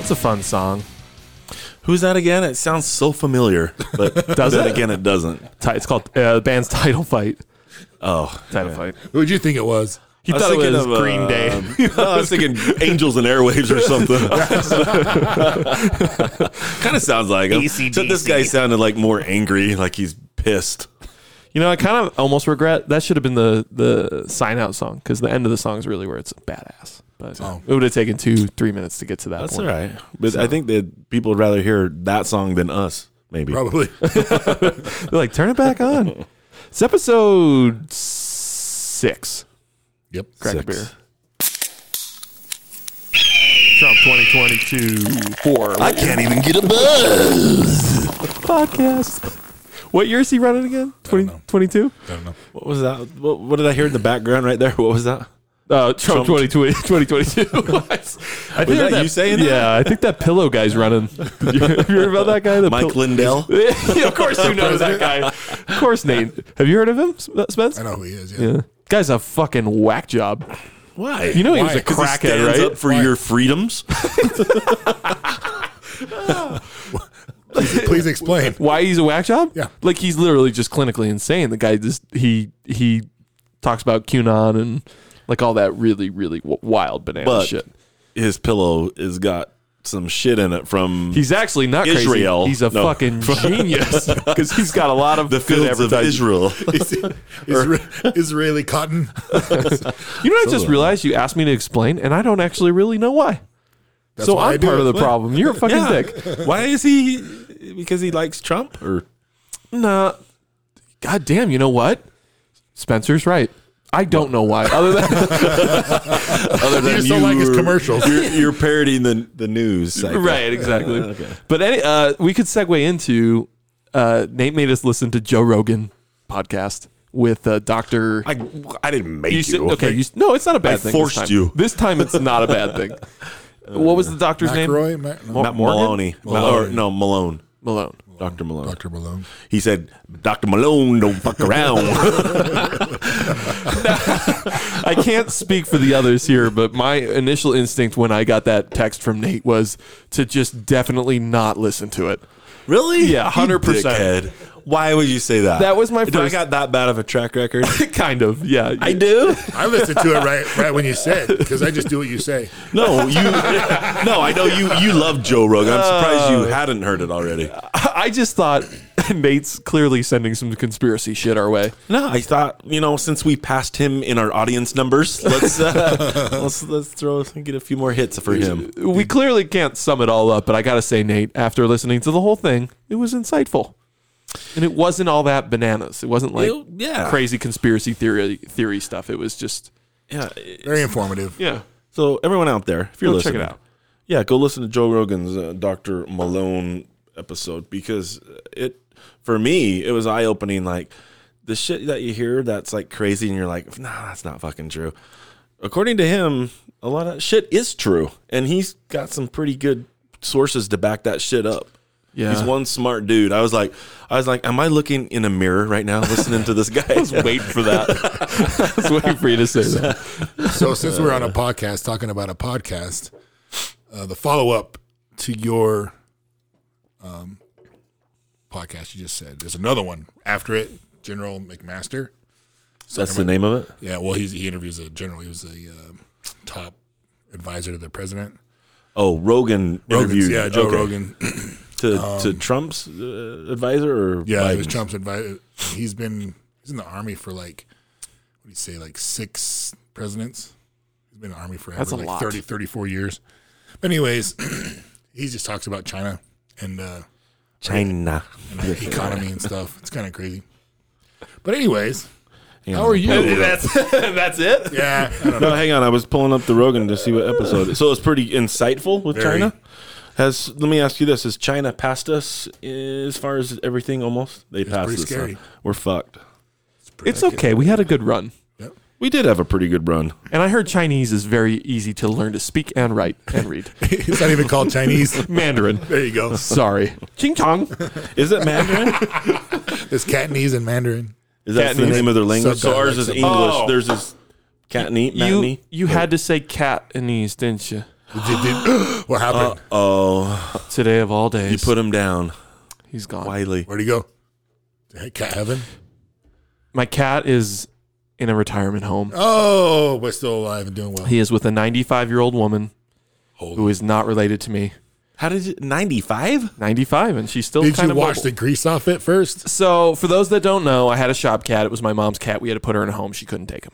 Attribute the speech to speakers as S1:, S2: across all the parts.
S1: It's a fun song. Who's that again? It sounds so familiar, but does
S2: Then
S1: it
S2: again,
S1: again?
S2: it doesn't.
S1: It's called uh, the band's title fight.
S2: Oh,
S1: Title fight.
S3: Who'd you think it was?
S1: He
S2: I was
S1: thought it
S2: thinking
S1: was uh,
S2: of,
S1: Green Day.
S2: um, no, I was thinking Angels and Airwaves or something. kind of sounds like him. Except this guy sounded like more angry, like he's pissed.
S1: You know, I kind of almost regret that should have been the the sign out song because the end of the song is really where it's badass. But it would have taken two three minutes to get to that.
S2: That's all
S1: point.
S2: right. But I think that people would rather hear that song than us, maybe.
S3: Probably.
S1: They're like, turn it back on. It's episode six.
S3: yep.
S1: Crack a
S2: Six.
S1: beer. Trump 2022 four
S2: I can't even get a buzz.
S1: podcast. What year is he running again? 2022?
S3: I don't know.
S2: What was that? What, what did I hear in the background right there? What was that?
S1: Uh, Trump,
S2: Trump.
S1: 2020, 2022. I think
S2: that you saying that?
S1: Yeah, I think that pillow guy's running. you heard about that guy? The
S2: Mike
S1: pill-
S2: Lindell?
S1: Yeah, of course you know that guy. Of course, Nate. Have you heard of him, Sp- Spence?
S3: I know who he is. Yeah.
S1: Yeah. Guy's a fucking whack job.
S2: Why?
S1: You know he was
S3: Why?
S1: a
S3: 'Cause he
S1: crackhead, right?
S2: up for your freedoms.
S3: Please explain.
S1: why he's a whack job?
S3: Yeah.
S1: Like he's literally just clinically insane. The guy just he he talks about QAnon and like all that really really w- wild banana
S2: But-
S1: shit.
S2: His pillow has got some shit in it from
S1: He's actually not
S2: Israel.
S1: crazy. He's a
S2: No.
S1: fucking genius because he's got a lot of
S2: the
S1: good
S2: fields of
S1: advertising.
S2: Israel.
S3: Isra- Israeli cotton.
S1: You know, what I just realized you asked me to explain, and I don't actually really know why. so
S3: why I
S1: I'm
S3: do
S1: part of
S3: it.
S1: the problem. You're a fucking dick.
S2: Why is he? Because he likes Trump? Or
S1: Nah. God damn, you know what? Spencer's right. I don't know why. Other than
S2: other than
S3: just don't like his
S2: you're-
S3: commercials.
S2: You're, you're parodying the the news, cycle.
S1: right, exactly. But any, uh, we could segue into uh, Nate made us listen to Joe Rogan podcast with uh, Doctor.
S2: I, I didn't make you.
S1: You said- okay, you, s- no, it's not a bad
S2: I
S1: thing. this
S2: forced
S1: time.
S2: you.
S1: This time, it's not a bad thing. what was the doctor's name?
S3: McRoy? Mac- no,
S2: Not Maloney.
S3: Maloney.
S2: Or, no, Malone.
S1: Malone.
S2: Dr. Malone.
S3: Dr. Malone.
S2: He said, Dr. Malone, don't fuck around.
S1: I can't speak for the others here, but my initial instinct when I got that text from Nate was to just definitely not listen to it.
S2: really?
S1: Yeah,
S2: You
S1: 100%.
S2: dickhead. Why would you say that?
S1: That was my
S2: Do
S1: first-
S2: I got that bad of a track record?
S1: kind of, yeah.
S2: I do.
S3: I listened to it right right when you said because I just do what you say.
S2: No, you. no, I know you. You love Joe Rogan. I'm surprised
S1: Oh.
S2: you hadn't heard it already.
S1: I just thought Nate's clearly sending some conspiracy shit our way.
S2: No, I thought you know since we passed him in our audience numbers, let's uh, let's let's throw get a few more hits for him.
S1: We clearly can't sum it all up, but I got to say, Nate, after listening to the whole thing, it was insightful. And it wasn't all that bananas. It wasn't like
S2: It- yeah.
S1: crazy conspiracy theory theory stuff. It was just
S2: Yeah.
S3: Very informative.
S1: yeah.
S2: So everyone out there, if you're
S1: Go check
S2: listening,
S1: it out.
S2: Yeah, go listen to Joe Rogan's uh, Dr. Malone episode because it for me it was eye opening. Like the shit that you hear that's like crazy, and you're like, nah, that's not fucking true. According to him, a lot of shit is true, and he's got some pretty good sources to back that shit up.
S1: Yeah.
S2: He's one smart dude. I was like, I was like, am I looking in a mirror right now, listening to this guy?
S1: I was waiting for that. I was waiting for you to say that.
S3: So since we're on a podcast talking about a podcast, uh, the follow up to your um, podcast you just said, there's another one after it. General McMaster.
S2: that's the name of it.
S3: Yeah, well, he's, he interviews a general. He was the um top advisor to the president.
S2: Oh, Rogan
S3: Rogan's,
S2: interviewed.
S3: yeah, Joe
S2: Okay.
S3: Rogan.
S2: to to Trump's uh, advisor or
S3: Um, Yeah, he was
S2: Biden's?
S3: Trump's advisor. He's been he's in the army for like what do you say, like six presidents. He's been in the army forever,
S1: That's a
S3: like
S1: lot.
S3: 30, 34 years. But anyways, he just talks about China and uh,
S2: China.
S3: and the economy and stuff. It's kind of crazy. But anyways,
S2: Hang
S3: how
S2: on.
S3: are you?
S1: That's that's it.
S3: Yeah, I don't know.
S2: No, hang on. I was pulling up the Rogan to see what episode. So it's pretty insightful with
S3: Very.
S2: China. Has let me ask you this: Has China passed us as far as everything? Almost they passed
S3: pretty
S2: us.
S3: scary.
S2: huh? We're fucked.
S1: It's okay. We had a good run.
S3: Yep.
S2: We did have a pretty good run.
S1: And I heard Chinese is very easy to learn to speak and write and read.
S3: it's not even called Chinese.
S1: Mandarin.
S3: There you go.
S1: Sorry. Ching chong.
S2: Is it Mandarin?
S3: It's Cantonese and Mandarin.
S2: Is that the
S1: Cantonese.
S2: name of their language? So ours is
S3: Subdialects.
S2: English.
S1: Oh.
S2: There's this Catanese.
S1: You
S2: Matinee.
S1: you had to say Catanese, didn't you?
S3: Did- did- what happened?
S1: Uh,
S2: Oh,
S1: Today of all days,
S2: you put him down,
S1: he's gone.
S2: Wiley.
S3: Where'd he go? Hey, Cat Heaven?
S1: My cat is in a retirement home.
S3: Oh, but still alive and doing well.
S1: He is with a 95 year old woman
S3: Holy.
S1: who is not related to me.
S2: How did you? Ninety-five.
S1: 95, and she's still
S3: Did
S1: kind
S3: you
S1: of
S3: watch
S1: mobile.
S3: the grease off it first?
S1: So, for those that don't know, I had a shop cat. It was my mom's cat. We had to put her in a home. She couldn't take him.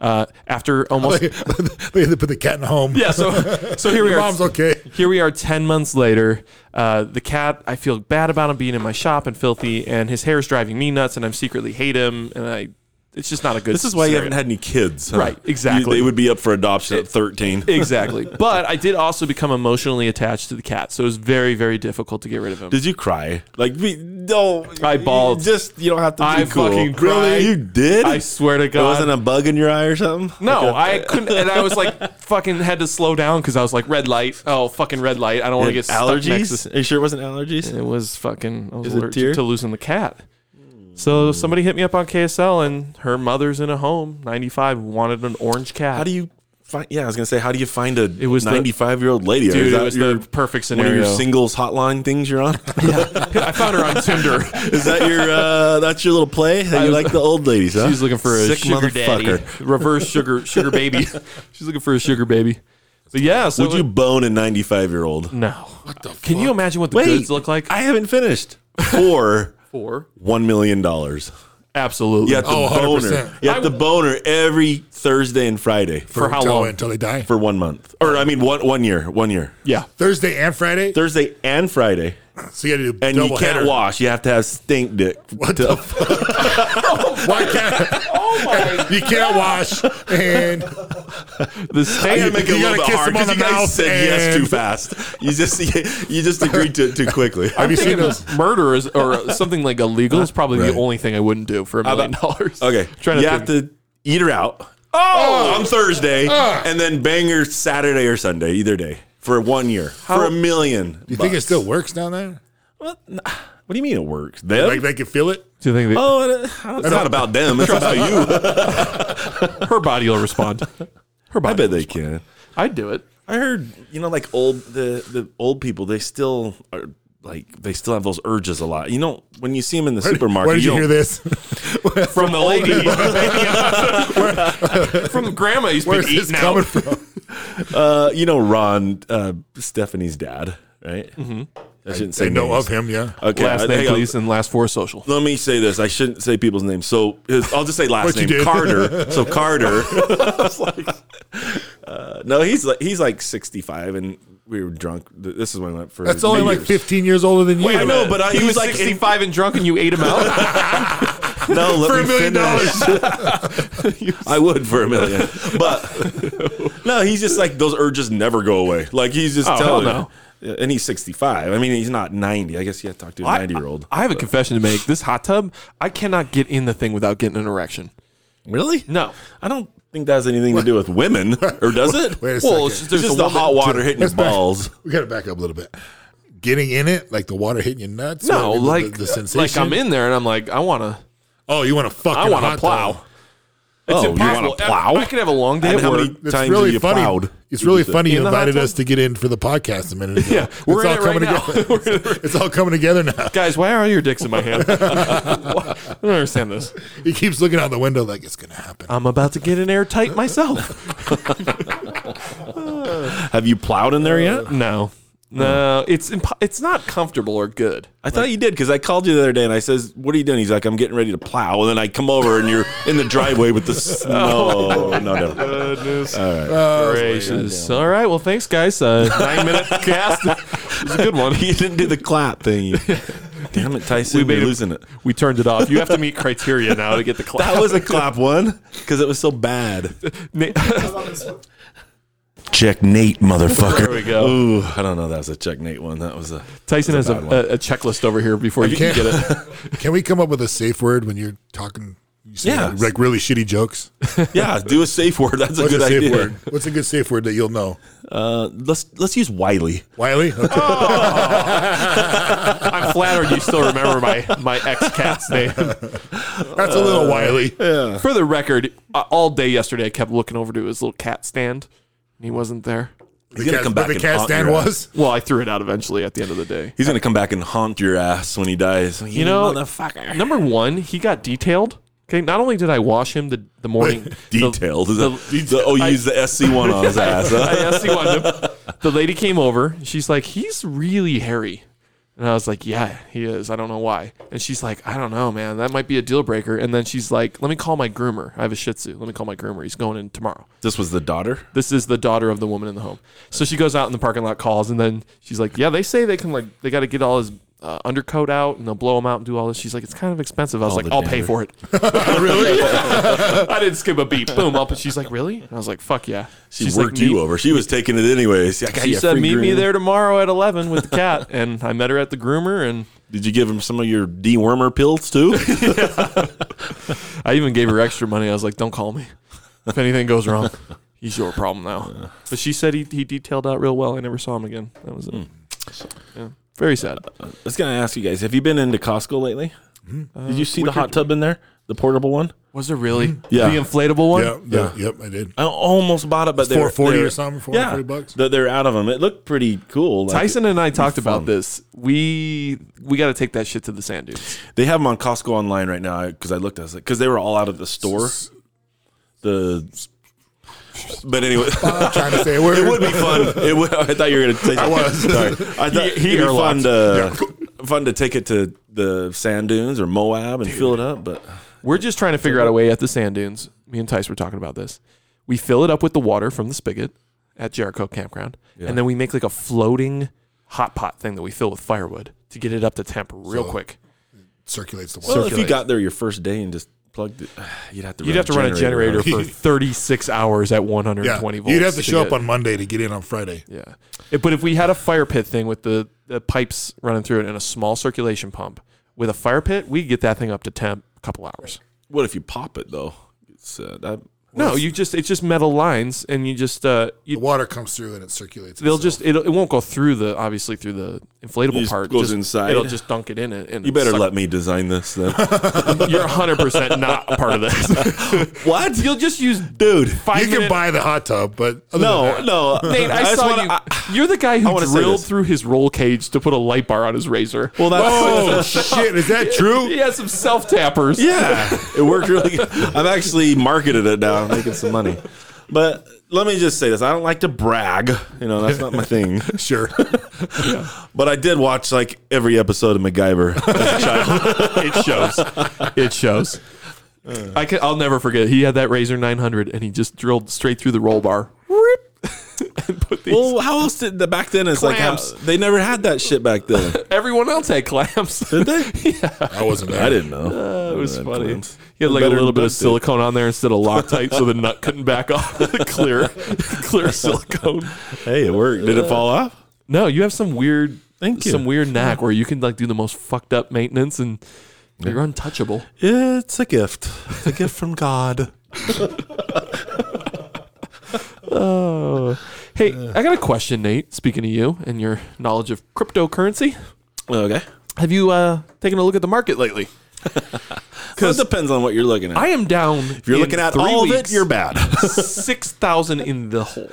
S1: Uh, after almost
S3: they had to put the cat in the home.
S1: yeah. So, so here we
S3: Your
S1: are.
S3: mom's okay.
S1: Here we are 10 months later. Uh, the cat, I feel bad about him being in my shop and filthy, and his hair is driving me nuts, and I am secretly hate him, and I. It's just not a good
S2: This is why you
S1: scenario.
S2: haven't had any kids, huh?
S1: Right,
S2: You-
S1: exactly.
S2: they would be up for adoption at thirteen.
S1: Exactly. But I did also become emotionally attached to the cat, so it was very, very difficult to get rid of him.
S2: Did you cry? Like me? No,
S1: I bawled.
S2: You Just you don't have to. Be
S1: I
S2: cool.
S1: fucking cried.
S2: really. You did.
S1: I swear to
S2: There
S1: God.
S2: wasn't a bug in your eye or something.
S1: no,
S2: Like a-
S1: I couldn't, and I was like, fucking had to slow down because I was like, red light. Oh, fucking red light. I don't want to
S2: Like
S1: get allergies.
S2: allergies. Are you sure it wasn't allergies?
S1: It was fucking. I was
S2: Is it
S1: allergic
S2: deer?
S1: to losing the cat. So somebody hit me up on KSL, and her mother's in a home, 95, wanted an orange cat.
S2: How do you find? Yeah, I was gonna say, how do you find a it
S1: was
S2: was
S1: the-
S2: ninety-five year old lady? Or is
S1: Dude,
S2: that
S1: it was
S2: your-
S1: the perfect
S2: one of
S1: scenario.
S2: your singles hotline things you're on?
S1: I found her on Tinder.
S2: Is that your uh, that's your little play? That you
S1: was-
S2: like the old ladies, huh?
S1: She's looking for a sugar daddy, reverse sugar sugar baby. She's looking for a sugar baby. But yeah, so
S2: Would you bone a 95 year old?
S1: No. What the? Can you imagine what the goods look like?
S2: I haven't finished. For
S1: Four.
S2: one million dollars.
S1: Absolutely.
S2: You have to
S3: Oh,
S2: boner.
S3: 100%.
S2: You have to boner every Thursday and Friday for,
S1: For how
S3: until,
S1: long?
S3: Until they die.
S2: for one month, or I mean one one year, one year.
S1: Yeah.
S3: Thursday and Friday?
S2: Thursday and Friday,
S3: so you got to do
S2: and you
S3: double
S2: can't
S3: header.
S2: wash. You have to have stink dick.
S3: What the fuck? Why can't
S1: Oh my.
S3: you can't wash and
S1: the state.
S2: gotta make it
S3: You
S2: a little
S3: gotta
S2: bit
S3: kiss
S2: hard
S3: him
S2: 'cause
S3: on the
S2: you guys
S3: mouth
S2: said yes
S3: and-
S2: too fast. You just you just agreed to it too quickly.
S3: have you seen
S1: Thinking
S3: those?
S1: of murder is, or something like illegal is probably
S3: Right.
S1: the only thing I wouldn't do for a million dollars.
S2: Okay,
S1: Trying to
S2: you
S1: think.
S2: have to eat her out.
S3: Oh!
S2: on Thursday,
S3: Uh.
S2: and then bang her Saturday or Sunday, either day for one year for a million.
S3: You think it still works down there?
S2: What, what do you mean it works? Them?
S3: Like they can feel it?
S1: Do you think that
S2: oh, it- I don't- it's not about them. It's about you.
S1: her body will respond? Her body.
S2: I bet they can.
S1: I'd do it.
S2: I heard you know, like old the the old people, they still are like they still have those urges a lot. You know, when you see them in the supermarket,
S3: Where did you
S2: don't-
S3: hear this?
S1: From the lady. From grandma, he's been
S3: Where's this
S1: eating out.
S3: coming from?
S2: Uh, you know, Ron, uh, Stephanie's dad, right? Mm-hmm. I shouldn't say
S3: They know
S2: names.
S3: of him, yeah.
S2: Okay, uh,
S1: Last
S2: hang
S1: name,
S2: on.
S1: please, and last four social.
S2: Let me say this. I shouldn't say people's names. So his, I'll just say last
S3: But you
S2: name
S3: did.
S2: Carter. So Carter. I was like, uh, no, he's like he's like sixty five, and we were drunk. Th- This is when I went for.
S3: That's only
S2: New
S3: like
S2: Year's.
S3: 15 years older than you.
S2: I know, but I,
S1: he was like
S2: 60,
S1: 65 and drunk, and you ate him out.
S2: no, let
S3: for
S2: me
S3: a million
S2: finish.
S3: dollars.
S2: I would for a million, but no, he's just like those urges never go away. Like he's just
S1: Oh,
S2: telling.
S1: hell
S2: Yeah, And he's sixty five. I mean, he's not ninety. I guess you have to talk to a ninety year old.
S1: I have a confession to make. This hot tub, I cannot get in the thing without getting an erection.
S2: Really?
S1: No.
S2: I don't think that has anything to do with women, or does it?
S3: Wait a
S1: Well,
S3: second.
S1: it's just,
S2: It's
S1: there's
S2: just
S1: a
S2: the
S1: woman-
S2: hot water hitting your
S3: Let's back-
S2: balls.
S3: we got to back up a little bit. Getting in it, like the water hitting your nuts.
S1: No,
S3: or the-
S1: like
S3: the, sensation.
S1: like I'm in there and I'm like I want to
S3: Oh, you want to fucking?
S1: I want
S3: hot
S1: to
S3: dog.
S1: plow.
S2: Oh, you wanna
S1: I-
S2: plow?
S1: I, could have a long day
S2: And
S1: at
S2: how
S1: work.
S2: many
S3: It's
S2: times
S3: really
S2: have you
S3: funny.
S2: plowed?
S3: It's really funny. You
S1: In the hot
S3: invited
S1: tub?
S3: us to get in for the podcast a minute ago.
S1: Yeah, we're in it
S3: it's all
S1: right
S3: coming
S1: now.
S3: together. it's, all coming together now.
S1: Guys, why are your dicks in my hand? I don't understand this.
S3: He keeps looking out the window like it's gonna happen.
S2: Uh,
S1: I'm about to get an airtight myself.
S2: Have you plowed in there yet?
S1: No. No, it's impo- it's not comfortable or good.
S2: I thought you did because I called you the other day and I says, "What are you doing?" He's like, "I'm getting ready to plow," and then I come over and you're in the driveway with the snow. no, no, no.
S1: Goodness Oh, gracious. All right. Well, thanks, guys. Uh, nine minute cast. It was a good one.
S2: You didn't do the clap thing. Damn it, Tyson,
S1: made
S2: you're
S1: it-
S2: losing it.
S1: We turned it off. You have to meet criteria now to get the clap.
S2: That was a clap one because it was so bad.
S1: Na-
S2: Check Nate, motherfucker.
S1: There we go.
S2: Ooh, I don't know. That was a check Nate one. That was a.
S1: Tyson has a,
S2: bad one.
S1: a, a checklist over here before you can
S3: can't-
S1: get it.
S3: Can we come up with a safe word when you're talking? You say
S2: Yeah.
S3: like really shitty jokes.
S2: Yeah, do a safe word. That's a
S3: What's
S2: good
S3: a safe
S2: idea.
S3: word? What's a good safe word that you'll know?
S2: Uh, let's let's use Wiley.
S3: Wiley. Okay.
S1: I'm flattered you still remember my my ex cat's name.
S3: That's a little wily.
S1: For the record, uh, all day yesterday I kept looking over to his little cat stand, and he wasn't there.
S3: The
S2: gonna
S3: cat-
S2: come
S3: but
S2: back
S3: The
S2: and
S3: cat
S2: haunt
S3: stand
S2: your
S3: was.
S1: Well, I threw it out eventually at the end of the day.
S2: He's gonna come back and haunt your ass when he dies.
S1: You know,
S2: motherfucker.
S1: Number one, he got detailed. Okay, not only did I wash him the, the morning
S2: Detailed. is
S1: the-
S2: that- the- oh, you used the SC one on his ass.
S1: I
S2: Huh?
S1: asked you one. The lady came over. She's like, he's really hairy. And I was like, yeah, he is. I don't know why. And she's like, I don't know, man. That might be a deal breaker. And then she's like, let me call my groomer. I have a Shih Tzu. Let me call my groomer. He's going in tomorrow.
S2: This was the daughter.
S1: This is the daughter of the woman in the home. So she goes out in the parking lot, calls, and then she's like, yeah, they say they can like they got to get all his uh, undercoat out and they'll blow him out and do all this. She's like, it's kind of expensive. I was
S2: All
S1: like,
S2: the
S1: I'll pay
S2: dander.
S1: for it. really? I didn't skip a beat. Boom. I'll, she's like, really? And I was like, fuck yeah.
S2: She
S1: she's
S2: worked
S1: like,
S2: you
S1: "Me-
S2: over. She was taking it anyways. I got
S1: she
S2: you a
S1: said,
S2: free
S1: "Meet me
S2: groom."
S1: there tomorrow at 11 with the cat," and I met her at the groomer, and
S2: Did you give him some of your dewormer pills too?
S1: I even gave her extra money. I was like, "Don't call me if anything goes wrong. He's your problem now." But she said he, he detailed out real well. I never saw him again. That was it.
S3: Hmm.
S1: Yeah. Very sad.
S2: I was gonna ask you guys: Have you been into Costco lately?
S3: Mm-hmm.
S2: Did
S3: Uh,
S2: you see the hot tub in there, the portable one?
S1: Was it really?
S2: Yeah.
S1: The inflatable one.
S3: Yep, Hmm. yeah. yep, I did.
S2: I almost bought it, but they're
S3: 440
S2: they're-
S3: or something,
S2: yeah,
S3: 440 bucks.
S2: That they're out of them. It looked pretty cool. Like,
S1: Tyson and I talked
S2: fun.
S1: about this. We we got to take that shit to the sand dunes.
S2: They have them on Costco online right now because I looked at it because they were all out of the store. The but anyway,
S3: I'm trying to say a word.
S2: it would be fun. It would. I thought you were gonna. Say I
S3: was.
S2: Sorry. I thought
S1: He- he
S2: it'd be fun
S1: airlocked.
S2: to fun to take it to the sand dunes or Moab and fill it up. But
S1: We're just trying to figure out a way at the sand dunes. Me and Tice were talking about this. We fill it up with the water from the spigot at Jericho Campground, and then we make like a floating hot pot thing that we fill with firewood to get it up to temp real
S3: So-
S1: quick.
S3: Circulates the
S2: well,
S3: water.
S2: if you got there your first day and just plugged it, you'd have to.
S1: You'd have to run a generator for 36 hours at
S3: yeah,
S1: 120 volts.
S3: you'd have to show
S1: get-
S3: up on Monday to get in on Friday.
S1: Yeah. It- but if we had a fire pit thing with the, the pipes running through it and a small circulation pump with a fire pit, we'd get that thing up to temp a couple hours.
S2: What if you pop it though? It's uh, that.
S1: No, you just it's just metal lines and you just uh you
S3: The water comes through and it circulates.
S1: They'll
S3: itself.
S1: just it'll, it won't go through the obviously through the inflatable
S2: It just
S1: part.
S2: goes
S1: Just-
S2: inside.
S1: It'll just dunk it in it. And
S2: You better
S1: suck-
S2: let me design this then.
S1: You're 100 percent not a part of this.
S2: what?
S1: You'll just use
S2: Dude.
S1: five.
S3: You can
S1: minute-
S3: buy the hot tub, but other than
S2: No,
S3: that-
S2: no.
S1: Nate, I,
S2: just
S1: saw
S2: wanna-
S1: you.
S2: I-
S1: You're the guy
S2: I
S1: who
S2: wanna say
S1: drilled
S2: this.
S1: through his roll cage to put a light bar on his razor.
S2: well, that's
S3: Oh shit! Is that
S1: He
S3: true?
S1: has some self tappers.
S2: yeah. It worked really. good. I've actually marketed it now, making some money. But let me just say this: I don't like to brag. You know, that's not my thing.
S3: Sure.
S2: But I did watch like every episode of MacGyver.
S1: it shows. It shows. I can, I'll never forget. He had that razor 900 and he just drilled straight through the roll bar. Whoop. and put these.
S2: well, how else did the back then? It's
S1: Clamps.
S2: like how- they never had that shit back then,
S1: everyone else had clamps.
S2: did they?
S3: I wasn't there.
S2: I didn't know. Uh,
S1: It was
S2: Red
S1: funny.
S2: clams.
S1: He had like
S2: Better
S1: a little bit of
S2: duct tape.
S1: silicone on there instead of Loctite, so the nut couldn't back off. clear, clear silicone.
S2: Hey, it worked. Did it fall off?
S1: No, you have some weird,
S2: Thank you.
S1: some weird knack where you can like do the most fucked up maintenance and you're untouchable.
S2: It's a gift. It's a gift from God.
S1: Oh, hey,
S2: Uh.
S1: I got a question, Nate. Speaking of you and your knowledge of cryptocurrency,
S2: Okay.
S1: have you uh, taken a look at the market lately?
S2: Because it depends on what you're looking at.
S1: I am down.
S2: if you're looking at all of it, you're bad.
S1: six thousand in the hole.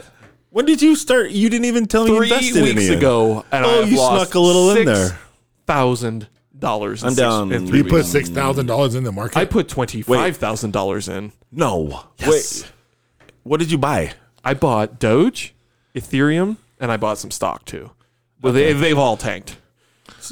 S2: when did you start? You didn't even tell me you
S1: three
S2: invested in
S1: weeks
S2: any.
S1: ago, and
S2: Oh,
S1: I have
S2: you
S1: lost
S2: snuck a little in there.
S1: Thousand dollars.
S2: I'm down.
S1: In three
S3: You
S1: weeks.
S3: put six thousand dollars in the market.
S1: I put twenty five thousand dollars in.
S2: No.
S1: Yes.
S2: Wait. What did you buy?
S1: I bought Doge, Ethereum, and I bought some stock too. But they they've all tanked.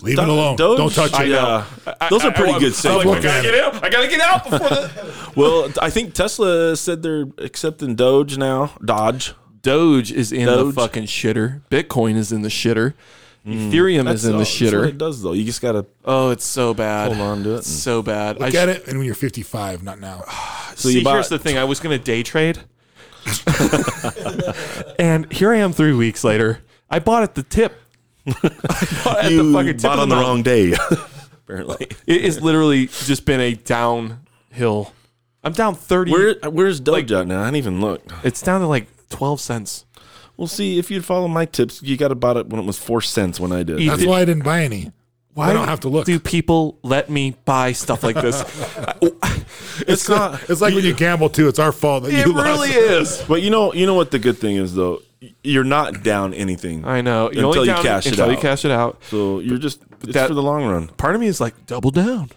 S3: Leave it alone.
S2: Doge?
S3: Don't touch
S2: I
S3: it.
S2: know. Those are pretty good
S1: I'm like, I
S2: segues.
S1: gotta get out. I gotta get out before the
S2: well, I think Tesla said they're accepting Doge now. Dodge.
S1: Doge is in
S2: Doge. Hmm.
S1: the fucking shitter. Bitcoin is in the shitter. Ethereum is in the
S2: That's what
S1: shitter.
S2: it does though. You just gotta.
S1: Oh, it's so bad.
S2: Hold on to it
S1: It's
S2: and-
S1: so bad. I
S3: Look
S1: sh-
S3: at it, and when you're 55, not now.
S2: So
S1: See,
S2: you bought.
S1: here's the thing. I was going to day trade. and here I am three weeks later. I bought at the tip. I bought at
S2: you
S1: the fucking tip.
S2: bought
S1: of
S2: on the
S1: mountain.
S2: wrong day. Apparently.
S1: It has literally just been a downhill. I'm down 30.
S2: Where where's Doge at now? I didn't even look.
S1: It's down to like 12 cents.
S2: Well, see, if you'd follow my tips, you got to bought it when it was four cents when I did.
S1: Eat
S3: That's why I didn't buy any. Why I don't have to look.
S1: Do people let me buy stuff like this?
S2: It's not.
S3: it's like when you gamble too. It's our fault that
S1: it
S3: you lost.
S1: really is.
S2: But you know, you know what the good thing is though. you're not down anything.
S1: I know.
S2: Until you
S1: down-
S2: cash it
S1: until you
S2: out.
S1: cash it out.
S2: So you're just it's
S1: that-
S2: for the long run.
S1: Part of me is like, double down,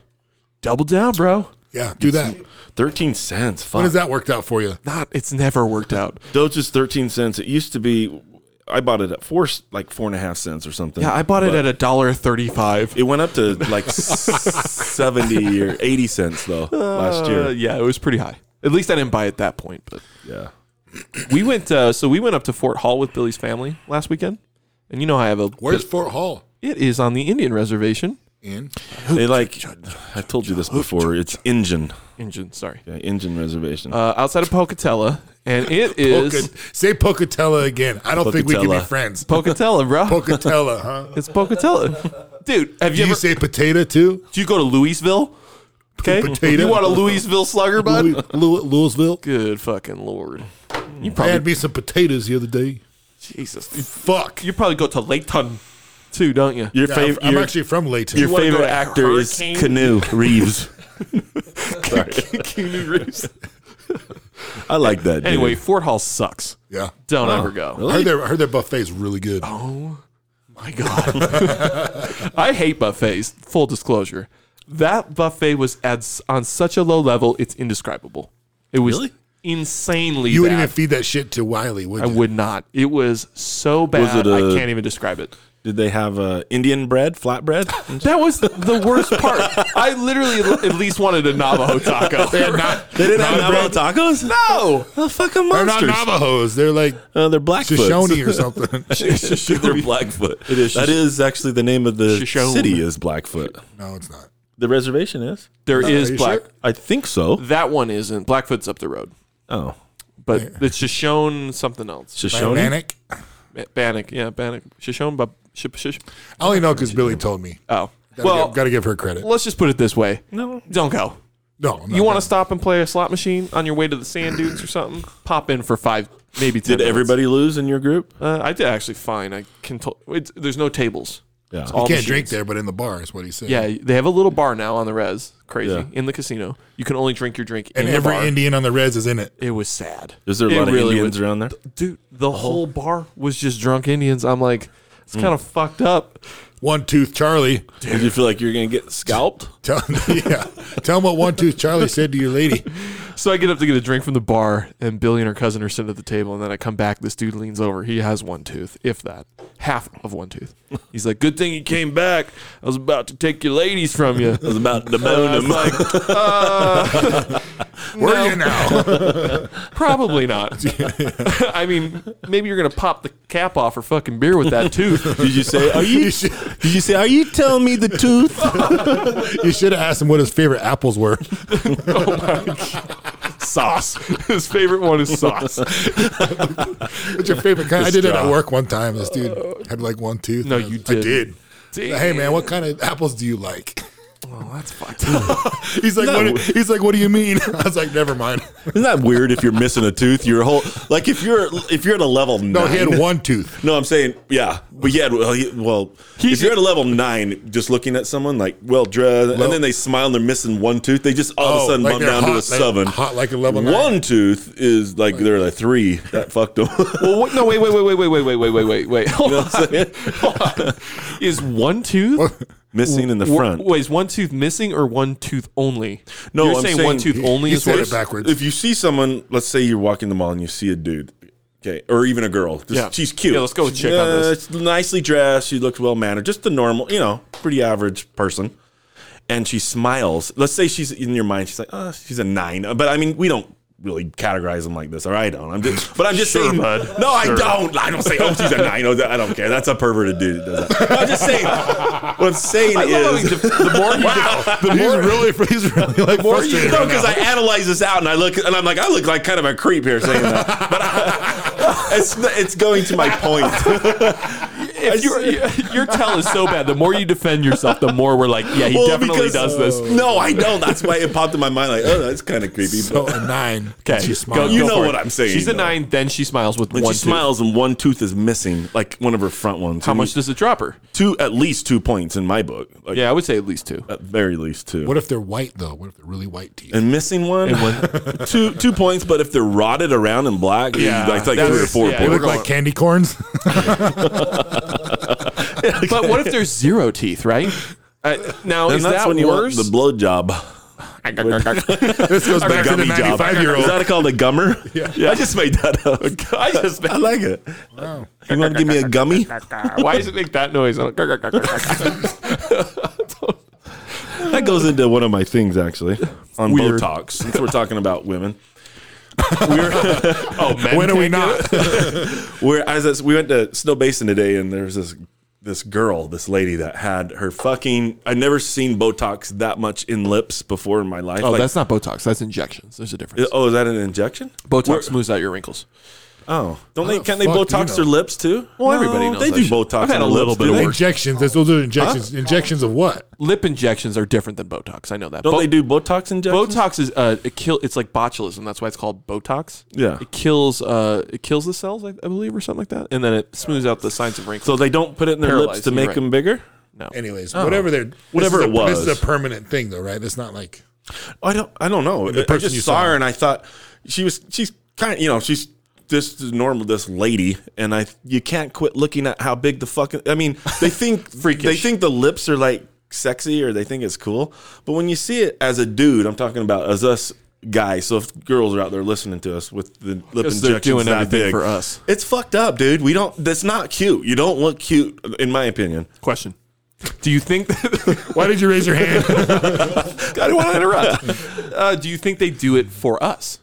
S1: double down, bro.
S3: Yeah, do that.
S2: Thirteen cents. Fuck.
S3: When has that worked out for you?
S1: Not. It's never worked out.
S2: Doge is thirteen cents. It used to be. I bought it at four, like four and a half cents or something.
S1: Yeah, I bought it at a dollar thirty-five.
S2: It went up to like seventy or eighty cents though last
S1: Uh,
S2: year.
S1: yeah, it was pretty high. At least I didn't buy at that point. But
S2: Yeah.
S1: we went. Uh, so we went up to Fort Hall with Billy's family last weekend, and you know I have a.
S3: Where's Fort Hall?
S1: it is on the Indian reservation.
S3: In
S2: They like. I told you this before. It's Indian.
S1: Engine, sorry.
S2: Yeah, Indian reservation.
S1: Uh, outside of Pocatello, and it is
S3: Poca- say Pocatello again. I don't think we can be
S2: Pocatello.
S3: friends.
S1: Pocatello, bro.
S3: Pocatello, huh?
S1: it's Pocatello, dude. Have
S3: Do
S1: you
S3: you
S1: ever?
S3: say potato too?
S1: do you go to Louisville? Okay,
S3: Potato.
S1: you want a Louisville slugger, bud?
S3: Louis, Louis, Louisville.
S1: Good fucking lord. You
S3: I
S1: probably
S3: had me some potatoes the other day.
S1: Jesus.
S3: Fuck.
S1: You probably go to Layton too, don't you?
S2: your
S3: Yeah,
S2: fav-
S3: I'm
S2: your,
S3: actually from Layton.
S2: your
S1: wanna go
S2: favorite
S1: to
S2: actor
S1: Hurricane?
S2: is Canoe Reeves.
S1: Keanu Reeves.
S2: I like that. dude.
S1: Anyway, Fort Hall sucks.
S3: yeah.
S1: Don't ever go.
S3: I heard their, I heard their buffet is really good.
S1: Oh, My God. I hate buffets. Full disclosure. That buffet was at s- on such a low level, it's indescribable. It was
S2: Really?
S1: insanely
S3: you wouldn't
S1: bad.
S3: even feed that shit to Wiley, would
S1: I
S3: you?
S1: would not. It was so bad.
S2: it
S1: I I
S2: a-
S1: can't even describe it.
S2: Did they have uh, Indian bread, flatbread?
S1: That was the worst part. I literally l- at least wanted a Navajo taco.
S2: they didn't have
S3: Navajo
S2: Navajo tacos.
S1: no.
S2: The fucking
S3: They're not
S2: monsters.
S3: Navajos. They're like
S2: uh, they're Blackfoot.
S3: Shoshone or something.
S2: they're Blackfoot. It is. That is actually the name of the
S1: Shoshone.
S2: city is Blackfoot.
S3: no, it's not.
S2: The reservation is.
S1: There is
S3: you
S1: black.
S3: sure?
S2: I think so.
S1: That one isn't. Blackfoot's up the road,
S2: Oh,
S1: but it's Shoshone something else.
S2: Shoshone.
S3: Manic? I
S1: Ba- Bannock, yeah, Bannock. Shoshone, but sh- sh- sh-
S3: only know because Billy told me.
S1: oh.
S3: Gotta
S1: well,
S3: give, gotta give her credit.
S1: let's just put it this way.
S2: No.
S1: Don't go.
S3: No, I'm not
S1: You want to
S3: gonna-
S1: stop and play a slot machine on your way to the sand dunes or something? Pop in for five, maybe
S2: Did
S1: ten. minutes.
S2: everybody lose in your group?
S1: Uh, I did actually fine. I can. To- it's, there's no tables.
S2: Yeah.
S1: It's
S2: You
S1: all
S3: Can't
S1: machines.
S3: drink there, but in the bar is what he said.
S1: Yeah, they have a little bar now on the res. Crazy
S2: Yeah.
S1: in the casino. You can only drink your drink
S3: and
S1: in
S3: every
S1: the bar.
S3: Indian on the Reds is in it.
S1: it was sad.
S2: Is there a
S1: It
S2: lot of
S1: really
S2: Indians
S1: was-
S2: around Uh-huh. there?
S1: dude, the whole bar was just drunk Indians. I'm like, it's
S2: Hmm.
S1: kind of fucked up.
S3: One Tooth Charlie.
S2: Did you feel like you're gonna get scalped?
S3: Tell, yeah, tell him what One Tooth Charlie said to your lady.
S1: So I get up to get a drink from the bar, and Billy and her cousin are sitting at the table. And then I come back. This dude leans over. He has one tooth, if that, half of one tooth. He's like, "Good thing you came back. I was about to take your ladies from you."
S2: It was about the
S1: I was
S2: bone.
S1: like,
S3: Where are you now?
S1: Probably not. I mean, maybe you're gonna pop the cap off or fucking beer with that tooth.
S2: Did you say? Are you?
S3: You should,
S2: Did you say? Are you telling me the tooth?
S3: you should have asked him what his favorite apples were.
S1: sauce. His favorite one is sauce.
S3: What's your favorite kind? I did it
S2: straw.
S3: at work one time. This
S2: Oh.
S3: dude had like one tooth.
S1: No,
S3: And I-
S1: you
S3: I did.
S1: Damn.
S3: Hey man, what kind of apples do you like?
S1: Well, that's fucked up.
S3: He's like,
S2: No.
S3: what, he's like, what do you mean? I was like, never mind.
S2: Isn't that weird? If you're missing a tooth, your whole like if you're if you're at a level
S3: No,
S2: nine.
S3: he had one tooth.
S2: No, I'm saying, yeah, but yeah, well, he, well
S1: He's-
S2: if you're at a level nine, just looking at someone like, well, dressed,
S3: Well-
S2: and then they smile and they're missing one tooth, they just all of a sudden bump
S3: they're
S2: down
S3: hot,
S2: to a
S3: Oh, like-
S2: seven.
S3: Hot like a level nine.
S2: One tooth is like they're a three. That fucked them.
S1: well, wait, no, wait, wait, wait, wait, wait, wait, wait, wait, wait, wait. Hold
S2: know what I'm
S1: on.
S2: saying?
S1: Hold on. Is one tooth?
S2: Missing in the
S1: Wha-
S2: front.
S1: Wait, is one tooth missing or one tooth only?
S2: No,
S1: you're
S2: I'm
S1: saying, one
S2: saying-
S1: tooth only
S3: He
S1: is what
S3: said it
S1: it's-
S3: backwards.
S2: If you see someone, let's say you're walking the mall and you see a dude, okay, or even a girl, just,
S1: Yeah.
S2: she's cute.
S1: Yeah, let's go with chick on this.
S2: she's Nicely dressed, she looks well mannered, just the normal, you know, pretty average person. And she smiles. Let's say she's in your mind, she's like, oh, she's a nine. But I mean, we don't really categorize them like this, or I don't. I'm just, but I'm just
S1: Sure,
S2: saying,
S1: bud.
S2: no, I don't. I don't say, oh, she's a nine. Oh, that- I don't care. That's a perverted dude that does that. I'm just saying. What I'm saying
S1: I love how
S2: is,
S1: he def- the more he def- the
S3: He's
S1: more
S3: really, he's really like frustrated.
S2: no,
S3: right
S2: because
S3: now.
S2: I analyze this out and I look and I'm like, I look like kind of a creep here saying that, but I, it's it's going to my point.
S1: if your your tell is so bad, the more you defend yourself, the more we're like, yeah, he definitely does this.
S2: No, I know. That's why it popped in my mind. Like, oh, that's kind of creepy.
S3: So
S2: but
S3: a nine.
S1: Okay,
S3: She
S1: go-
S3: smiled.
S1: go
S2: You know
S1: for it.
S2: what I'm saying,
S1: She's a
S2: though.
S1: nine, then she smiles with
S2: when
S1: one.
S2: she smiles and one tooth is missing, like one of her front ones.
S1: How much does it drop her?
S2: Two, at least two points in my book. Like,
S1: Yeah, I would say at least two.
S2: at very least two.
S3: What if they're white though? What if they're really white teeth?
S2: and missing one, two two points. But if they're rotted around and black,
S1: Yeah,
S2: yeah, like, like
S1: that's-
S2: three or four
S1: yeah, it
S3: they
S2: points.
S3: look like candy corns.
S1: But what if there's zero teeth, right? Uh, now
S2: And
S1: is
S2: that's
S1: that
S2: when you
S1: worse?
S2: want the blow job.
S3: this goes back to the
S2: Gummy job.
S3: ninety-five year
S2: Is
S3: old.
S2: that called a gummer? Yeah. I just made that up.
S1: I just-
S2: I like it. You want to give me a gummy?
S1: Why does it make that noise?
S2: That goes into one of my things actually on
S1: Weird.
S2: Botox. Since we're talking about women,
S1: oh man,
S3: When are we not?
S2: where as this, we went to Snow Basin today, and there was this this girl, this lady that had her fucking. I'd never seen Botox that much in lips before in my life.
S1: Oh,
S2: Like,
S1: that's not Botox. That's injections. There's a difference.
S2: oh, is that an injection?
S1: Botox smooths out your wrinkles.
S2: Oh, don't they?
S3: the
S2: Can they
S3: fuck do you
S2: Botox
S3: know?
S2: their lips too?
S1: Well, everybody knows
S2: they
S1: that
S2: do
S1: shit.
S2: Botox.
S1: I've
S2: on
S1: had a
S2: their
S1: little
S2: lips,
S1: bit
S2: do
S1: of
S2: they?
S1: work.
S3: injections. Those those are injections. Injections of what?
S1: Lip injections are different than Botox. I know that.
S2: Don't
S1: Bo-
S2: they do Botox injections?
S1: Botox is uh, it kill. It's like botulism. That's why it's called Botox.
S2: Yeah.
S1: it kills uh, it kills the cells, I, I believe, or something like that, and then it smooths out the signs of wrinkles.
S2: So they don't put it in their
S1: Paralyzed,
S2: lips to
S1: you're
S2: make
S1: right.
S2: them bigger.
S1: no,
S3: Anyways, whatever they're this
S2: Whatever
S3: is
S2: it
S3: a- This
S2: was.
S3: is a permanent thing though, right? It's not like
S2: I don't. I don't know. I- I
S3: person
S2: just
S3: you
S2: saw
S3: saw.
S2: her and I thought she was. She's kind of. You know. She's this is normal. This lady and I. You can't quit looking at how big the fucking. I mean, they think freakish. They think the lips are like sexy or they think it's cool. But when you see it as a dude, I'm talking about as us guys. So if girls are out there listening to us with the lip
S1: Because
S2: injections
S1: they're doing
S2: that
S1: everything
S2: big,
S1: for us.
S2: it's fucked up, dude. We don't. That's not cute. You don't look cute, in my opinion.
S1: question. Do you think that,
S3: why did you raise your hand?
S1: I don't want to interrupt? Uh, do you think they do it for us?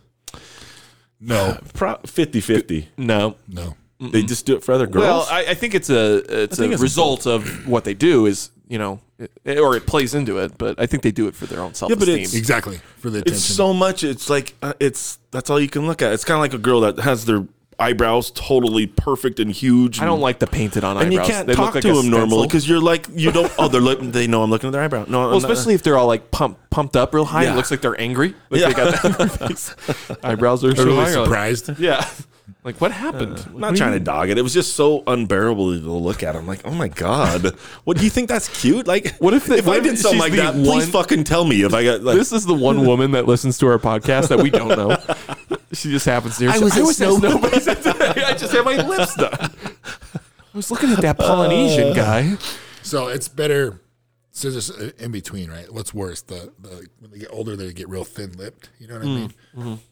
S3: no,
S2: Pro- 50-50.
S1: No.
S3: no.
S1: Mm.
S2: They just do it for other girls.
S1: Well, I, I think it's a it's a
S2: it's
S1: result of what they do is you know, it, or it plays into it, but I think they do it for their own self esteem.
S2: it's-
S3: Exactly for the attention.
S2: It's so much. It's like uh, it's that's all you can look at. It's kind of like a girl that has their eyebrows totally perfect and huge.
S1: I don't like the painted on
S2: And you
S1: eyebrows.
S2: can't
S1: they
S2: talk
S1: look like
S2: to
S1: a
S2: them normally
S1: stencil.
S2: because you're like you don't. Oh, they're look, they know I'm looking at their eyebrow. No,
S1: Well, especially if they're all like pumped pumped up real high,
S2: Yeah.
S1: it looks like they're angry. Like
S2: Yeah.
S1: they got that in their face. eyebrows are so
S3: They're really
S1: high, like-
S3: surprised.
S1: Yeah. Like what happened?
S2: I'm not trying to dog it. It was just so unbearable to look at. I'm like, oh my god, what do you think that's cute? Like,
S1: What if they-
S2: if
S1: what
S2: I
S1: if
S2: did something
S1: she's
S2: like
S1: the
S2: that?
S1: one-
S2: Please fucking tell me if I got like.
S1: This is the one woman that listens to our podcast that we don't know. She just happens to hear.
S4: I was at Snow-
S1: I just had my lips done. Uh, I was looking at that Polynesian guy.
S3: So it's better. So there's uh, in between, right? What's worse, the, the when they get older, they get real thin lipped. You know what I mean?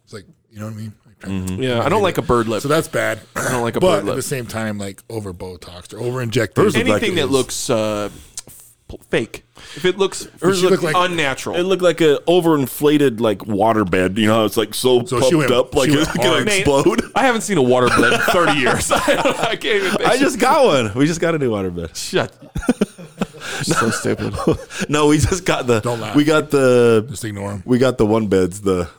S3: It's like you know what I mean. Like, trying
S1: Mm.
S3: to-
S1: Mm-hmm. Yeah, I don't like a bird lip.
S3: So that's bad. I
S1: don't like a
S3: but
S1: bird lip.
S3: at the same time, like over Botox or over injected.
S2: Any-
S1: Anything that
S2: is-
S1: looks uh, f- fake. If it looks,
S3: she look like-
S1: unnatural.
S2: it looked like a overinflated like waterbed. You know, how it's like so,
S3: So she
S2: pumped
S3: went-
S2: up, like
S3: she
S2: it's
S3: went
S2: gonna
S3: hard.
S1: Nate,
S2: explode.
S1: I haven't seen a waterbed in 30 years. I, don't- I can't even.
S2: I just got one. We just got a new waterbed.
S1: shut. so stupid.
S2: No, we just got the.
S3: Don't laugh.
S2: We got the.
S3: Just ignore them.
S2: We got the one beds. The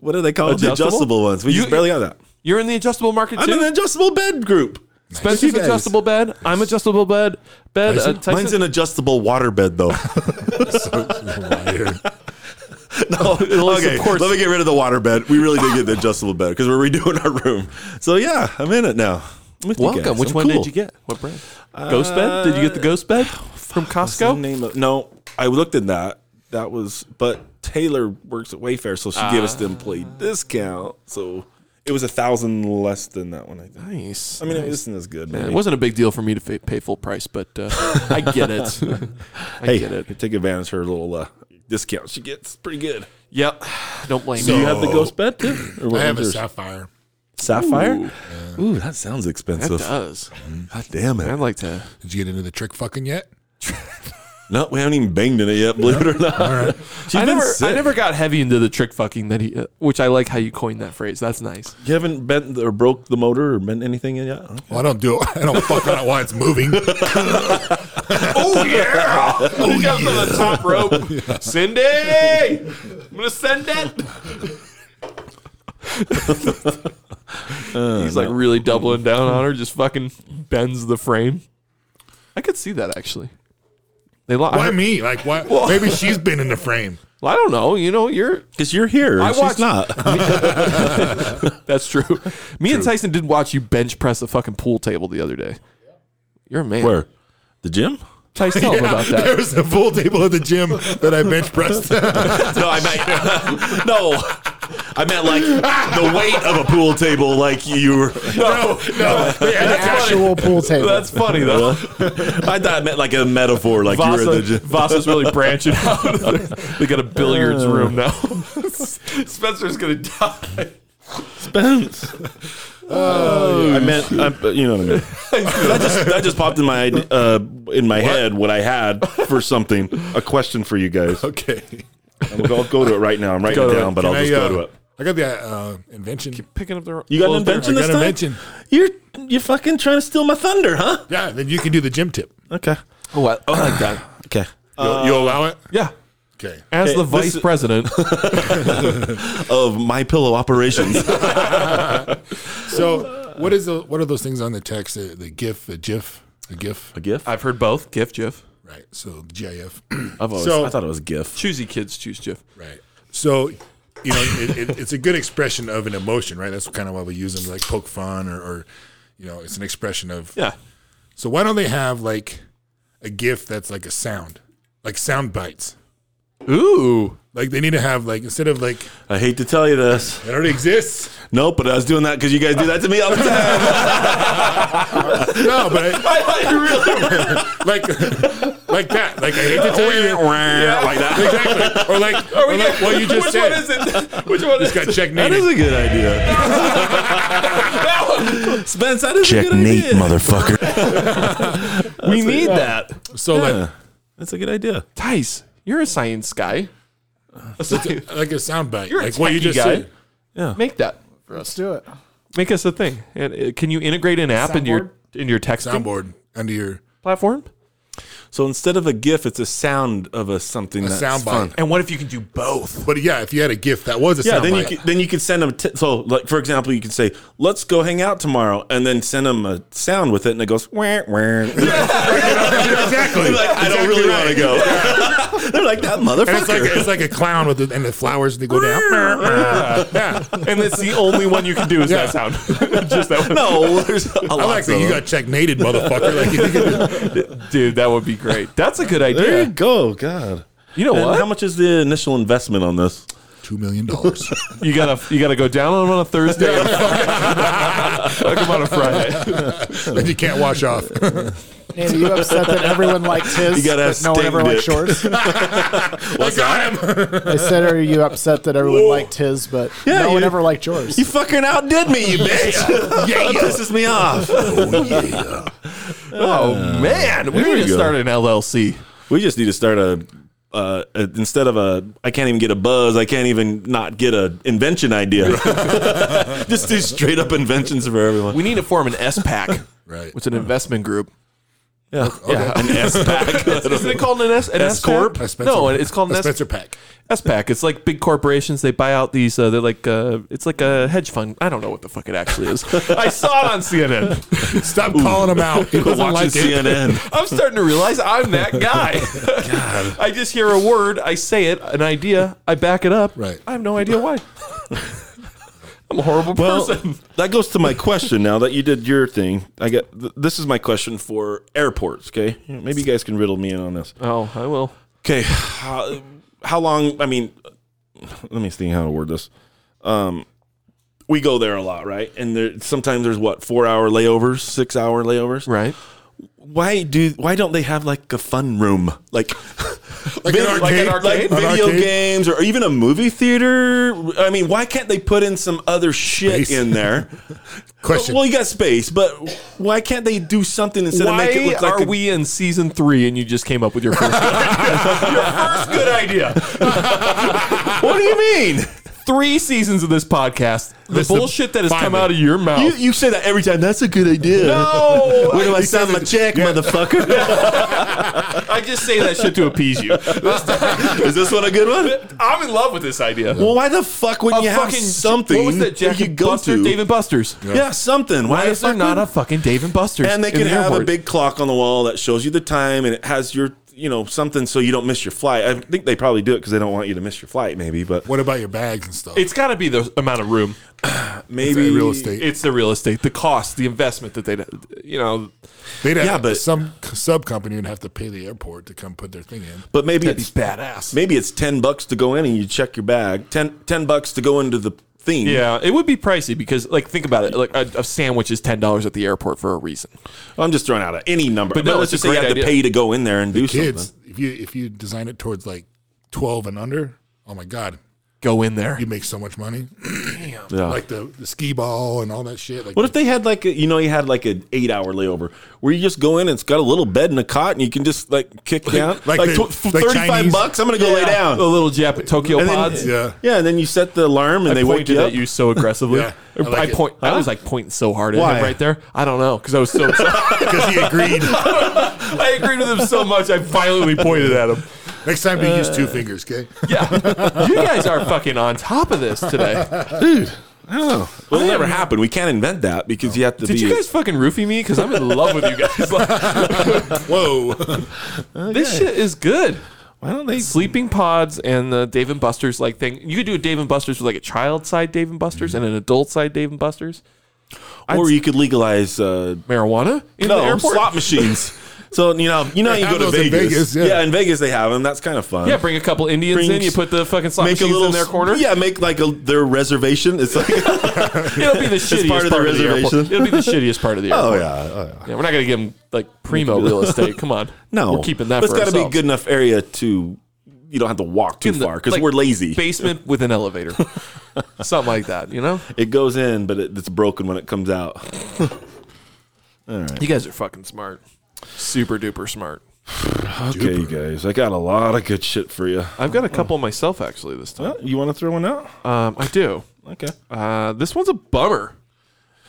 S2: what are they called? The
S1: Adjustable?
S2: adjustable ones. We
S1: You-
S2: just barely got that.
S1: You're in the adjustable market
S2: I'm
S1: too.
S2: in an adjustable bed group.
S1: Spencer's
S2: With you guys.
S1: adjustable bed. I'm adjustable bed. Bed. Uh, Tyson-
S2: Mine's an adjustable water bed though. no, okay.
S1: supports-
S2: Let me get rid of the water bed. We really did get the adjustable bed because we're redoing our room. So yeah, I'm in it now. I'm with you
S1: Welcome.
S2: guys.
S1: Which
S2: I'm
S1: one
S2: cool.
S1: did you get? What brand? ghost bed? Did you get the ghost bed from
S2: The
S1: Costco?
S2: name of- no, I looked in that. That was, but Taylor works at Wayfair, so she gave us the employee discount. So it was a thousand less than that one. I think.
S1: Nice.
S2: I mean, it isn't as good, man.
S1: it wasn't a big deal for me to fa- pay full price, but uh, I get it. I
S2: hey,
S1: get it.
S2: take advantage of her little uh, discount she gets. Pretty good.
S1: Yep. Don't blame
S2: Do
S1: me.
S2: you have the ghost bed too? Or
S3: I
S2: what
S3: have a
S2: was yours?
S3: sapphire.
S2: sapphire. Ooh. that sounds expensive.
S1: It does.
S2: God damn
S1: I'd
S2: it!
S1: like to.
S3: Did you get into the trick fucking yet?
S2: No, we haven't even banged in it yet. Believe it or not.
S3: All right.
S2: She's
S1: I
S2: been
S1: never,
S2: sick.
S1: I never got heavy into the trick fucking that he, uh, which I like how you coined that phrase. That's nice.
S2: You haven't bent or broke the motor or bent anything yet. Huh?
S3: Well, I don't do it. I don't fuck on it while it's moving.
S1: Oh yeah! oh, got yeah. the top rope. Send it! I'm gonna send it. Oh, He's like really doubling down on her, just fucking bends the frame. I could see that actually. They lo-
S3: Why
S1: I,
S3: me? Like, why? Maybe she's been in the frame.
S1: well, I don't know. You know, you're
S2: Because you're here.
S1: I
S2: I
S1: watched-
S2: She's not.
S1: that's true. Me and Tyson did watch you bench press a fucking pool table the other day. You're a man.
S2: Where? The gym?
S1: Tyson, tell him about that.
S3: There was a pool table at the gym that I bench pressed.
S2: No, I meant no. I meant like the weight of a pool table. Like you were.
S3: no, no, we had actual.
S4: Actual pool table.
S1: That's funny though.
S2: I thought I meant like a metaphor. Like you were
S1: Vasa,
S2: at the gym.
S1: Vasa's really branching out. they got a billiards room now. Spencer's gonna die.
S2: Spence. I meant, I, you know what I mean. that, just, that just popped in my ide- uh, in my head what I had for something. A question for you guys.
S3: Okay,
S2: And I'll go to it right now. I'm writing it
S1: to
S2: down,
S1: it.
S2: but I'll
S3: Can I,
S2: just
S3: uh,
S2: go to it.
S3: I got the uh, invention.
S1: Picking up their
S2: You got an
S1: clothes there.
S2: invention
S3: I
S2: this
S3: got
S2: time?
S3: invention.
S2: You're you fucking trying to steal my thunder, huh?
S3: Yeah, then you can do the gym tip.
S2: Okay.
S1: Oh, I, oh, I like that.
S2: Okay.
S3: You, you
S2: Uh,
S3: allow it?
S1: Yeah.
S3: Okay.
S1: As
S2: Okay,
S1: the
S2: this
S1: vice
S2: is-
S1: president,
S2: Of my pillow operations.
S3: So, what is the what are those things on the text? The, the GIF, the GIF, the GIF.
S2: a GIF?
S1: I've heard both. GIF, GIF.
S3: Right. So GIF.
S2: I've always,
S3: So-
S2: I thought it was GIF.
S1: Choosy kids choose GIF.
S3: right. So, you know, it, it, it's a good expression of an emotion, right? That's kind of why we use them, like poke fun, or, or you know, it's an expression of.
S1: Yeah.
S3: So why don't they have like a GIF that's like a sound, like sound bites?
S1: Ooh.
S3: Like they need to have like instead of like
S2: I hate to tell you this.
S3: that already exists.
S2: Nope, but I was doing that because you guys do that to me all the time.
S3: No, but I, like like that. Like I hate to tell you,
S2: Like that.
S3: exactly. Or like, or like what you just
S1: Which
S3: said.
S1: one is it? Which one is
S3: Got
S1: it?
S3: checkmated.
S2: That is a good idea.
S1: That one. Spence, that is a good idea.
S2: motherfucker.
S1: We need that.
S3: So like
S2: That's a good idea.
S1: Tice, you're a science guy. A sci-
S3: like a sound bite.
S1: You're
S3: like
S1: a
S3: what you
S1: techie
S3: just
S1: guy.
S3: said.
S1: Make that.
S4: Let's do it.
S1: Make us a thing. And uh, can you integrate an app into your into your texting
S3: Soundboard under your
S1: platform?
S2: So instead of a GIF, it's a sound of a something. that's
S3: sound
S2: fun.
S3: bite.
S1: And what if you can do both?
S3: But yeah, if you had a GIF that was a
S2: Yeah,
S3: sound
S2: then you
S3: bite.
S2: could, then you could send them. T- so, like for example, you could say, "Let's go hang out tomorrow," and then send them a sound with it, and it goes. Wah, wah.
S3: exactly.
S2: They're like, I don't really want to go. They're like that
S3: And it's like
S2: motherfucker.
S3: it's like a clown with the, and the flowers they go down. yeah.
S1: And it's the only one you can do is
S3: Yeah.
S1: that sound. Just that one.
S2: no, there's a lot
S3: I like that
S2: of
S3: you
S2: them.
S3: got checkmated, motherfucker. Like you think
S1: Dude, that would be great. That's a good
S2: There
S1: idea.
S2: you go. God.
S1: You know
S2: And
S1: what?
S2: how much is the initial investment on this?
S3: two million dollars.
S1: You gotta you gotta go down on them on a Thursday. Fuck them on a Friday.
S3: that you can't wash off.
S4: Andy, you upset that everyone likes his,
S2: You gotta
S4: but no one
S2: stink
S4: ever likes
S2: dick.
S4: yours?
S3: I got him.
S4: I said, are you upset that everyone liked his, but no one
S2: you-
S4: ever liked yours?
S2: You fucking outdid me, you bitch. that pisses me off.
S1: Oh man, we
S2: there
S1: need
S2: you
S1: to
S2: go.
S1: start an LLC.
S2: We just need to start a, uh, a instead of a I can't even get a buzz. I can't even not get a invention idea. just do straight up inventions for everyone.
S1: We need to form an S pack.
S3: Right.
S1: It's an investment group.
S2: Yeah, yeah. an S pack.
S1: Isn't it called an S an S, corp?
S3: A Spencer-
S1: No, it's called
S3: a
S1: an S
S3: Spencer Pack.
S1: S pack. It's like big corporations. They buy out these. Uh, they're like uh, it's like a hedge fund. I don't know what the fuck it actually is. I saw it on CNN.
S3: Stop calling him out. He
S2: Watching
S3: doesn't like it.
S2: CNN.
S1: I'm starting to realize I'm that guy. I just hear a word, I say it, an idea, I back it up.
S3: Right.
S1: I have no idea why. I'm a horrible
S2: Well,
S1: person.
S2: that goes to my question. Now that you did your thing, I get th- this is my question for airports. Okay, maybe you guys can riddle me in on this.
S1: Oh, I will.
S2: Okay, how, how long? I mean, let me think how to word this. Um, we go there a lot, right? And there, sometimes there's what four hour layovers, six hour layovers.
S1: Right.
S2: Why do? Why don't they have like a fun room, like
S3: Like an
S1: Like an
S3: arcade.
S2: like
S1: arcade.
S3: An
S2: video
S3: arcade?
S2: games or even a movie theater? I mean, why can't they put in some other shit
S3: Space.
S2: in there?
S3: Question.
S2: Well, you got space, but why can't they do something instead
S1: Why
S2: of make it look like
S1: are
S2: a,
S1: we in season three and you just came up with your first good idea? your first good idea.
S2: What do you mean?
S1: three seasons of this podcast, the
S3: Listen,
S1: bullshit that has come
S3: finally.
S1: out of your mouth.
S2: You, you say that every time. That's a good idea.
S1: Oh. no,
S2: Where do I
S1: I-
S2: sign my check, motherfucker?
S1: I just say that shit to appease you.
S2: Is this one a good one?
S1: I'm in love with this idea.
S2: Well, why the fuck would
S1: A
S2: you have
S1: fucking-
S2: something
S1: What was that? Jack
S2: that you
S1: and
S2: go
S1: Buster,
S2: to?
S1: Dave and Buster's.
S2: yeah, something. Why,
S1: Why is there not a fucking Dave and Buster's?
S2: And they
S1: in
S2: can
S1: the
S2: have a
S1: airport?
S2: big clock on the wall that shows you the time, and it has your, you know, something so you don't miss your flight. I think they probably do it because they don't want you to miss your flight, maybe. But
S3: What about your bags and stuff?
S1: It's got to be the amount of room.
S2: maybe
S3: real estate.
S1: It's the real estate, the cost, the investment that they, you know,
S3: They'd have,
S2: Yeah, but-
S3: some c- sub company would have to pay the airport to come put their thing in.
S2: But maybe
S1: that'd be
S2: it's
S1: badass.
S2: maybe it's ten bucks to go in and you check your bag. 10, 10 bucks to go into the thing.
S1: Yeah, it would be pricey because, like, think about it. Like, a, a sandwich is ten dollars at the airport for a reason.
S2: I'm just throwing out any number. But,
S1: no,
S2: let's
S1: it's
S2: just
S1: a
S2: say you
S1: great
S2: have
S1: idea.
S2: to pay to go in there and do
S3: Kids,
S2: something.
S3: if you if you design it towards like twelve and under, oh my god,
S1: Go in there.
S3: you make so much money.
S2: Yeah.
S3: Like the, the ski ball and all that shit. Like
S2: What if they had like a, you know you had like an eight hour layover where you just go in and it's got a little bed and a cot and you can just like kick down like,
S3: like the-
S2: tw-
S3: like
S2: thirty five
S3: Chinese.
S2: bucks I'm gonna go lay
S1: Yeah,
S2: down
S1: the little Jap Tokyo
S2: And then-
S1: pods.
S3: Yeah.
S2: yeah and then you set the alarm and
S1: I
S2: they wake
S1: pointed
S2: you
S1: at
S2: up
S1: you so aggressively.
S3: Yeah, I
S1: I,
S3: like it.
S1: point. I was like pointing so hard at
S2: Why?
S1: him right there. I don't know because I was so. excited.
S3: because he agreed.
S1: I agreed with him so much. I violently pointed at him.
S3: Next time, you use two
S2: Uh.
S3: fingers, okay?
S1: Yeah, you guys are fucking on top of this today.
S2: oh it'll never happen we can't invent that because you have to
S1: Did
S2: be
S1: you guys fucking roofie me? Because I'm in love with you guys. Like,
S3: Whoa!
S1: this shit is good.
S2: why don't they
S1: Sleeping pods and the Dave and Buster's like thing. You could do a Dave and Buster's with like a child side Dave and Buster's and an adult side Dave and Buster's.
S2: or you could legalize uh,
S1: Marijuana in the
S2: no
S1: airport.
S2: slot machines so you know you know you
S3: have
S2: go to
S3: those in
S2: Vegas,
S3: Vegas, yeah.
S2: yeah. in Vegas they have them that's kind of fun
S1: Yeah, bring a couple Indians
S2: Bring
S1: in. You
S2: s-
S1: put the fucking slot machines in their corner.
S2: yeah make like a their reservation it's like
S1: It'll be the shittiest
S2: part
S1: part
S2: of
S1: of
S2: the
S1: the, airport.
S2: reservation.
S1: It'll be the shittiest part of the airport.
S2: oh yeah oh yeah.
S1: Yeah, we're not gonna give them like primo real estate. Come on,
S2: No,
S1: we're keeping that.
S2: That's
S1: for
S2: gotta
S1: ourselves.
S2: be good enough area to you don't have to walk too
S1: In the-
S2: far because
S1: like,
S2: we're lazy.
S1: Basement with an elevator, something like that. You know,
S2: it goes in, but it, it's broken when it comes out.
S1: you guys are fucking smart, super duper smart.
S2: Okay, you guys, I got a lot of good shit for you.
S1: I've got a couple myself actually this time.
S2: Well, you want to throw one out?
S1: Um, I do.
S2: Okay,
S1: Uh, this one's a bummer.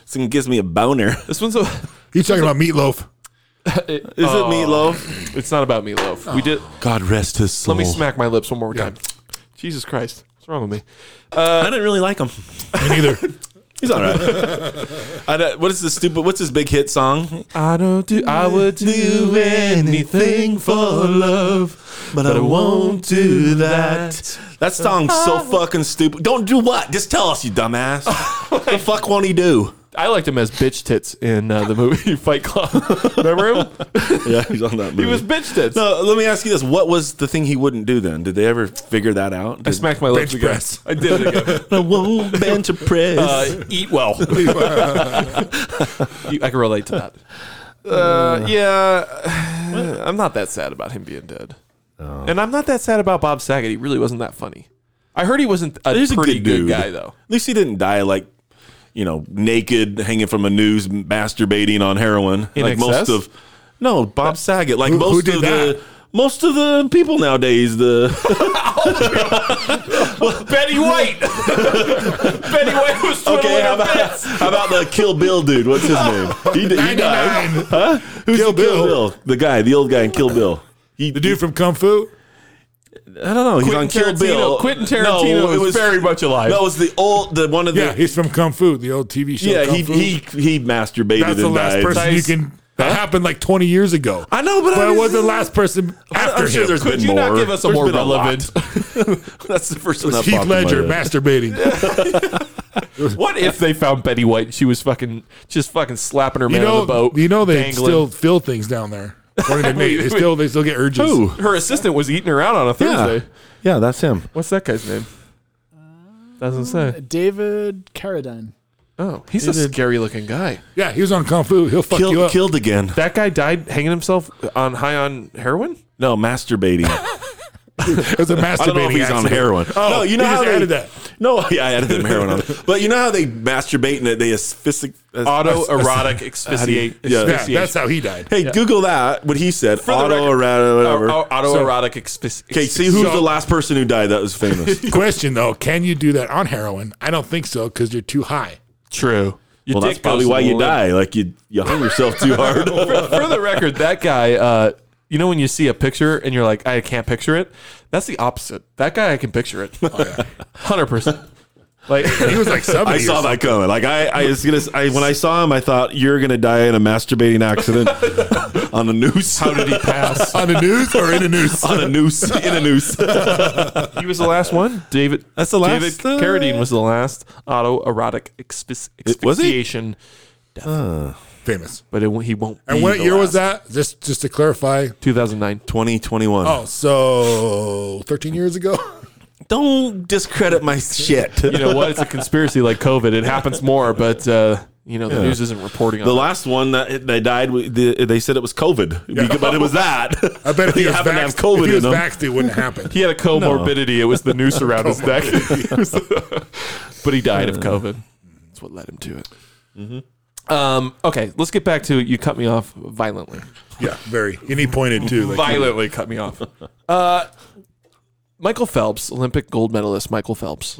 S2: this gives me a boner. Is
S1: This one's a.
S3: He's talking about meatloaf.
S1: it-
S2: it
S1: oh,
S2: meatloaf?
S1: It's not about meatloaf. We did.
S2: God rest his soul.
S1: Let me smack my lips one more time. Jesus Christ, what's wrong with me? Uh,
S2: I didn't really like him.
S3: Me neither.
S2: He's all right. I don't- what is this stupid? What's his big hit song?
S1: I don't do. I would do anything for love, but I won't do that. Oh.
S2: That song's so fucking stupid. Don't do what? Just tell us, you dumbass. the fuck won't he do?
S1: I liked him as bitch tits in uh, the movie Fight Club. Remember him?
S2: Yeah, he's on that. Movie.
S1: He was bitch tits.
S2: No, let me ask you this: What was the thing he wouldn't do? Then did they ever figure that out?
S1: I
S2: Did,
S1: smacked my lips
S3: Bench
S1: again.
S3: press.
S1: I did it again.
S2: I won't bench a press.
S1: Uh, eat well. You- I can relate to that. Uh, yeah, I'm not that sad about him being dead, and I'm not that sad about Bob Saget. He really wasn't that funny. I heard he wasn't a
S2: He's a
S1: pretty
S2: good
S1: good,
S2: dude.
S1: guy though.
S2: At least he didn't die like, you know, naked, hanging from a noose, masturbating on heroin,
S1: In
S2: like
S1: excess?
S2: most of. No, Bob Saget, like
S3: Who- who
S2: most
S3: did
S2: of
S3: that?
S2: the most of the people nowadays. The
S1: Betty White. Betty White was twiddling
S2: okay, how
S1: her
S2: about
S1: bits.
S2: how about the Kill Bill dude? What's his name? He, did- he died. Huh? Who's
S3: Kill
S2: the Kill
S3: Bill.
S2: Bill? The guy, the old guy in Kill Bill. He,
S3: The dude from Kung Fu.
S2: I don't know. He's on Kill
S1: Tarantino-
S2: Bill.
S1: Quentin Tarantino
S2: No,
S1: was, very much alive.
S2: That was the old, the one of the.
S3: Yeah, he's from Kung Fu, the old TV show.
S2: yeah,
S3: Kung
S2: he,
S3: Fu.
S2: he he masturbated
S3: That's the
S2: and
S3: last
S2: died.
S3: person you can. That happened like 20 years ago.
S2: I know, but,
S3: But
S2: I
S3: it
S2: just-
S3: was the last person after
S2: I'm sure
S3: him.
S2: there's
S1: Could
S2: been
S1: you
S2: more.
S1: not give us a
S2: There's
S1: more
S2: been
S1: relevant?
S2: lot. That's the first one that
S3: Heath
S2: popped in my
S3: Ledger
S2: head.
S3: masturbating.
S1: what if they found Betty White and she was fucking just fucking slapping her
S3: You
S1: man on the
S3: know,
S1: boat?
S3: you know they
S1: dangling.
S3: still fill things down there. According to Nate, they still they still get urges.
S2: Who?
S1: her assistant was eating her out on a Thursday.
S2: yeah, that's him.
S1: What's that guy's name? Doesn't say.
S4: David Carradine.
S1: Oh, he's a scary looking guy.
S3: Yeah, he was on Kung Fu. He'll fuck you
S2: Killed,
S3: up.
S2: killed again.
S1: That guy died hanging himself on high on heroin.
S2: No, masturbating.
S3: It was a masturbating
S2: I don't know if he's on
S3: accident.
S2: heroin.
S3: Oh,
S2: no, you know
S3: he
S2: how
S3: just
S2: they,
S3: added that.
S2: No, yeah, I added the marijuana. on. But you know how they masturbate and they asphyxiate.
S1: Auto erotic asphyxiate.
S2: Yeah. Yeah,
S3: Yeah, that's
S1: asphyxiation.
S3: how he died.
S2: Hey, Google that. What he said.
S1: the
S2: Auto
S1: record- Oh,
S2: errata, whatever.
S1: Auto erotic asphyxiation.
S2: okay, see who's
S3: So-
S2: the last person who died that was famous.
S3: Question though, can you do that on heroin? I don't think so because you're too high.
S1: True.
S2: well, that's probably why you die. Like you, you hung yourself too hard.
S1: for, for the record, that guy, uh, you know, when you see a picture and you're like, I can't picture it, that's the opposite. That guy, I can picture
S2: Oh,
S1: it. 100%. Like,
S3: He was
S2: I
S3: like seventy.
S2: saw that coming. Like I, I was gonna. I, when I saw him, I thought you're gonna die in a masturbating accident on a noose. How did he pass?
S3: on the news or in the news.
S2: on a noose in a noose.
S1: he was the last one. David
S2: That's the
S1: David
S2: last, uh,
S1: Carradine was the last autoerotic asphy-
S2: It- was he?
S1: asphyxiation,
S3: Famous.
S1: but it, he won't.
S3: And
S1: be
S3: what
S1: the
S3: year was
S1: last.
S3: that? Just just to clarify.
S1: 2009.
S2: 2021.
S3: Oh, so thirteen years ago.
S2: Don't discredit my shit.
S1: You know what? It's a conspiracy like COVID. It happens more, but uh, you know the news isn't reporting on
S2: The
S1: it.
S2: last one that they died, with- the- they said it was COVID, Because- but it was that.
S3: I bet if he,
S2: They
S3: was
S2: happened to
S3: vaxxed,
S2: have COVID
S3: if he was
S2: in them.
S3: vaxxed, it wouldn't happen.
S1: He had a comorbidity. It was the noose around his neck. It was the- but he died of COVID. That's what led him to it. Um, okay, let's get back to you. Cut me off violently.
S3: Yeah, very. And he pointed too. Like,
S1: Violently cut me off. Uh, Michael Phelps, Olympic gold medalist Michael Phelps,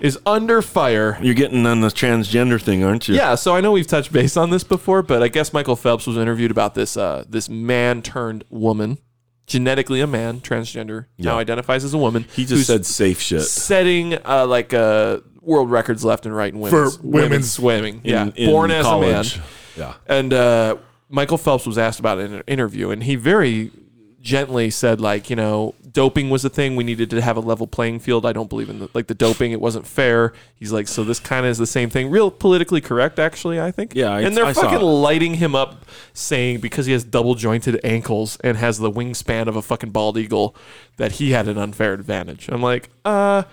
S1: is under fire.
S2: You're getting on the transgender thing, aren't you?
S1: Yeah, so I know we've touched base on this before, but I guess Michael Phelps was interviewed about this uh, this man turned woman, genetically a man, transgender, now identifies as a woman.
S2: He just
S1: who's
S2: said safe shit.
S1: setting uh, like uh, world records left and right in women's,
S3: For women's-
S1: swimming. yeah,
S2: in
S1: born as
S2: college.
S1: a man.
S2: Yeah.
S1: And uh, Michael Phelps was asked about it in an interview, and he very gently said, like, you know, doping was a thing. We needed to have a level playing field. I don't believe in the, like the doping. It wasn't fair. He's like, so this kind of is the same thing. Real politically correct, actually. I think.
S2: Yeah, I-
S1: and they're
S2: I saw
S1: fucking
S2: it.
S1: lighting him up, saying because he has double jointed ankles and has the wingspan of a fucking bald eagle, that he had an unfair advantage. I'm like, uh.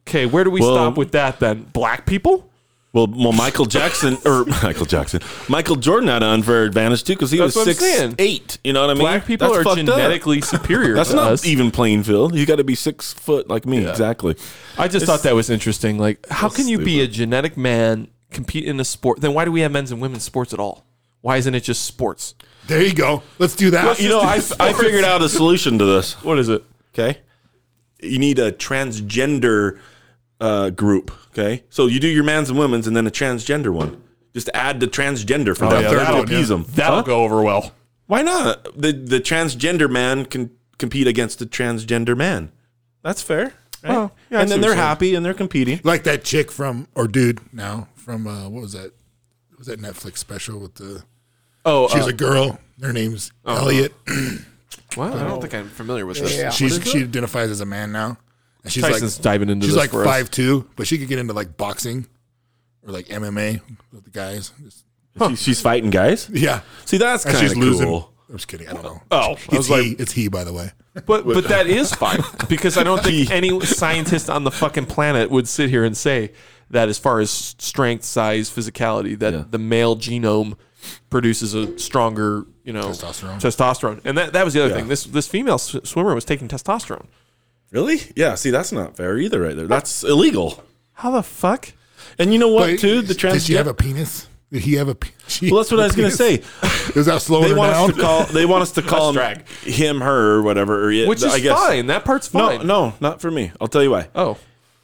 S1: Okay, where do we
S2: Well-
S1: stop with that then? Black people?
S2: Well, well, Michael Jackson or Michael Jackson, Michael Jordan had an unfair advantage too because he
S1: That's
S2: was
S1: what I'm
S2: six
S1: saying.
S2: eight. You know what I mean?
S1: Black people
S2: That's
S1: are
S2: fucked up.
S1: genetically superior.
S2: That's
S1: to
S2: not
S1: us.
S2: even playing field. You got to be six foot like me. Exactly.
S1: I just thought that was interesting. Like, how can you be a genetic man compete in a sport? Then why do we have men's and women's sports at all? Why isn't it just sports?
S3: there you go. Let's do that.
S2: You know, I, I figured out a solution to this.
S1: What is it?
S2: Okay. You need a transgender uh, group. Okay. So you do your man's and women's and then a transgender one. Just add the transgender for them.
S3: yeah,
S2: Oh, That'll
S3: that'll do.
S2: appease them.
S1: Oh, That'll go over well.
S2: Why not? The the transgender man can compete against the transgender man. That's fair. Right?
S1: Oh, yeah, I
S2: and then
S1: see what
S2: they're
S1: you're saying.
S2: happy and they're competing.
S3: like that chick from or dude now from uh, what was that? What was that Netflix special with the?
S1: Oh,
S3: She's
S1: uh,
S3: a girl. Her name's Elliot.
S1: well, I don't think I'm familiar with this.
S3: She's she identifies as a man now. And she's
S1: Tyson's
S3: like
S1: diving into
S3: she's
S1: this
S3: like
S1: for us.
S3: five two, but she could get into like boxing or like MMA with the guys. Just-
S2: She- she's fighting guys.
S3: yeah,
S2: See, that's
S3: and
S2: kind of
S3: she's
S2: cool.
S3: losing. I'm just kidding. I don't know.
S1: Oh,
S3: it's he. it's he, by the way.
S1: but but that is fine because I don't think any scientist on the fucking planet would sit here and say that as far as strength, size, physicality, that the male genome produces a stronger, you know,
S3: Testosterone.
S1: testosterone. And that, that was the other thing. This this female s- swimmer was taking testosterone.
S2: Really? Yeah. See, that's not fair either, right there. That's illegal.
S1: How the fuck?
S2: And you know what? too, the
S3: did she have
S2: transgender.
S3: a penis? Did he have a? pe- She,
S2: Well, that's what I was gonna say.
S3: Is that slowing
S2: They
S3: her
S2: want
S3: down?
S2: us to call. They want us to call him,
S1: drag.
S2: him, her, or whatever. Or it,
S1: Which is
S2: I guess.
S1: fine. That part's
S2: No,
S1: fine.
S2: no, not for me. I'll tell you why.
S1: Oh.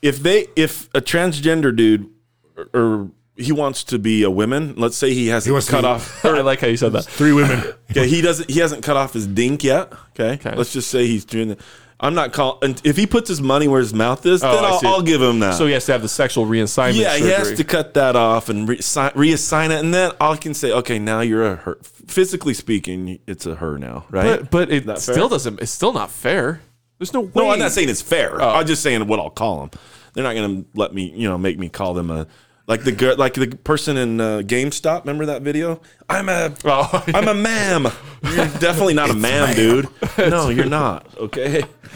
S2: if they if a transgender dude or, or he wants to be a woman, let's say he hasn't
S3: wants to
S2: cut
S3: be-
S2: off.
S1: I like how you said that.
S3: Three women.
S2: Okay, he doesn't. He hasn't cut off his dink yet. Okay, let's just say he's doing that. I'm not calling. If he puts his money where his mouth is, then
S1: Oh, I
S2: I'll,
S1: see.
S2: I'll give him that.
S1: So he has to have the sexual reassignment.
S2: yeah, he has
S1: surgery.
S2: to cut that off and reassign, reassign it, and then I can say, okay, now you're a her. Physically speaking, it's a her now, right?
S1: But, but it
S2: That fair?
S1: still doesn't. It's still not fair. There's no way.
S2: No, I'm not saying it's
S1: Oh.
S2: fair. I'm just saying what I'll call them. They're not going to let me, you know, make me call them a like the girl, like the person in uh, GameStop. Remember that video? I'm a,
S1: Oh.
S2: am a ma'am. You're definitely not a ma'am, dude. No, you're not. Okay.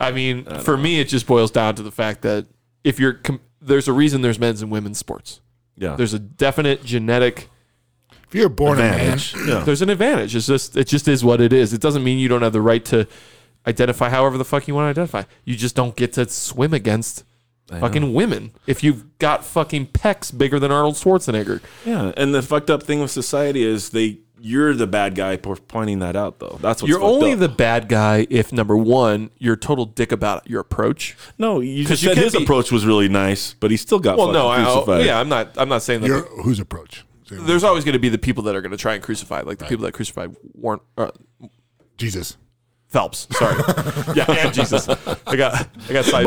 S1: I mean, for me, it just boils down to the fact that if you're, com- there's a reason there's men's and women's sports.
S2: Yeah.
S1: There's a definite genetic.
S3: If you're born a man,
S2: Yeah.
S1: There's an advantage. It's just it just is what it is. It doesn't mean you don't have the right to identify however the fuck you want to identify. You just don't get to swim against fucking women. If you've got fucking pecs bigger than Arnold Schwarzenegger,
S2: Yeah, and the fucked up thing with society is they you're the bad guy for pointing that out though. That's what's
S1: you're
S2: fucked
S1: only
S2: up.
S1: the bad guy if number one, you're a total dick about your approach.
S2: no. You just
S1: 'Cause you
S2: said
S1: can't
S2: his
S1: be-
S2: approach was really nice, but he still got
S1: Well, no,
S2: fucking
S1: I, oh,
S2: crucified.
S1: yeah, I'm not. I'm not saying that.
S3: Your, whose approach? Say,
S1: there's always going to be the people that are going to try and crucify, like the people that crucified Warren uh,
S3: Jesus.
S1: Phelps. Sorry, yeah, and Jesus. I got, I got side,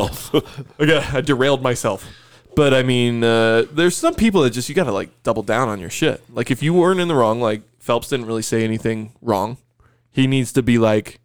S1: I got, I derailed myself. But I mean, uh, there's some people that just you got to like double down on your shit. Like if you weren't in the wrong, like Phelps didn't really say anything wrong. He needs to be like,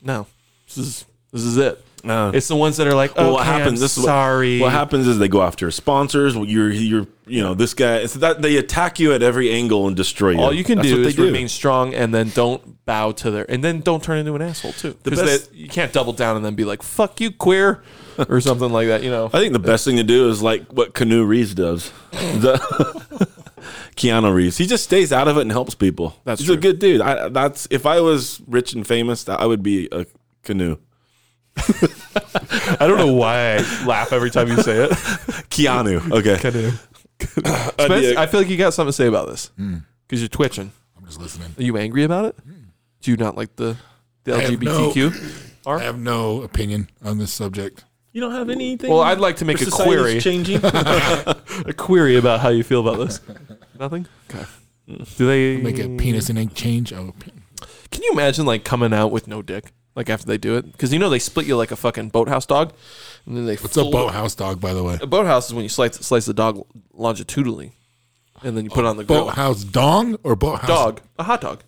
S1: no, this is this is it.
S2: No.
S1: It's the ones that are like, okay,
S2: Uh-huh. Well, what happens?
S1: I'm
S2: this is
S1: sorry.
S2: What, what happens is they go after your sponsors. well, You're you're you know this guy. It's that they attack you at every angle and destroy you.
S1: All you can
S2: That's
S1: do
S2: what they
S1: is remain strong and then don't bow to their and then don't turn into an asshole too. Because
S2: best-
S1: you can't double down and then be like "fuck you, queer" or something like that. You know,
S2: I think the best thing to do is like what Canoe Reeves does. The- Keanu Reeves. He just stays out of it and helps people.
S1: That's
S2: He's a
S1: true.
S2: good dude. I, that's if I was rich and famous, that I would be a canoe.
S1: I don't know why I laugh every time you say it. Uh,
S2: Keanu. Okay.
S1: do.
S2: I'd be a-
S1: I feel like you got something to say about this because you're twitching.
S3: I'm just listening.
S1: Are you angry about it? Do you not like the the
S3: I have no-
S1: LGBTQ?
S3: I have no opinion on this subject.
S2: you don't have anything.
S1: Well, I'd like to make
S2: Your
S1: a
S2: society is
S1: query,
S2: Changing.
S1: a query about how you feel about this. Nothing. Okay. Do they
S3: Make a penis and ink change. Oh, pe-
S1: Can you imagine like coming out with no dick? Like after they do it, because you know they split you like a fucking boathouse dog, and then they
S3: what's a
S1: fold-
S3: boathouse dog, by the way?
S1: A boathouse is when you slice slice the dog longitudinally, and then you put it on the grill.
S3: Oh, Boathouse Oh. dong or boathouse
S1: Dog, a hot dog.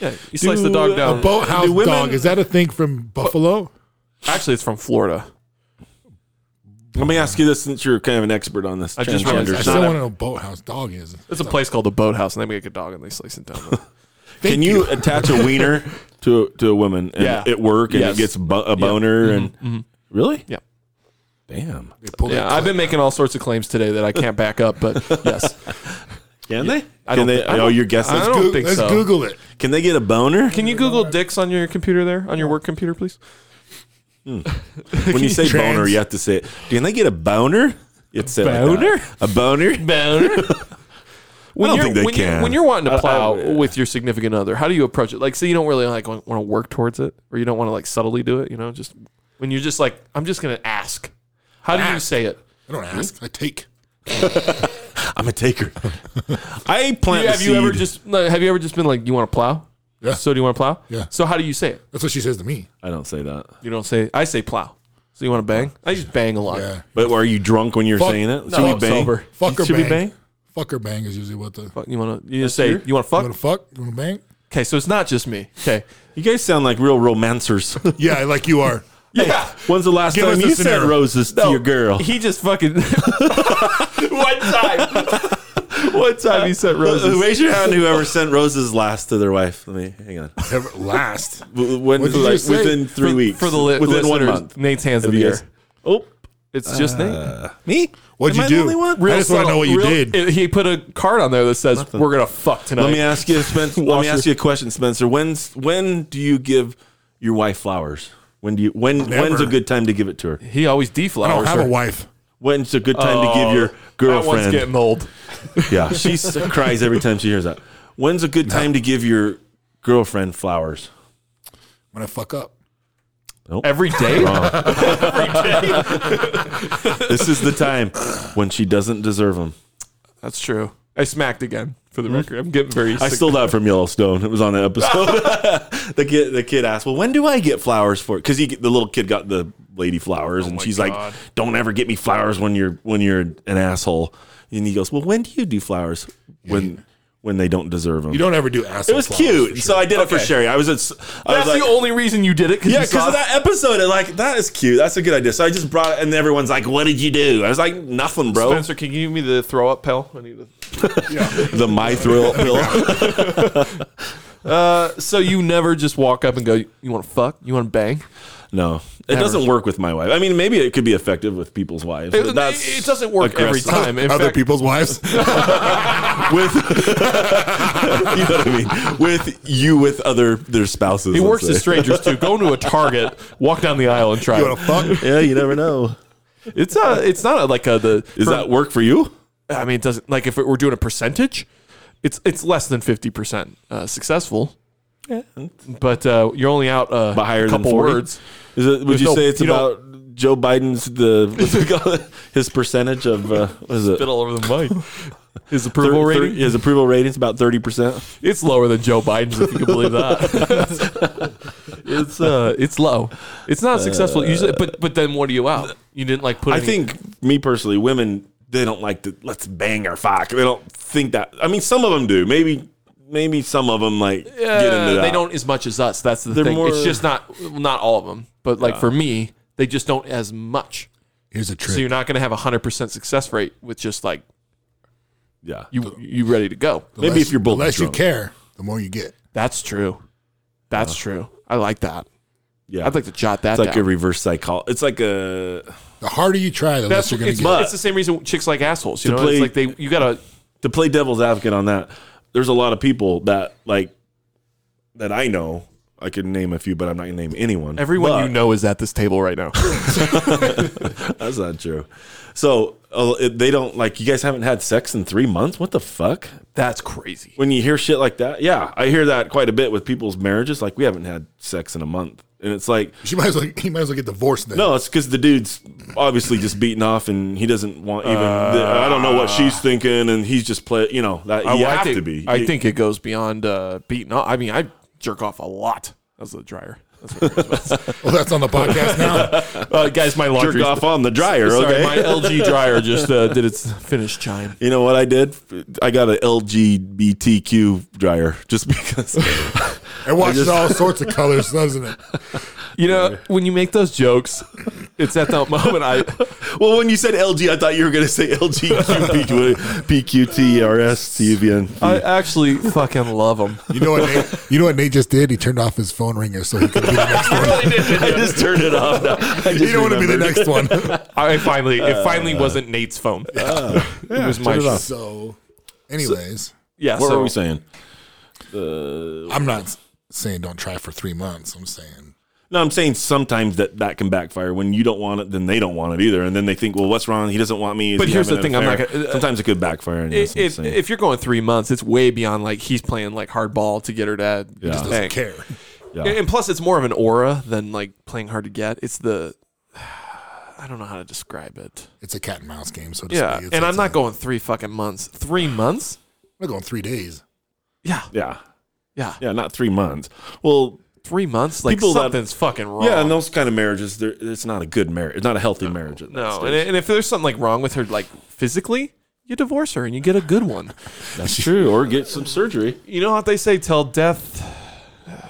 S1: Yeah, you slice the
S2: a
S1: dog down.
S3: Boathouse
S2: Do women-
S3: dog. Is that a thing from Buffalo?
S1: Actually, it's from Florida.
S2: Let me ask you this, since you're kind of an expert on this.
S1: I just
S2: transgender
S1: realized
S2: shit.
S1: I
S3: I still
S1: not
S3: want
S1: ever-
S3: to know what boathouse dog is.
S1: It's a place called the boathouse, and they make a dog and they slice it down.
S2: Can
S3: Thank
S2: you, attach a wiener to to a woman and
S1: Yeah.
S2: it work and
S1: Yes. Mm-hmm.
S2: it gets bo- a boner and really?
S1: yeah.
S2: Damn.
S3: They pull
S1: Yeah,
S3: that
S1: I've been making all sorts of claims today that I can't back up, but yes,
S2: Can they?
S1: I
S2: can
S1: don't
S2: they?
S1: thi- I
S2: oh,
S1: don't-
S2: you're guessing.
S1: I
S2: Let's
S1: don't
S2: Goog-
S3: clip.
S1: think
S3: Let's
S1: so.
S3: Google it.
S2: Can they get a boner?
S1: can you Google dicks on your computer there on your work computer, please?
S2: when you say
S3: Trans.
S2: boner, you have to say, it. "Can they get a boner?" It's a
S1: boner?
S2: a boner.
S1: boner. When
S2: I don't
S1: you're-
S2: think they
S1: when
S2: can.
S1: You're, when you're wanting
S2: I-
S1: to
S2: I-
S1: plow
S2: yeah.
S1: with your significant other, how do you approach it? Like, say you don't really like want to work towards it, or you don't want to like subtly do it. You know, just when you're just like, I'm just gonna ask. How do you say it?
S3: I don't ask. I take.
S2: I'm a taker. I plant.
S1: have
S2: the
S1: you ever
S2: seed.
S1: just like, have you ever just been like, you want to plow?
S3: Yeah.
S1: So do you want to plow?
S3: Yeah.
S1: So how do you say it?
S3: That's what she says to me.
S2: I don't say that.
S1: You don't say. I say plow. So you want to bang? I just bang a lot.
S3: Yeah.
S2: But are you drunk when you're
S3: Fuck.
S2: saying it?
S1: No,
S2: Should we
S1: I'm
S2: bang?
S1: sober.
S3: Fuck or
S2: Should we
S3: bang.
S2: bang?
S3: Fuck or bang is usually what the. You
S1: Fuck, You want to? You just say you want to fuck?
S3: want to fuck? You want to bang?
S1: Okay, so it's not just me. Okay.
S2: You guys sound like real romancers.
S3: Yeah, like you are.
S2: yeah. When's the last
S3: Give
S2: time
S3: us a
S2: you said
S3: scenario.
S2: roses to your girl?
S1: He just fucking one time. one time he sent roses.
S2: Raise your hand whoever sent roses last to their wife. Let me hang on.
S3: Ever- last.
S2: W- When
S3: What did you
S2: like,
S3: say?
S2: within three
S1: for,
S2: weeks
S1: for the li-
S2: within one
S1: listeners,
S2: month.
S1: Nate's hands in
S2: Have
S1: the
S2: you
S1: air.
S2: guys- Oh,
S1: It's just Nate.
S2: me?
S3: What'd
S2: Am
S3: you
S2: I
S3: do?
S2: The only one?
S3: I just wanna
S1: subtle-
S3: know what you
S1: real-
S3: did.
S1: it- he put a card on there that says, "We're gonna fuck tonight."
S2: Let me ask you, Spencer. let me
S1: Washer.
S2: ask you a question, Spencer. When's when do you give your wife flowers? When do you when when's a
S3: Never.
S2: good time to give it to her?
S1: he always
S3: I
S1: deflowers.
S3: don't have
S1: her.
S3: a wife.
S2: When's a good time to give your
S1: Oh, That one's
S2: girlfriend?
S1: getting old.
S2: yeah, she s- cries every time she hears that. When's a good time to give your girlfriend flowers?
S3: When I fuck up.
S1: Every day.
S2: This is the time when she doesn't deserve them.
S1: That's true. I smacked again for the record. I'm getting very.
S2: Hmm? I
S1: sick.
S2: stole that from Yellowstone. It was on the episode. the kid, the kid asked, "Well, when do I get flowers for?" Because he, the little kid, got the lady flowers, and she's
S1: Oh God.
S2: like, "Don't ever get me flowers when you're when you're an asshole." And he goes, "Well, when do you do flowers? When when they don't deserve them?"
S3: You don't ever do ass.
S2: it was cute, so I did it for
S1: Okay.
S2: Sherry. I was, at, I
S1: That's
S2: was like,
S1: the only reason you did it.
S2: yeah,
S1: you
S2: because
S1: saw
S2: of that episode. And like, that is cute. That's a good idea. So I just brought it, and everyone's like, "What did you do?" I was like, "Nothing, bro."
S1: Spencer, can you give me the throw up pill? I need the-
S2: The my thrill pill.
S1: Uh, So you never just walk up and go, "You want to fuck? You want to bang?"
S2: No, it doesn't work with my wife. I mean, maybe it could be effective with people's wives.
S1: It,
S2: but that's
S1: it doesn't work every
S2: aggressive.
S1: time. In
S3: Other
S1: fact,
S3: people's wives.
S2: with you know what I mean. With you with other their spouses.
S1: He
S2: let's
S1: works
S2: say.
S1: with strangers too. Go into a Target, walk down the aisle, and try.
S3: You want
S1: It.
S3: to fuck?
S2: Yeah, you never know.
S1: It's uh it's not a, like a the
S2: Is that work for you?
S1: I mean it doesn't like if it we're doing a percentage, it's it's less than fifty percent uh, successful. But uh, you're only out uh,
S2: But higher than
S1: a couple
S2: 40?
S1: words.
S2: Is it? Would
S1: There's
S2: you
S1: no-
S2: say it's
S1: you know-
S2: about Joe Biden's the what's it called? His percentage of uh, what is it?
S1: Spit all over the mic. His approval
S2: Thir- thir-
S1: rating?
S2: his approval rating's about thirty percent.
S1: It's lower than Joe Biden's, if you can believe that. it's uh, it's low. It's not successful usually. But but then what are you out? You didn't like put.
S2: I
S1: any-
S2: think me personally, women they don't like to let's bang our fuck. They don't think that. I mean, some of them do. Maybe maybe some of them like
S1: Uh,
S2: get into that.
S1: they don't as much as us. That's the
S2: They're
S1: thing. It's
S2: more-
S1: just not not all of them. But like for me, they just don't as much.
S3: Here's a
S1: So
S3: trick.
S1: you're not going to have a hundred percent success rate with just like
S2: Yeah,
S1: you you ready to go.
S3: The
S2: maybe
S3: less-
S2: if you're both
S3: the less
S2: drunk.
S3: you care, the more you get.
S1: That's true. That's true. I like that.
S2: yeah.
S1: I'd like to jot that
S2: it's like
S1: down.
S2: a reverse psychology. It's like a
S3: The harder you try, the
S1: That's
S3: less you're going
S1: it's,
S3: to get.
S1: it's the same reason chicks like assholes. You
S2: To
S1: know,
S2: play-
S1: it's like they you gotta
S2: to play devil's advocate on that, there's a lot of people that like that I know. I could name a few, but I'm not gonna name anyone.
S1: everyone
S2: But-
S1: you know is at this table right now.
S2: That's not true. So uh, it- they don't like you guys haven't had sex in three months. What the fuck?
S1: That's crazy.
S2: When you hear shit like that, yeah, I hear that quite a bit with people's marriages. Like we haven't had sex in a month, and it's like
S3: She might as well. He might as well get divorced then.
S2: no, it's because the dude's obviously just beating off, and he doesn't want even. the- I don't know what she's thinking, and he's just play. You know that you
S1: I,
S2: have
S1: think,
S2: to be.
S1: I
S2: You-
S1: think it goes beyond uh, beating off. I mean, I jerk off a lot. That's the dryer. That's what it was.
S3: Well, Oh, that's on the podcast now.
S1: uh, guys, my
S2: jerk
S1: laundry.
S2: off on the dryer.
S1: Sorry,
S2: okay,
S1: my LG dryer just uh, did its finish chime.
S2: You know what I did? I got an LGBTQ dryer just because.
S3: It watches all sorts of colors, doesn't it?
S1: You know, when you make those jokes, it's at that moment I
S2: well, when you said LG, I thought you were going to say LGBTQRSTVN.
S1: I actually fucking love them.
S3: You know what? Nate, you know what Nate just did? He turned off his phone ringer so he could be the next one.
S2: I just turned it off. Now. I
S3: You don't want to be the next one.
S1: I finally, it finally wasn't Nate's phone. it was my.
S3: So, anyways,
S1: Yeah.
S2: What
S1: so
S2: were we saying?
S3: I'm not s- saying don't try for three months. I'm saying
S2: No, I'm saying sometimes that that can backfire. When you don't want it, then they don't want it either, and then they think, "Well, what's wrong? He doesn't want me." Is
S1: But
S2: he
S1: here's the
S2: having an
S1: thing, I'm not
S2: affair?
S1: gonna- uh,
S2: sometimes it could backfire. And
S1: It, it, if you're going three months, it's way beyond like he's playing like hardball to get her to
S2: Yeah.
S3: doesn't
S1: Thank.
S3: care.
S2: yeah.
S1: And plus, it's more of an aura than like playing hard to get. It's the I don't know how to describe it.
S3: It's a cat and mouse game. So to
S1: Yeah,
S3: speak. It's-
S1: and I'm
S3: it's
S1: not
S3: a-
S1: going three fucking months. Three months?
S3: I'm not going three days.
S1: Yeah,
S2: yeah,
S1: yeah,
S2: yeah, not three months. Well,
S1: three months. Like
S2: People that-
S1: something's fucking wrong.
S2: yeah, and those kind of marriages, they're- it's not a good marriage. It's not a healthy marriage. at that
S1: no.
S2: stage.
S1: And, and if there's something like wrong with her, like physically, you divorce her and you get a good one.
S2: That's true. Or get some surgery.
S1: You know what they say? Till death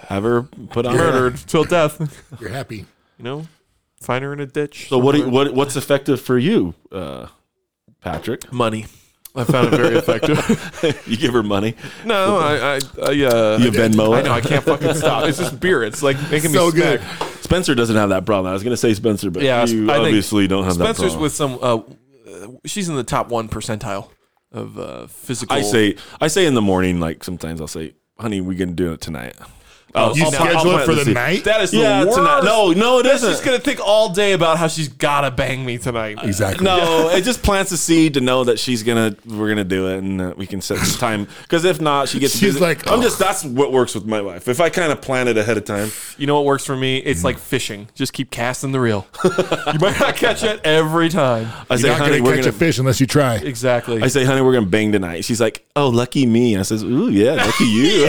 S2: Have her put on
S1: murdered. Till death.
S3: You're happy.
S1: You know, find her in a ditch.
S2: So what? do you-
S1: somewhere.
S2: what? What's effective for you, uh, Patrick?
S1: Money. I found it very effective.
S2: You give her money.
S1: no, I, I, I uh,
S2: You Venmo.
S1: I
S2: it.
S1: know I can't fucking stop. It's just beer. It's like making me
S3: So
S1: sick.
S3: good.
S2: Spencer doesn't have that problem. I was going to say Spencer, but
S1: Yeah,
S2: you
S1: I think
S2: obviously don't have that
S1: Spencer's
S2: problem.
S1: with some. Uh, uh, she's in the top one percentile of uh, physical.
S2: I say, I say in the morning, like sometimes I'll say, "Honey, we can do it tonight."
S1: Oh,
S3: You
S1: I'll- I'll
S3: schedule
S2: plant
S3: it for
S2: this
S3: the
S2: in.
S3: night.
S1: that is
S2: Yeah,
S1: the worst.
S2: tonight. No, no, it
S1: That's
S2: isn't.
S1: just gonna think all day about how she's gotta bang me tonight.
S3: exactly.
S2: No, it just plants a seed to know that she's gonna, we're gonna do it, and uh, we can set this time. Because if not, she gets.
S3: She's
S2: busy.
S3: like,
S2: I'm
S3: "Ugh."
S2: just. That's what works with my wife. If I kind of plan it ahead of time,
S1: You know what works for me? It's like fishing. Just keep casting the reel. you might not catch it every time.
S2: I say,
S3: You're not
S2: "Honey,
S3: going to
S2: we're
S3: catch a
S2: gonna
S3: fish unless you try.
S1: Exactly.
S2: I say, honey, we're gonna bang tonight. She's like, oh, lucky me. I says, ooh, yeah, lucky you.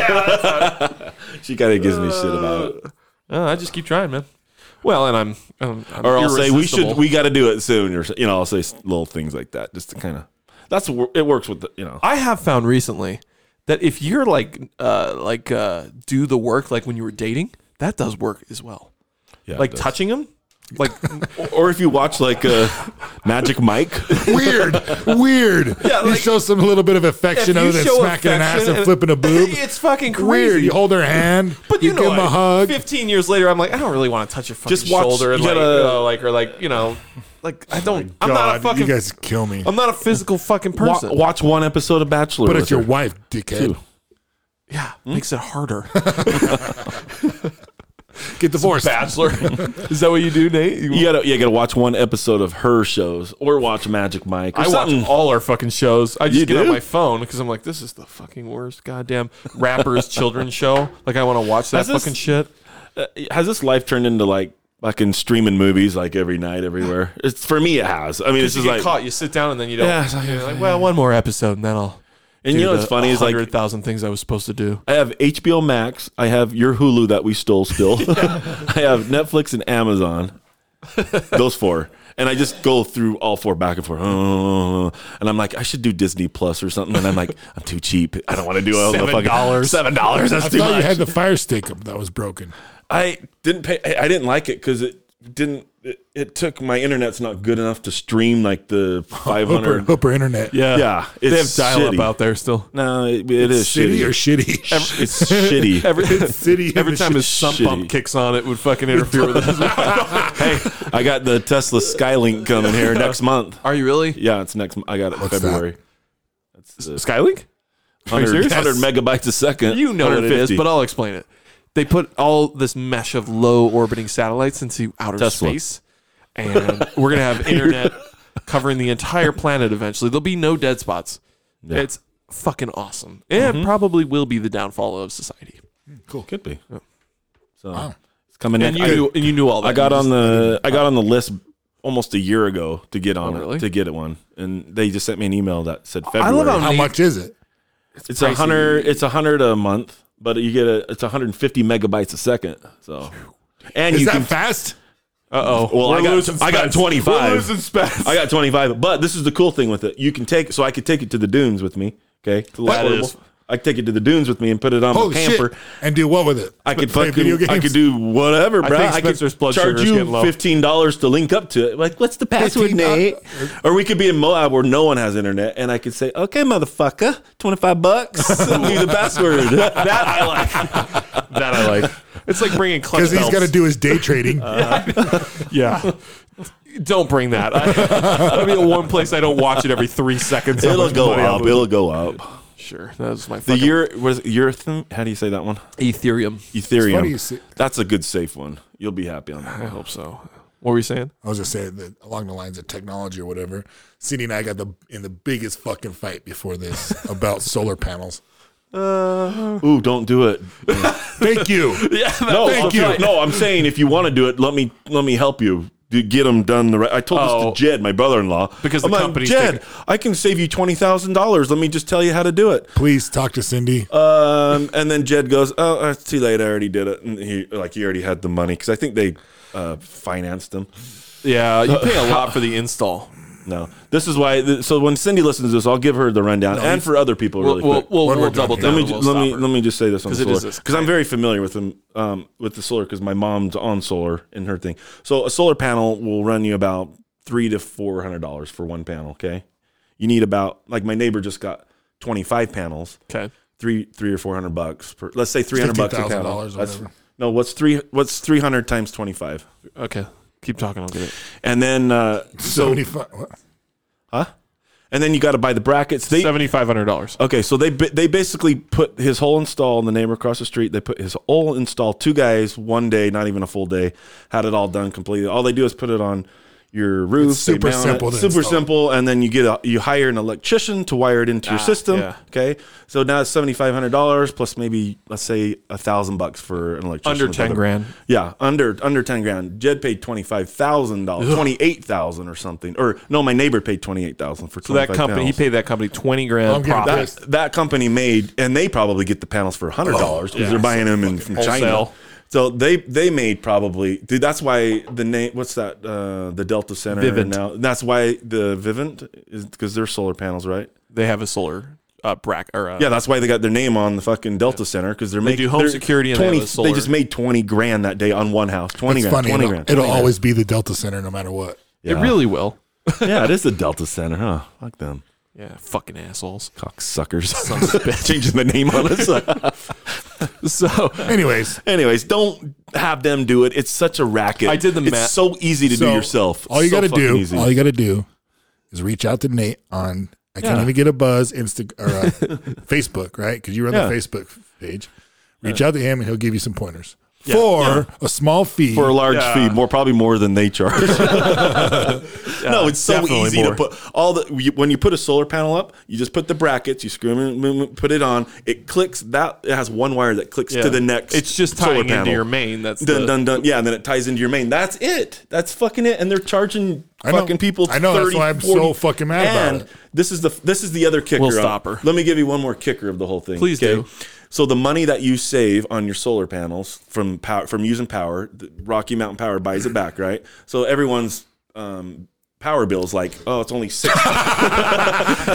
S2: she kind of gives me shit about it.
S1: Uh, I just keep trying, man. Well, and I'm. I'm, I'm
S2: Or I'll say, we
S1: irresistible.
S2: should, we got to do it soon. Or you know, I'll say s- little things like that just to kind of. That's wor- it works with the you know.
S1: I have found recently that if you're like uh like uh do the work like when you were dating, that does work as well.
S2: Yeah, it
S1: like
S2: does.
S1: touching him, like
S2: or if you watch like uh, Magic Mike.
S3: Weird, weird. you
S1: like-
S3: show some little bit of affection other than smacking an ass
S1: affection
S3: and flipping a boob.
S1: It's fucking crazy.
S3: Weird. You hold her hand.
S1: but you, know,
S3: give him a
S1: what?
S3: hug.
S1: 15 years later, I'm like, I don't really want to touch your fucking
S2: Just watch-
S1: shoulder and
S2: you
S1: like,
S2: gotta-
S1: you know, like, or like, you know, like I don't. I'm not a
S3: Oh God, you
S1: fucking.
S3: guys kill me.
S1: I'm not a physical fucking
S2: Wa-
S1: person.
S2: watch one episode of Bachelor.
S3: but
S2: with
S3: it's your
S2: her.
S3: wife, dickhead.
S2: Too.
S1: yeah, makes it harder.
S3: Get divorced.
S1: Bachelor. Is that what you do, Nate? You-
S2: You gotta, you gotta watch one episode of her shows or watch Magic Mike. Or
S1: I watch
S2: something.
S1: all our fucking shows. I
S2: You
S1: just get on
S2: do?
S1: my phone because I'm like, this is the fucking worst goddamn rappers children's show. Like, I want to watch that
S2: Has this-
S1: fucking shit.
S2: has this life turned into like fucking streaming movies like every night everywhere? It's for me, it has. I mean, it's
S1: you
S2: just
S1: get
S2: like,
S1: caught, you sit down, and then you don't.
S2: Yeah, it's like-
S1: you're like, well, one more episode, and then I'll.
S2: and you know what's funny is like
S1: hundred thousand things I was supposed to do.
S2: I have HBO Max, I have your Hulu that we stole still, I have Netflix and Amazon, those four, and I just go through all four back and forth, and I'm like, I should do Disney Plus or something, and I'm like, I'm too cheap, I don't want to do all the
S1: Seven
S2: fucking
S1: dollars.
S2: seven dollars, that's
S3: I
S2: too
S3: thought you
S2: much.
S3: had the fire stick that was broken.
S2: I didn't pay. I I didn't like it because it didn't. It, it took my internet's not good enough to stream like the
S3: Hooper,
S2: 500.
S3: Hooper Internet.
S1: Yeah,
S2: Yeah,
S1: they have
S2: it's
S1: dial up
S2: shitty.
S1: out there still.
S2: No, it, it is
S3: City
S2: shitty.
S3: or shitty?
S2: it's shitty.
S1: Every
S3: City in
S1: every
S3: the
S1: time
S3: shit-
S1: his sump
S2: shitty.
S1: pump kicks on, it would fucking interfere with it.
S2: hey, I got the Tesla Skylink coming here next month.
S1: Are you really
S2: Yeah, it's next. m- I got it in
S3: What's
S2: February.
S1: Skylink?
S2: Are
S1: you serious?
S2: 100 megabytes a second.
S1: You know what it is,
S2: 150.
S1: but I'll explain it. They put all this mesh of low orbiting satellites into outer
S2: Tesla.
S1: space, and we're gonna have internet covering the entire planet eventually. There'll be no dead spots. It's fucking awesome, and
S2: Mm-hmm.
S1: probably will be the downfall of society.
S2: could be. So
S3: Wow.
S2: it's coming
S1: And
S2: in.
S1: you
S2: I-
S1: knew, and you knew all that.
S2: I got
S1: You
S2: on
S1: just-
S2: the I got on the list almost a year ago to get on
S1: Oh,
S2: it-
S1: really?
S2: to get it one, and they just sent me an email that said February.
S1: love how
S3: How much is it?
S2: it's a hundred. It's a hundred a month, but you get a it's 150 megabytes a second. So, and
S3: Is
S2: you
S3: that
S2: can.
S3: fast?
S2: Uh oh. Well,
S1: We're
S2: I got
S1: losing
S2: I got
S1: space.
S2: 25.
S1: We're losing space.
S2: I got 25. But this is the cool thing with it. You can take so I could take it to the dunes with me. Okay, It's a little
S1: That
S2: portable.
S1: is-
S2: I could take it to the dunes with me and put it on
S3: Holy
S2: my camper.
S3: shit! And do what with it?
S2: I could
S3: Play
S2: fucking
S3: video games.
S2: I could do whatever, bro.
S1: think
S2: I could
S1: Spencer's blood
S2: charge
S1: sugar's
S2: you
S1: getting low.
S2: fifteen dollars to link up to it. Like, what's the password,
S3: $15?
S2: Nate? Or we could be in Moab where no one has internet, and I could say, "Okay, motherfucker, twenty five bucks, send me the password." that I like.
S1: that. I like. It's like bringing clutch
S3: because he's
S1: belts.
S3: got to do his day trading.
S2: Uh-huh.
S1: Yeah. Don't bring that. I, that'll be the one place I don't watch it every three seconds.
S2: It'll go
S1: Somebody
S2: up.
S1: else-
S2: It'll go up.
S1: Sure. That was my
S2: The
S1: fucking
S2: year was Ethereum. How do you say that one?
S1: Ethereum.
S2: Ethereum.
S3: funny you say-
S2: That's a good safe one. You'll be happy on that.
S1: I hope so. What were you saying?
S3: I was just saying that along the lines of technology or whatever. CD and I got the in the biggest fucking fight before this about solar panels.
S2: Ooh, don't do it.
S3: Thank you.
S2: No,
S3: Thank
S2: I'm
S3: you.
S2: trying- no, I'm saying if you want to do it, let me let me help you to get them done the right. I told
S1: Oh.
S2: this to Jed, my brother-in-law,
S1: Because the
S2: I'm like,
S1: company's
S2: Jed,
S1: taking-
S2: I can save you twenty thousand dollars. Let me just tell you how to do it.
S3: Please talk to Cindy.
S2: Um, and then Jed goes, "Oh, uh, it's too late. I already did it." And he like he already had the money because I think they uh, financed them.
S1: Yeah, you pay a lot for the install.
S2: No, this is why. th- so when Cindy listens to this, I'll give her the rundown, and for other people,
S1: We'll,
S2: really
S1: we'll,
S2: quick.
S1: we'll,
S3: What we're
S1: we'll
S3: doing
S1: double
S3: here.
S1: down.
S2: let me
S1: and
S2: ju-
S1: we'll
S2: let
S1: stop
S2: me
S1: her.
S2: let me just say this on
S1: 'Cause it
S2: solar
S1: is this
S2: because I'm very familiar with them um, with the solar because my mom's on solar in her thing. So a solar panel will run you about three to four hundred dollars for one panel. Okay, you need about like my neighbor just got twenty five panels,
S1: Okay.
S2: three three or four hundred bucks per. Let's say three hundred bucks a panel.
S3: $15,000 or
S2: That's,
S3: whatever.
S2: no, what's three? What's three hundred times twenty five?
S1: Okay. Keep talking. I'll get it.
S2: And then uh, so
S3: Seventy five. what?
S2: huh? And then you got to buy the brackets. They
S1: Seventy five hundred dollars.
S2: Okay, so they ba- they basically put his whole install in the neighbor across the street. They put his whole install, two guys, one day, not even a full day, had it all done completely. All they do is put it on your roof.
S3: It's
S2: they
S3: super
S2: mount
S3: simple
S2: it,
S3: to
S2: super
S3: install.
S2: simple, and then you get a, you hire an electrician to wire it into your system.
S1: Ah, yeah.
S2: Okay, so now it's seventy five hundred dollars plus maybe let's say a thousand bucks for an electrician.
S1: Under
S2: with
S1: ten
S2: other-
S1: grand.
S2: Yeah, under under ten grand. Jed paid twenty five thousand dollars, twenty eight thousand or something. Or no, my neighbor paid twenty eight thousand for
S1: So that company, he
S2: panels
S1: paid that company twenty grand.
S3: I'm getting
S1: profit.
S2: that that company made, and they probably get the panels for hundred dollars because they're buying them in from China.
S1: Oh, Wholesale.
S2: So they they made probably dude. That's why the name. What's that? Uh, the Delta Center
S1: Vivint.
S2: now. That's why the Vivint is because they're solar panels, right?
S1: They have a solar uh, bracket or uh,
S2: Yeah, that's why they got their name on the fucking Delta Center because they're making
S1: do home
S2: they're
S1: security and they
S2: twenty.
S1: have the solar.
S2: just made twenty grand that day on one house. Twenty
S3: It's
S2: grand.
S3: funny.
S2: Twenty
S3: it'll
S2: grand.
S3: it'll
S2: 20 grand.
S3: always be the Delta Center, no matter what.
S1: It really will.
S2: yeah, it is the Delta Center, huh? Fuck them.
S1: Yeah, fucking assholes.
S2: Cocksuckers. Changing the name on us.
S1: So
S3: Anyways,
S2: Anyways, don't have them do it. It's such a racket.
S1: I did the
S2: It's
S1: math.
S2: so easy to do
S3: So,
S2: yourself.
S3: All you
S2: So
S3: got to
S2: fucking
S3: do,
S2: easy.
S3: all you got to do, is reach out to Nate on. I can't
S2: Yeah.
S3: even get a buzz Insta or uh, Facebook, right? Because you run
S2: Yeah.
S3: the Facebook page. Reach out to him and he'll give you some pointers. for a small fee.
S2: for a large
S1: Yeah.
S2: fee, more probably more than they charge. no, it's so
S1: definitely
S2: easy
S1: more.
S2: to put all the you- when you put a solar panel up, you just put the brackets, you screw them, put it on, it clicks. That it has one wire that clicks
S1: Yeah.
S2: to the next.
S1: It's just
S2: solar
S1: tying into
S2: panel.
S1: your main. That's
S2: Dun
S1: the-
S2: dun dun. Yeah, and then it ties into your main. That's it. That's fucking it. And they're charging
S3: I know.
S2: fucking people.
S3: I know,
S2: 30,
S3: that's why I'm so
S2: 40.
S3: fucking mad about
S2: And
S3: it.
S2: This is the this is the other kicker.
S1: We'll
S2: on it.
S1: stop her.
S2: Let me give you one more kicker of the whole thing.
S1: Please do.
S2: So the money that you save on your solar panels from power from using power, the Rocky Mountain Power buys it back, right? So everyone's um, power bills like, oh, it's only six.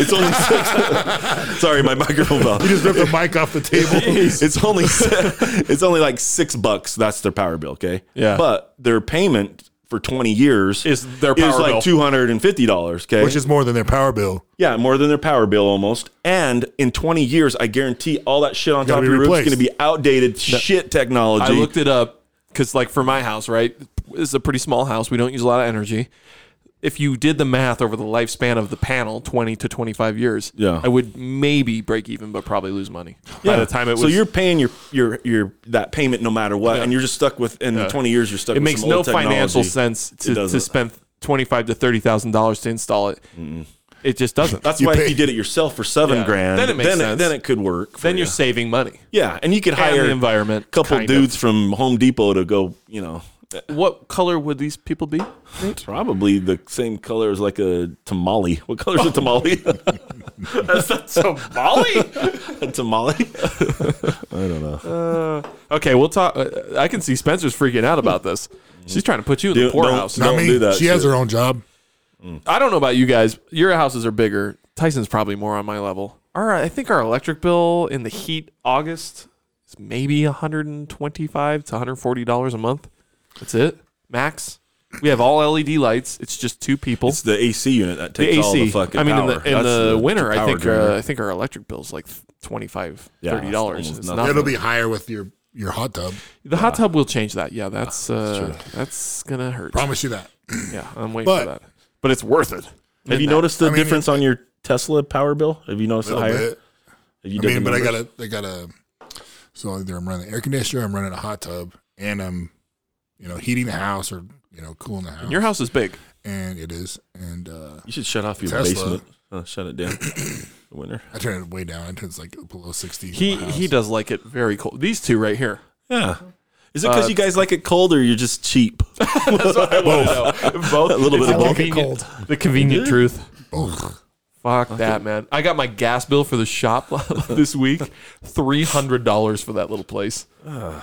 S2: it's only six. Sorry, my microphone fell.
S3: you just ripped the mic off the table.
S2: It's only it's only like six bucks. That's their power bill. Okay.
S1: Yeah.
S2: But their payment for twenty years
S1: Is their power bill.
S2: like two hundred and fifty dollars. Okay.
S3: Which is more than their power bill.
S2: yeah, more than their power bill almost. And in twenty years, I guarantee all that shit on top of
S3: Gotta be
S2: your roof is
S3: replaced.
S2: going to be outdated shit technology.
S1: I looked it up because, like, for my house, right, it's a pretty small house. We don't use a lot of energy. If you did the math over the lifespan of the panel, twenty to twenty-five years,
S2: Yeah.
S1: I would maybe break even, but probably lose money by the time it was.
S2: so you're paying your your your that payment no matter what, and you're just stuck with. In twenty years, you're stuck.
S1: it
S2: with
S1: makes
S2: some
S1: no
S2: old technology.
S1: financial sense to, to
S2: doesn't.
S1: spend twenty-five to thirty thousand dollars to install it. It just doesn't.
S2: That's
S3: You
S2: why
S3: pay-
S2: if you did it yourself for seven
S1: Yeah.
S2: grand,
S1: Then it makes sense.
S2: then it could work.
S1: then
S2: for
S1: you're
S2: ya.
S1: saving money.
S2: Yeah, and you could
S1: And
S2: hire
S1: the environment,
S2: a couple
S1: kind of.
S2: dudes from Home Depot to go. You know,
S1: What color would these people be?
S2: probably the same color as like a tamale. What color's a tamale? That's not tamale. a tamale.
S1: Okay, we'll talk. uh, I can see Spencer's freaking out about this. She's trying to put you in the
S2: Dude, Mm-hmm. don't-
S1: poorhouse.
S3: Not
S2: Don't
S3: me.
S2: do that
S3: she has
S2: shit.
S3: her own job.
S1: I don't know about you guys. Your houses are bigger. Tyson's probably more on my level. Our, I think our electric bill in the heat August is maybe 125 to 140 dollars a month. That's it, max. We have all LED lights. It's just two people.
S2: It's the AC unit that
S1: the
S2: takes all the
S1: AC.
S2: fucking
S1: I mean, in
S2: power.
S1: the in
S2: That's
S1: the, winter, I
S2: power
S1: think
S2: drainer.
S1: uh, I think our electric bill's like 25
S2: Yeah,
S1: 30 dollars.
S2: it's almost
S1: It's
S2: nothing.
S1: nothing.
S3: It'll be higher with your, your hot tub.
S1: the hot tub will change that. Yeah, that's
S2: Ah,
S1: uh, that's, gonna hurt.
S3: Promise you that.
S1: Yeah, I'm waiting
S3: But-
S1: for that. But it's worth it.
S2: Have you noticed the
S3: I mean,
S2: difference on your Tesla power bill? Have you noticed it
S3: little
S2: higher?
S3: bit.
S2: Have you
S3: I
S2: done
S3: mean,
S2: the
S3: but I
S2: numbers?
S3: gotta, I gotta. So either I'm running the air conditioner, I'm running a hot tub, and I'm, you know, heating the house or you know, cooling the house.
S1: Your house is big.
S3: and it is, and uh,
S2: You should shut off your
S3: Tesla.
S2: basement. Uh, shut it down. the winter.
S3: I turn it way down. It turns like below sixty.
S1: He he does like it very cold. These two right here.
S2: Yeah. Is it because
S3: Uh,
S2: you guys like it cold or you're just cheap?
S1: Both
S2: A little bit
S1: It's
S2: of
S1: the
S2: both.
S1: convenient- The convenient truth.
S3: Oh.
S1: Fuck that, man. I got my gas bill for the shop this week. Three hundred dollars for that little place. That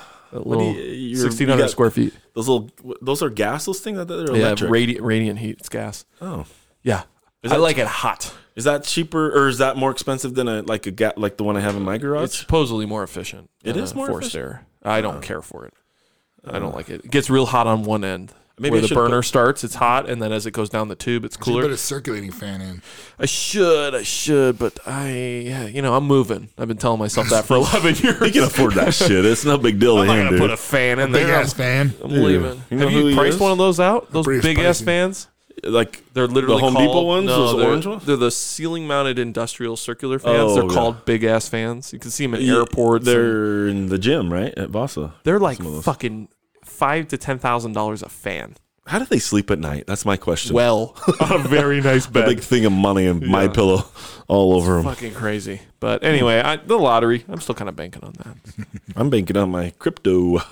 S1: little
S2: do you- you're-
S1: sixteen
S2: you
S1: hundred
S2: got-
S1: square feet.
S2: Those little, those are gas. Those things. I thought they were
S1: Yeah,
S2: electric.
S1: radi- radiant heat. It's gas.
S2: oh,
S1: Yeah, I like it hot.
S2: is that cheaper or is that more expensive than a like a ga- like the one I have in my
S1: It's
S2: garage?
S1: supposedly more efficient.
S2: It
S1: than
S2: is
S1: a
S2: more
S1: forced
S2: efficient? Oh.
S1: air. I don't care for it. I don't like it. It gets real hot on one end.
S2: Maybe
S1: where
S2: I
S1: the
S2: should put-
S1: burner starts, it's hot, and then as it goes down the tube, it's
S3: Put
S1: cooler.
S3: a circulating fan in.
S1: I should, I should, but I, yeah, you know, I'm moving. I've been telling myself that for 11 years.
S2: You can afford that shit. It's no big deal to
S1: I'm not
S2: him,
S1: gonna put
S2: dude.
S1: a fan in
S3: Big
S1: there.
S3: ass fan.
S1: I'm leaving.
S2: You know
S1: Have
S2: who
S1: you
S2: he
S1: priced
S2: is?
S1: one of those out? Those
S3: pretty
S1: big ass
S3: spicy.
S1: fans?
S2: like
S1: They're literally
S2: Home
S1: called-
S2: Depot ones?
S1: No,
S2: Those
S1: they're,
S2: orange ones?
S1: They're the ceiling mounted industrial circular fans.
S2: Oh,
S1: they're
S2: yeah.
S1: called big ass fans. You can see them at airports. and-
S2: They're in the gym, right at Vasa.
S1: They're like
S2: Some of those.
S1: fucking five to ten thousand dollars a fan.
S2: How do they sleep at night? That's my question.
S1: Well, on a very nice
S2: a big thing of money and my pillow all over them.
S1: Fucking crazy. But anyway, I, the lottery. I'm still kind of banking on that.
S2: I'm banking on my crypto.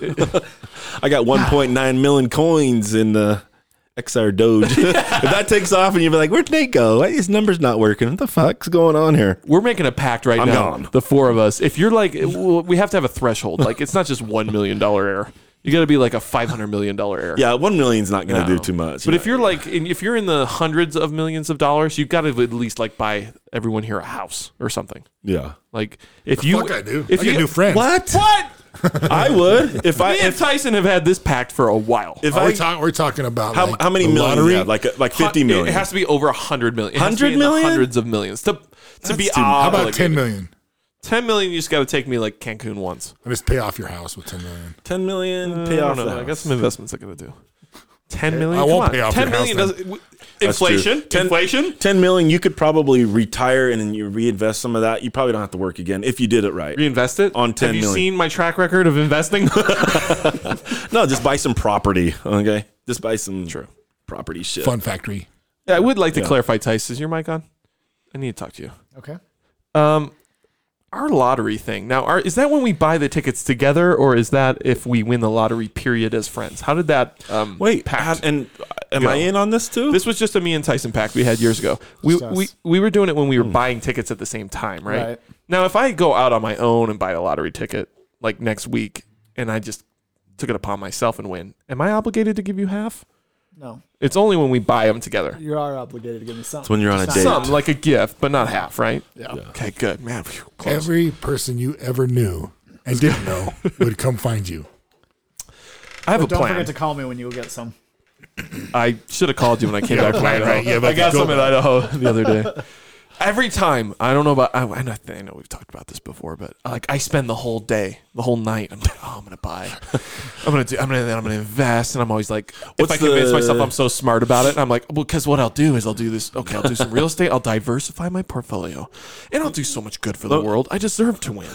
S2: I got 1.9 million coins in the XR Doge. if that takes off and you're like, where'd they go? Why These numbers not working. What the fuck's going on here?
S1: We're making a pact right
S2: I'm
S1: now.
S2: gone.
S1: The four of us. If you're like, well, we have to have a threshold. Like, it's not just one million dollar error. You got to be like a five hundred million dollar error.
S2: Yeah, one million's not going to
S1: No.
S2: do too much.
S1: But if you're like, in, if you're in the hundreds of millions of dollars, you've got to at least like buy everyone here a house or something.
S2: yeah,
S1: Like, if you,
S3: Fuck, I do.
S1: if
S3: I
S1: you
S3: got new friends.
S2: what?
S1: what?
S2: I would if I
S1: Me and
S2: if
S1: Tyson have had this pact for a while.
S2: if
S3: Oh,
S2: I
S3: we're, talk, we're talking about
S2: how,
S3: like,
S2: how many
S3: the
S2: million?
S3: lottery?
S2: Yeah, like uh, like fifty
S1: Hun-
S2: million.
S1: It has to be over a hundred million. It has to be
S2: 100
S1: in the
S2: million?
S1: Hundreds of millions. To, to be
S3: Dude, how about
S1: obligated.
S3: ten million?
S1: Ten million, you just got to take me like Cancun once.
S3: I just pay off your house with ten million.
S2: Ten million.
S1: I
S2: pay
S1: don't
S2: off.
S1: know.
S2: the
S1: Uh, I got
S2: house.
S1: some investments I got to do. Ten million.
S3: I
S1: Come
S3: won't
S1: on.
S3: pay off
S1: Ten
S3: your house
S1: million
S3: then.
S1: doesn't. w-
S2: That's true.
S1: Inflation,
S2: Ten-
S1: inflation.
S2: 10 million, you could probably retire and then you reinvest some of that. You probably don't have to work again if you did it right.
S1: Reinvest it
S2: On 10
S1: Have you
S2: million.
S1: seen my track record of investing?
S2: No, just buy some property. Okay. Just buy some property shit.
S3: Fun factory.
S1: Yeah, I would like to clarify, Tice. Is your mic on? I need to talk to you.
S4: Okay.
S1: Um, our lottery thing. Now, our, is that when we buy the tickets together, or is that if we win the lottery? Period, as friends. How did that? Um,
S2: Wait,
S1: pact-
S2: have- and am
S1: Go.
S2: I in on this too?
S1: this was just a me and Tyson pack we had years ago. We
S4: Just us.
S1: we, we were doing it when we were buying tickets at the same time, right?
S4: Right.
S1: Now, if I go out on my own and buy a lottery ticket like next week, and I just took it upon myself and win, am I obligated to give you half?
S4: No,
S1: It's only when we buy them together.
S4: you are obligated to give me something.
S2: when you're on a
S4: Just
S2: date.
S4: not-
S1: Some like a gift, but not half, right?
S4: Yeah.
S1: Okay, good man. phew, close.
S3: Every person you ever knew and didn't know would come find you.
S1: I have a
S4: Don't
S1: plan.
S4: forget to call me when you get some.
S1: I should have called you when I came back from
S3: plan,
S1: Idaho.
S3: right? Yeah, but
S1: I got
S3: go-
S1: some in Idaho the other day. Every time, I don't know about. I, I know I know we've talked about this before, but like I spend the whole day, the whole night. I'm like, oh, I'm gonna buy. I'm gonna do. I'm gonna. Then I'm gonna invest, and I'm always like,
S2: What's
S1: if I convince
S2: the-
S1: myself I'm so smart about it, I'm like, well, because what I'll do is I'll do this. Okay, I'll do some real estate. I'll diversify my portfolio, and I'll do so much good for the world. I deserve to win.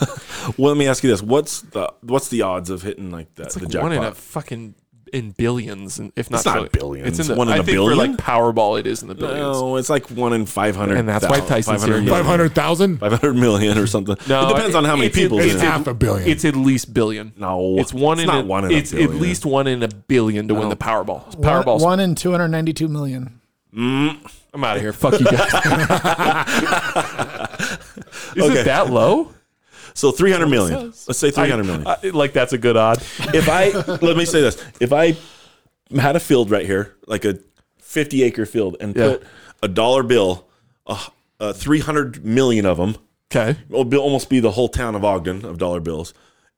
S2: Well, let me ask you this: What's the what's the odds of hitting like that?
S1: It's
S2: the
S1: like
S2: jackpot.
S1: one in a fucking in billions, and if not,
S2: It's not
S1: trillion.
S2: billions.
S1: It's in the
S2: One in
S1: I
S2: a
S1: think
S2: billion?
S1: for like Powerball, it is in the billions.
S2: no, it's like one in five hundred,
S1: And that's why Tyson's here.
S3: Five hundred thousand.
S2: Five hundred million or something.
S1: No,
S2: it depends on how many
S1: it's in-
S2: people.
S1: it's
S2: in it.
S1: in-
S3: Half a billion.
S1: It's at least billion.
S2: No,
S1: it's one
S2: it's
S1: in.
S2: not
S1: a,
S2: one in a
S1: it's at
S2: billion.
S1: least one in a billion to win the Powerball. It's
S4: One-
S1: Powerball.
S4: One in 292 million.
S1: I'm out of here. Fuck you guys. Is
S2: Okay.
S1: it that low?
S2: So three hundred million. Let's say three hundred million.
S1: I- I- like that's a good odd.
S2: if I let me say this, if I had a field right here, like a fifty acre field, and
S1: Yeah.
S2: put a dollar bill, uh, uh, three hundred million of them,
S1: Okay.
S2: will be, almost be the whole town of Ogden of dollar bills,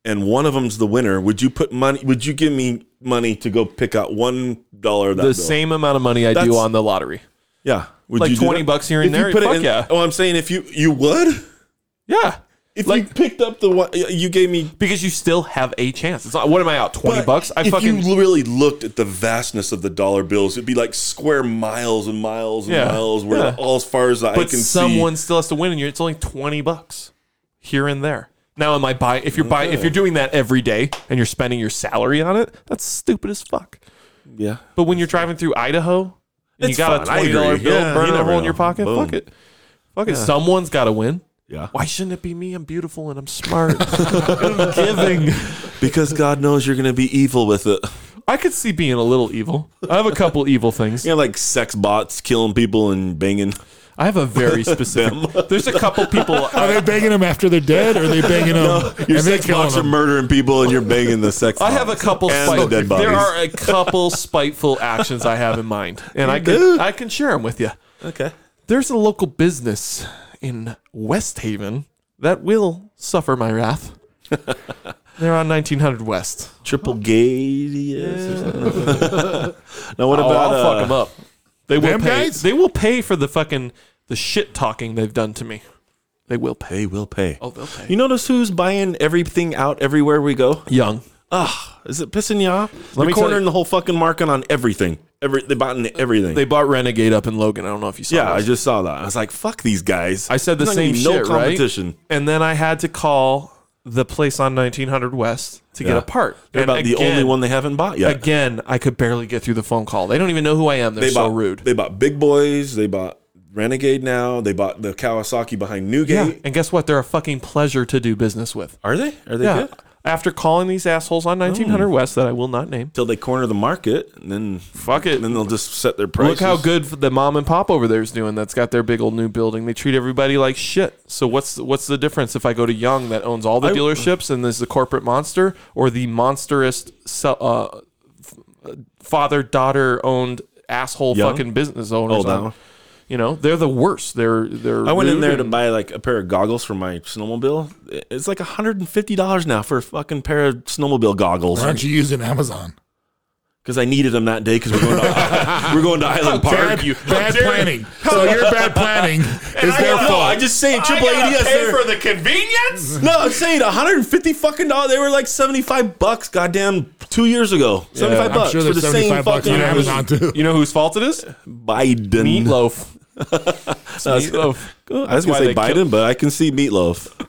S2: and one of them's the winner. Would you put money? Would you give me money to go pick out one dollar? of That
S1: The
S2: bill?
S1: same amount of money I do
S2: That's-
S1: on the lottery.
S2: yeah, would
S1: like
S2: you do
S1: 20
S2: that?
S1: bucks here and
S2: If you
S1: there,
S2: put it
S1: fuck
S2: in-
S1: yeah.
S2: Oh, I'm saying if you you would.
S1: Yeah.
S2: If
S1: Like-
S2: you picked up the one you gave me,
S1: Because you still have a chance. It's not, what am I out? Twenty
S2: But
S1: bucks? I
S2: if
S1: fucking
S2: you really looked at the vastness of the dollar bills, it'd be like square miles and miles and
S1: Yeah.
S2: miles, where
S1: Yeah.
S2: all as far as I
S1: but
S2: can
S1: someone
S2: see.
S1: still has to win, and you're, it's only twenty bucks here and there. Now, am I buying? If you're buying, if you're doing that every day and you're spending your salary on it, that's stupid as fuck.
S2: Yeah,
S1: But when you're driving through Idaho and
S2: It's
S1: you got
S2: fun. I
S1: a twenty
S2: agree.
S1: dollar bill
S2: Yeah, you
S1: burning a
S2: never
S1: hole in
S2: know.
S1: your pocket,
S2: Boom.
S1: fuck it, fuck it. Someone's got to win.
S2: yeah.
S1: Why shouldn't it be me? I'm beautiful and I'm smart. I'm giving.
S2: Because God knows you're gonna be evil with it.
S1: I could see being a little evil. I have a couple evil things.
S2: You know, like sex bots killing people and banging.
S1: I have a very specific. there's a couple people.
S3: Are they banging them after they're dead, or are they banging them
S2: Your
S3: and they're
S2: sex
S3: killing
S2: bots are
S3: them?
S2: murdering people, and you're banging the sex.
S1: I have a
S2: bots.
S1: couple.
S2: And the
S1: Spite-
S2: dead bodies.
S1: there are a couple spiteful actions I have in mind, and I can I can share them with you.
S2: okay.
S1: There's a local business in West Haven that will suffer my wrath. They're on 1900 West.
S2: Triple gay. Yes. now what
S1: Oh,
S2: about?
S1: I'll
S2: uh,
S1: fuck them up. They will
S3: them
S1: pay.
S3: guys?
S1: They will pay for the fucking the shit talking they've done to me. They will pay.
S2: They will pay.
S1: Oh, they'll pay.
S2: You notice who's buying everything out everywhere we go?
S1: Young.
S2: Ugh, is it pissing you off?
S1: Let
S2: They're
S1: me tell
S2: cornering
S1: you-
S2: the whole fucking market on everything. Every they bought into everything.
S1: They bought Renegade up in Logan. I don't know if you saw.
S2: yeah, I
S1: this.
S2: just saw that. I was like, fuck these guys.
S1: I said the
S2: There's not
S1: same
S2: gonna be No
S1: shit,
S2: competition.
S1: right? And then I had to call the place on 1900 West to get
S2: Yeah.
S1: a part.
S2: They're
S1: and
S2: about the only one they haven't bought yet.
S1: Again, I could barely get through the phone call. They don't even know who I am. They're
S2: they
S1: so
S2: bought
S1: rude.
S2: They bought Big Boys. They bought Renegade now. They bought the Kawasaki behind Newgate.
S1: yeah. And guess what? They're a fucking pleasure to do business with.
S2: Are they? Are they Oh.
S1: Yeah.
S2: good?
S1: After calling these assholes on 1900 West that I will not name.
S2: Till they corner the market, and then
S1: Fuck it.
S2: and then they'll just set their prices.
S1: Look how good the mom and pop over there is doing. That's got their big old new building. They treat everybody like shit. So what's what's the difference if I go to Young that owns all the dealerships and is the corporate monster, or the monsterist uh, father daughter owned asshole
S2: Young?
S1: fucking business owners?
S2: Oh, that
S1: on-
S2: one.
S1: You know they're the worst. They're they're.
S2: I went in
S1: rude
S2: there to
S1: and-
S2: buy like a pair of goggles for my snowmobile. It's like hundred and fifty dollars now for a fucking pair of snowmobile goggles.
S3: Why aren't you using Amazon?
S2: because I needed them that day because we're going to we're going to Island Park.
S3: Bad, bad planning. So your bad planning is
S2: I
S3: their
S2: don't know.
S3: fault.
S2: I just saying
S5: I
S2: triple
S5: gotta pay
S2: ADS. they're-
S5: for the convenience.
S2: No, I'm saying 150 fucking dollars. They were like 75 bucks, goddamn, two years ago. 75
S1: I'm
S2: bucks
S3: sure
S2: for
S3: they're
S2: the same
S3: 75 bucks
S2: fucking
S3: on Amazon too.
S1: You know whose fault it is?
S2: Biden.
S1: Meatloaf. It's
S2: That's- I
S1: meatloaf.
S2: was
S1: That's why
S2: gonna say
S1: they
S2: Biden,
S1: killed-
S2: but I can see meatloaf.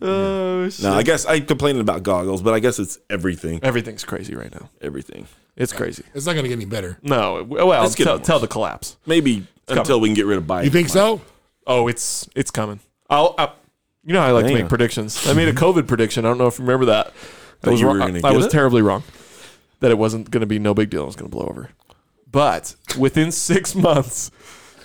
S1: Oh, shit.
S2: No, I guess I complained about goggles, but I guess it's everything.
S1: Everything's crazy right now.
S2: Everything.
S1: It's crazy.
S3: It's not going to get any better.
S1: No, it- well,
S2: It's getting
S1: tell,
S2: worse.
S1: tell the collapse.
S2: Maybe until we can get rid of Biden.
S3: You think so?
S1: Oh, it's it's coming. I'll, I, you know how I like to
S2: Damn.
S1: make predictions. I made a COVID prediction. I don't know if you remember that. I
S2: That
S1: was,
S2: you were
S1: wrong-
S2: gonna
S1: I
S2: get
S1: was
S2: it?
S1: terribly wrong. That it wasn't going to be no big deal. It was going to blow over. But within six months,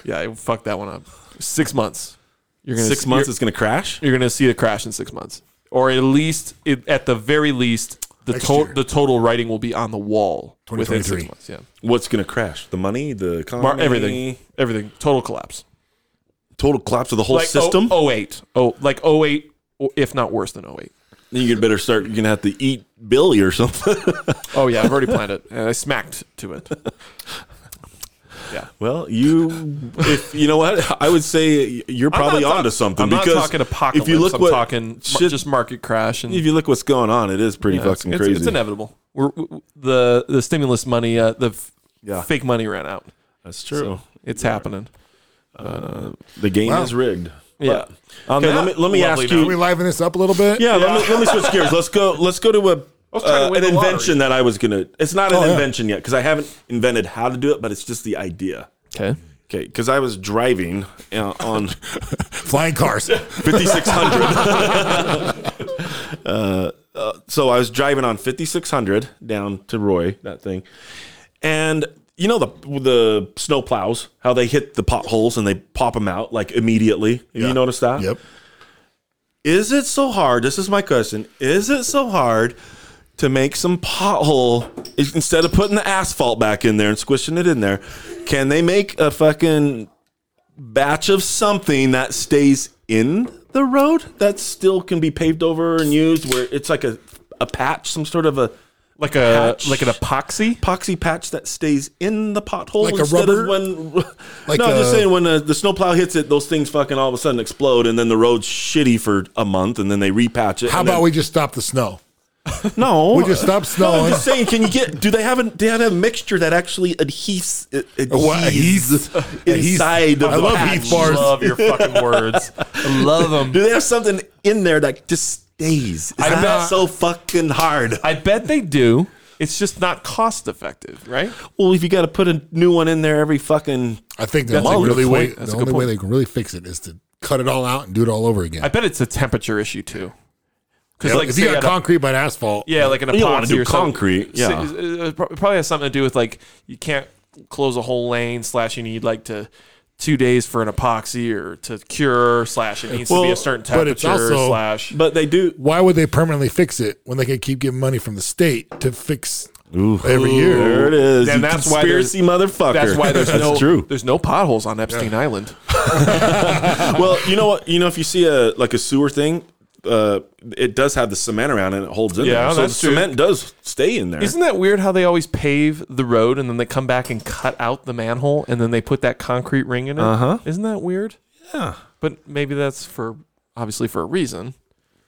S1: yeah, I fucked that one up. Six months. You're gonna
S2: Six
S1: see-
S2: months
S1: You're,
S2: it's going to crash?
S1: you're going to see a crash in six months, or at least it, at the very least, the
S3: Next
S1: to,
S3: year.
S1: the total writing will be on the wall within six
S3: 2023.
S1: months. Yeah,
S2: What's going to crash? The money? The economy?
S1: Mar- everything, everything, total collapse.
S2: Total collapse of the whole
S1: like
S2: system?
S1: Oh, 08. Oh, like 08, or if not worse than 08.
S2: Then you better start. You're going to have to eat Billy or something.
S1: Oh, yeah, I've already planned it. And I smacked to it. Yeah.
S2: Well, you, if you know what, I would say you're probably
S1: I'm not
S2: onto
S1: talk-
S2: something
S1: I'm
S2: because
S1: not talking apocalypse.
S2: If you look
S1: I'm
S2: what
S1: talking mar-
S2: shit-
S1: just market crash. And,
S2: if you look what's going on, it is pretty
S1: yeah, it's,
S2: fucking
S1: it's-
S2: crazy.
S1: it's inevitable. We're, w- w- the, the stimulus money, uh, the f-
S2: Yeah.
S1: fake money ran out.
S2: That's true.
S1: It's happening.
S2: The game
S3: Wow.
S2: is rigged.
S1: Yeah.
S2: Um,
S1: Okay,
S2: let me let me
S1: lovely
S2: ask
S1: note.
S3: Can we
S2: you.
S3: liven this up a little bit?
S2: Yeah, Let, me, let me switch gears. Let's go. Let's go to a
S1: was trying to
S2: uh,
S1: win
S2: an
S1: the lottery. Oh,
S2: invention that I was gonna. It's not an
S3: yeah.
S2: invention yet because I haven't invented how to do it, but it's just the idea.
S1: Okay.
S2: Okay, because I was driving uh, on
S3: Flying cars.
S2: 5600. uh, uh, so I was driving on 5600 down to Roy, that thing. And you know the the snow plows, how they hit the potholes and they pop them out like immediately. Have
S3: Yeah.
S2: You notice that?
S3: yep.
S2: Is it so hard? This is my question. Is it so hard to make some pothole is- instead of putting the asphalt back in there and squishing it in there? Can they make a fucking batch of something that stays in the road that still can be paved over and used where it's like a, a patch, some sort of a
S1: Like a
S2: Patch.
S1: like an epoxy?
S2: epoxy patch that stays in the pothole
S3: Like a
S2: instead
S3: rubber?
S2: of when.
S3: Like
S2: no, I'm just
S3: a-
S2: saying when the, the snowplow hits it, those things fucking all of a sudden explode, and then the road's shitty for a month, and then they repatch it.
S3: How
S2: and
S3: about
S2: then-
S3: we just stop the snow?
S2: No,
S3: We just stop
S2: No,
S3: snowing.
S2: I'm just saying, can you get? Do they have a? They have a mixture that actually adheses it,
S3: what,
S2: adheses
S3: adhes-
S2: inside of
S3: I
S2: the
S3: love
S2: patch.
S3: Heath bars.
S1: love your fucking words. I love them.
S2: Do they have something in there that just stays? Is
S1: I'm
S2: that
S1: not-
S2: so fucking hard?
S1: I bet they do. It's just not cost effective, right?
S2: Well, if you got to put a new one in there every fucking
S3: I think the
S1: That's a
S3: only,
S1: good
S3: really
S1: point.
S3: way,
S1: That's
S3: the
S1: a good
S3: only way
S1: point.
S3: they can really fix it is to cut it all out and do it all over again.
S1: I bet it's a temperature issue too. Because
S3: Yeah,
S1: like
S3: if you
S1: say
S3: got
S1: at a-
S3: concrete but asphalt,
S1: yeah, like an
S2: You don't wanna
S1: epoxy
S2: do
S1: or something.
S2: concrete,
S1: So-
S2: yeah.
S1: uh, it pro- it probably has something to do with like you can't close a whole lane slash you need like to two days for an epoxy or to cure slash it needs to be
S2: Well,
S1: a certain
S3: but it's
S1: temperature
S3: also-
S1: slash.
S2: But they do.
S3: why would they permanently fix it when they could keep giving money from the state to fix every year?
S2: There it is.
S1: Then
S2: you
S1: that's why there's-
S2: conspiracy motherfucker.
S1: That's why there's no
S2: true.
S1: there's no potholes on Epstein Island.
S2: well, you know what? You know if you see a like a sewer thing, uh, it does have the cement around it. and It holds in
S1: Yeah,
S2: there, so
S1: that's
S2: the
S1: true.
S2: cement does stay in there.
S1: Isn't that weird how they always pave the road and then they come back and cut out the manhole and then they put that concrete ring in it? Uh-huh. Isn't that weird?
S2: Yeah.
S1: But maybe that's for obviously for a reason.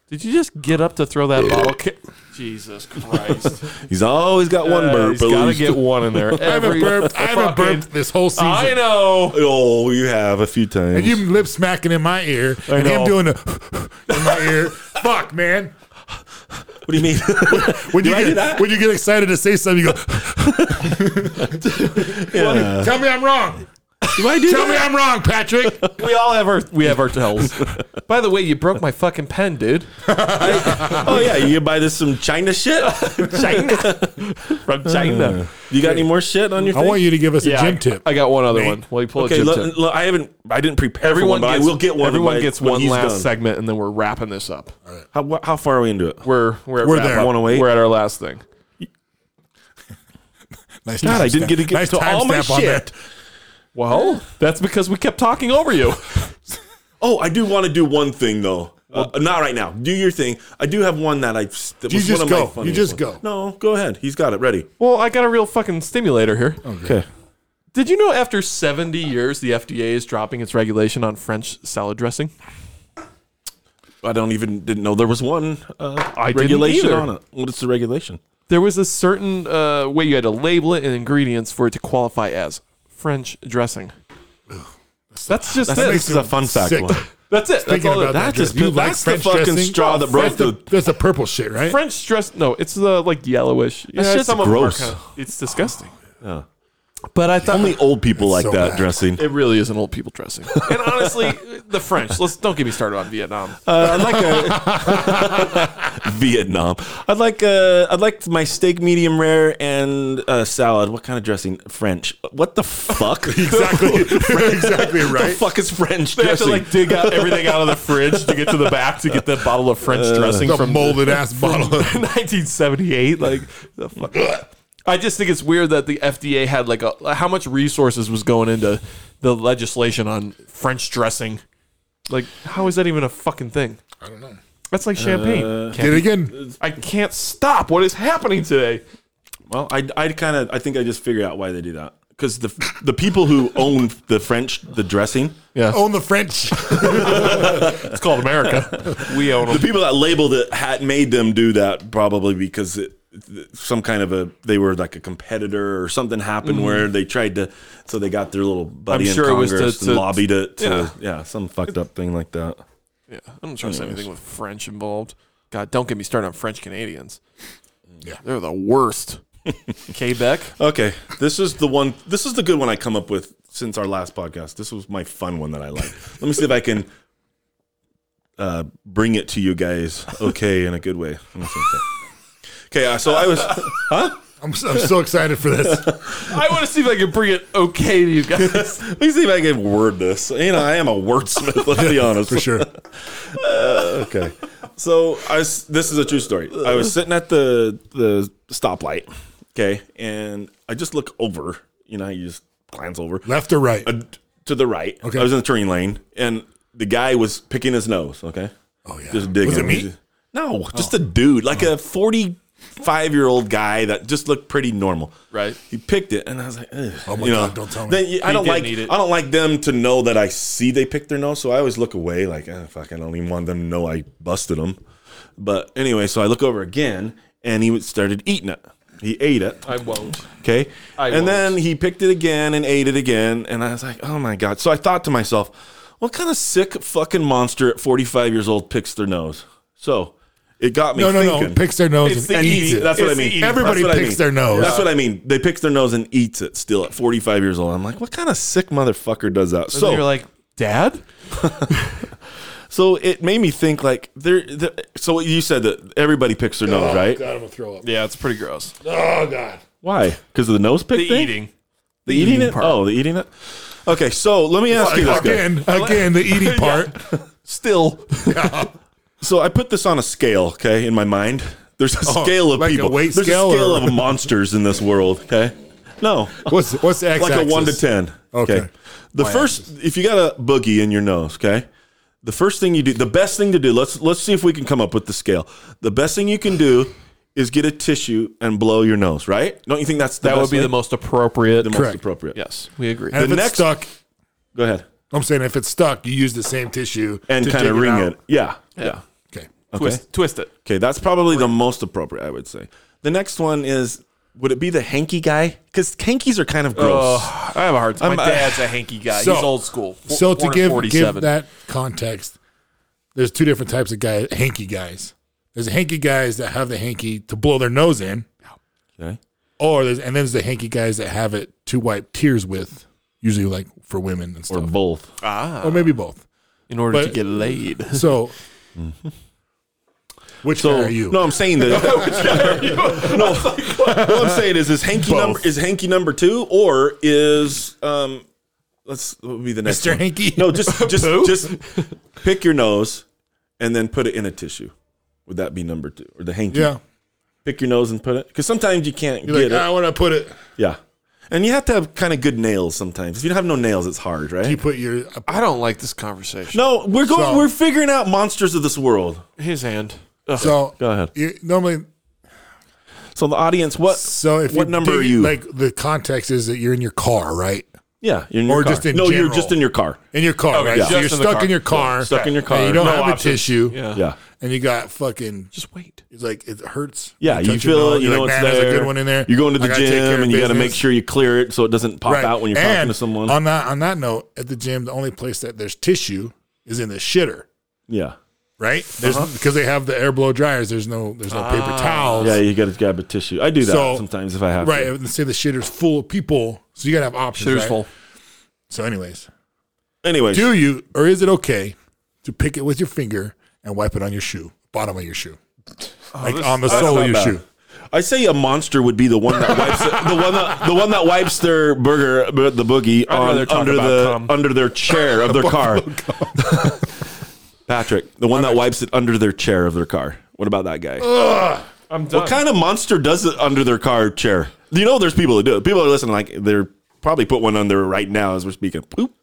S1: Did you just get up to throw that bottle? Ca- Jesus Christ!
S2: He's always got one
S1: Uh,
S2: burp.
S1: he's
S2: at
S1: gotta
S2: least.
S1: get one in there.
S3: I haven't
S1: every
S3: burped. I haven't
S1: fucking-
S3: burped this whole season.
S1: I know.
S2: Oh, you have a few times.
S3: And you lip smacking in my ear, and
S1: know.
S3: him doing the in my ear. Fuck, man.
S2: what do you mean?
S3: When you
S2: I do
S3: get
S2: that?
S3: when you get excited to say something, you go. Tell me I'm wrong.
S2: do I do
S3: Tell me I'm wrong, Patrick.
S1: We all have our we have our tells. By the way, you broke my fucking pen, dude.
S2: Oh yeah, you buy this some China shit Uh,
S1: China from China.
S2: You got any more shit on your?
S3: I
S2: thing?
S3: want you to give us
S1: Yeah,
S3: a
S1: I-
S3: gym tip.
S1: I got one other one. Well, you pull a
S2: Okay,
S1: gym
S2: look,
S1: tip.
S2: look, I haven't. I didn't prepare
S1: Everyone
S2: for one,
S1: gets,
S2: but I will get one.
S1: Everyone
S2: when-
S1: gets
S2: when
S1: one
S2: he's
S1: last
S2: done.
S1: segment, and then we're wrapping this up.
S2: How, how far are we into it?
S1: We're we're at
S3: We're
S1: wrap
S3: there.
S1: up.
S2: 108?
S1: We're at our last thing.
S3: Nice
S2: God, I didn't
S3: timestamp.
S2: get to get
S3: nice
S2: to all my
S3: timestamp on
S2: shit.
S3: that.
S1: Well, that's because we kept talking over you.
S2: Oh, I do want to do one thing though. Uh, not right now. Do your thing. I do have one that I. That
S3: You
S2: was
S3: just
S2: one of my
S3: go. You
S2: funniest
S3: just
S2: ones.
S3: go.
S2: No, go ahead. He's got it ready.
S1: Well, I got a real fucking stimulator here.
S2: Okay.
S1: Did you know after 70 years, the FDA is dropping its regulation on French salad dressing?
S2: I don't even didn't know there was one uh,
S1: I didn't
S2: regulation
S1: either.
S2: on it. What's the regulation?
S1: There was a certain uh, way you had to label it and ingredients for it to qualify as French dressing. That's just
S2: That
S1: it.
S2: makes
S1: That's
S2: is a fun fact
S3: sick.
S2: one.
S1: it. That's
S3: Thinking
S1: all it-
S3: about
S2: That
S3: that,
S2: just
S3: you like
S2: that's the
S3: French
S2: fucking
S3: dressing?
S2: straw that broke
S3: That's the,
S2: the.
S3: that's the purple shit, right?
S1: French dress. No, it's the like yellowish. Yeah,
S2: shit's
S1: some of them are
S2: gross.
S1: kinda- it's disgusting. But I thought
S2: Only old people like
S3: so
S2: that
S3: bad.
S2: dressing.
S1: it really is an old people dressing. and honestly, the French. Let's don't get me started on Vietnam.
S2: Uh, I'd like a Vietnam. I'd like uh, I'd like my steak medium rare and uh, salad. What kind of dressing? French. What the fuck?
S3: Exactly. exactly
S2: The
S3: right.
S2: fuck is French
S1: They have to
S2: dressing?
S1: like dig out everything out of the fridge to get to the back to get the bottle of French dressing
S3: The
S1: from
S3: molded ass bottle.
S1: 1978. Like the fuck. I just think it's weird that the FDA had like a how much resources was going into the legislation on French dressing. Like, how is that even a fucking thing?
S3: I don't know.
S1: That's like champagne.
S3: Did it again.
S1: I can't stop. What is happening today?
S2: well, I I kind of I think I just figured out why they do that because the the people who own the French the dressing,
S3: Own the French.
S1: Oh, It's called America. we own
S2: the
S1: them.
S2: people that labeled it had made them do that probably because it some kind of a they were like a competitor or something happened where they tried to so they got their little buddy
S1: Mm-hmm. I'm
S2: in
S1: sure it was to-
S2: Congress
S1: to-
S2: and lobbied it to
S1: yeah.
S2: yeah. some fucked up thing like that.
S1: Yeah, I don't trust anything with French involved. God, don't get me started on French Canadians.
S3: Yeah.
S1: they're the worst. Quebec.
S2: Okay, this is the one. This is the good one I come up with since our last podcast. This was my fun one that I like. Let me see if I can uh, bring it to you guys. Okay, in a good way. Let me see if I- Okay, uh, so I was.
S3: I'm, so- I'm so excited for this.
S1: I want to see if I can bring it okay to you guys.
S2: Let me see if I can word this. You know, I am a wordsmith. Let's be honest.
S3: For sure.
S2: Okay. So I was, this is a true story. I was sitting at the the stoplight, okay, and I just look over. You know, how you just glance over
S3: Left or right?
S2: uh, to the right.
S3: Okay.
S2: I was in the turning lane, and the guy was picking his nose. Okay,
S3: Oh yeah.
S2: just digging.
S3: Was it
S2: him.
S3: me? Oh.
S2: No, just a dude, like a forty-five-year-old guy that just looked pretty normal.
S1: Right.
S2: He picked it, and I was like, Ugh. "Oh
S3: my God, don't tell me.
S2: Then you, I
S1: He
S2: don't
S1: did
S2: like.
S1: need it.
S2: I don't like them to know that I see they picked their nose, so I always look away. Like, "Ah, fuck, I don't even want them to know I busted them. But anyway, so I look over again, and he was- started eating it. He ate it.
S1: I won't.
S2: Okay.
S1: I
S2: and
S1: won't.
S2: then he picked it again and ate it again. And I was like, oh my God. So I thought to myself, what kind of sick fucking monster at 45 years old picks their nose? So it got me
S3: No, no,
S2: thinking. E.
S3: no. Picks their nose
S1: It's
S3: and
S1: the
S3: eats
S1: eating.
S3: it.
S2: That's what
S1: It's
S2: I
S1: the E.
S2: mean.
S1: eating.
S3: Everybody
S2: That's what
S3: picks their nose.
S2: That's what I mean. They picks their nose and eats it still at 45 years old. I'm like, what kind of sick motherfucker does that?
S1: So
S2: So
S1: you're like, Dad?
S2: so it made me think like there. there- So you said that everybody picks their nose, right?
S3: Oh, God, I'm gonna throw up.
S1: Yeah, it's pretty gross.
S3: Oh god.
S2: Why? Because of the nose pick
S1: The
S2: thing?
S1: eating.
S2: The eating,
S1: eating
S2: it?
S1: part.
S2: Oh, the eating it. Okay, so let me ask you this. guy.
S3: Again, again, the eating part.
S1: Still.
S2: So I put this on a scale, okay, in my mind. There's a
S3: Oh,
S2: scale of
S3: like a
S2: people.
S3: weight
S2: There's
S3: scale
S2: a scale
S3: or-
S2: of monsters in this world, okay? No.
S3: What's what's the
S2: Like a
S3: x-axis?
S2: one to ten.
S3: Okay.
S2: The first if you got a boogie in your nose, okay? The first thing you do the best thing to do, let's let's see if we can come up with the scale. The best thing you can do is get a tissue and blow your nose, right? Don't you think that's the
S1: That
S2: best
S1: would be
S2: way?
S1: the most appropriate.
S2: the most
S3: Correct.
S2: appropriate?
S1: yes, we agree.
S3: And if
S2: The
S3: it's
S2: next-
S3: stuck,
S2: Go ahead.
S3: I'm saying if it's stuck, you use the same tissue
S2: And
S3: to
S2: kind of
S3: dig
S2: ring
S3: out.
S2: it. Yeah. Yeah.
S3: Okay.
S1: Twist, twist it.
S2: Okay, that's probably the most appropriate, I would say. The next one is would it be the hanky guy? Because hankies are kind of gross.
S1: Oh, I have a hard time.
S2: I'm-
S1: My dad's a hanky guy.
S3: So-
S1: He's old school. Fo-
S3: So to
S1: born in
S3: give
S1: 47.
S3: give that context, there's two different types of guy hanky guys. There's hanky guys that have the hanky to blow their nose in,
S2: Okay.
S3: or there's and then there's the hanky guys that have it to wipe tears with, usually like for women and
S2: Or
S3: stuff,
S2: both.
S1: ah,
S3: or maybe both.
S1: in order to
S3: but-
S1: get laid.
S3: So, which
S2: So
S3: guy are you?
S2: no, I'm saying that. no, what I'm saying is, is hanky
S3: Both.
S2: number is hanky number two, or is um, let's what would be the next
S3: Mr.
S2: one?
S3: Hanky?
S2: No, just just
S1: Pooh?
S2: just pick your nose and then put it in a tissue. Would that be number two or the hanky?
S3: yeah,
S2: Pick your nose and put it because sometimes you can't
S3: you're
S2: get
S3: like
S2: it.
S3: I want to put it.
S2: Yeah. And you have to have kind of good nails sometimes. If you don't have no nails, it's hard, right?
S3: You put your
S1: I don't like this conversation.
S2: no, we're going.
S3: So-
S2: we're figuring out monsters of this world.
S1: His hand. Ugh.
S3: so
S2: Go ahead.
S3: You, normally,
S2: So the audience, what?
S3: so if
S2: what
S3: you
S2: number
S3: dig-
S2: are you?
S3: Like the context is that you're in your car, right?
S2: yeah, you're in your
S3: or
S2: car.
S3: just in
S2: no, you're
S3: general.
S2: just in your car.
S3: In your car, right?
S2: yeah.
S3: So you're
S1: Just in the
S3: stuck
S1: car.
S3: in your car,
S2: Stuck in your car.
S3: and you don't
S2: No
S3: have
S2: options.
S3: a tissue,
S1: Yeah.
S2: Yeah,
S3: and you got fucking.
S1: Just wait.
S3: It's like it hurts.
S2: yeah. You,
S3: touch your
S2: feel
S3: nose,
S2: it. You
S3: you're
S2: know
S3: like,
S2: it's
S3: "Man,
S2: there.
S3: There's a good one in there.
S2: You go into
S3: I
S2: the
S3: gotta take care
S2: gym
S3: of
S2: and you got to make
S3: business."
S2: sure you clear it so it doesn't pop out when you're talking to someone.
S3: On that on that note, at the gym, the only place that there's tissue is in the shitter,
S2: yeah,
S3: right? There's
S2: Uh-huh.
S3: because they have the air blow dryers. There's no there's no paper towels,
S2: Ah. yeah. You got to grab a tissue. I do that
S3: So-
S2: sometimes if I have.
S3: right?
S2: To.
S3: And say the shitter's full of people, so you gotta have options.
S1: Shitter's
S3: right?
S1: full.
S3: So, anyways,
S2: Anyways,
S3: do you or is it okay to pick it with your finger and wipe it on your shoe, bottom of your shoe, like on the sole of your
S2: Oh, not
S3: shoe?
S2: I say a monster would be the one that wipes it, the one that the one that wipes their burger bu- the boogie on,
S1: rather talk
S2: under
S1: about
S2: the
S1: cum.
S2: under their chair of their car. Patrick, the one that wipes it under their chair of their car. What about that guy?
S1: I'm done.
S2: What kind of monster does it under their car chair? You know, there's people that do it. People are listening, like they're probably put one under right now as we're speaking. Poop.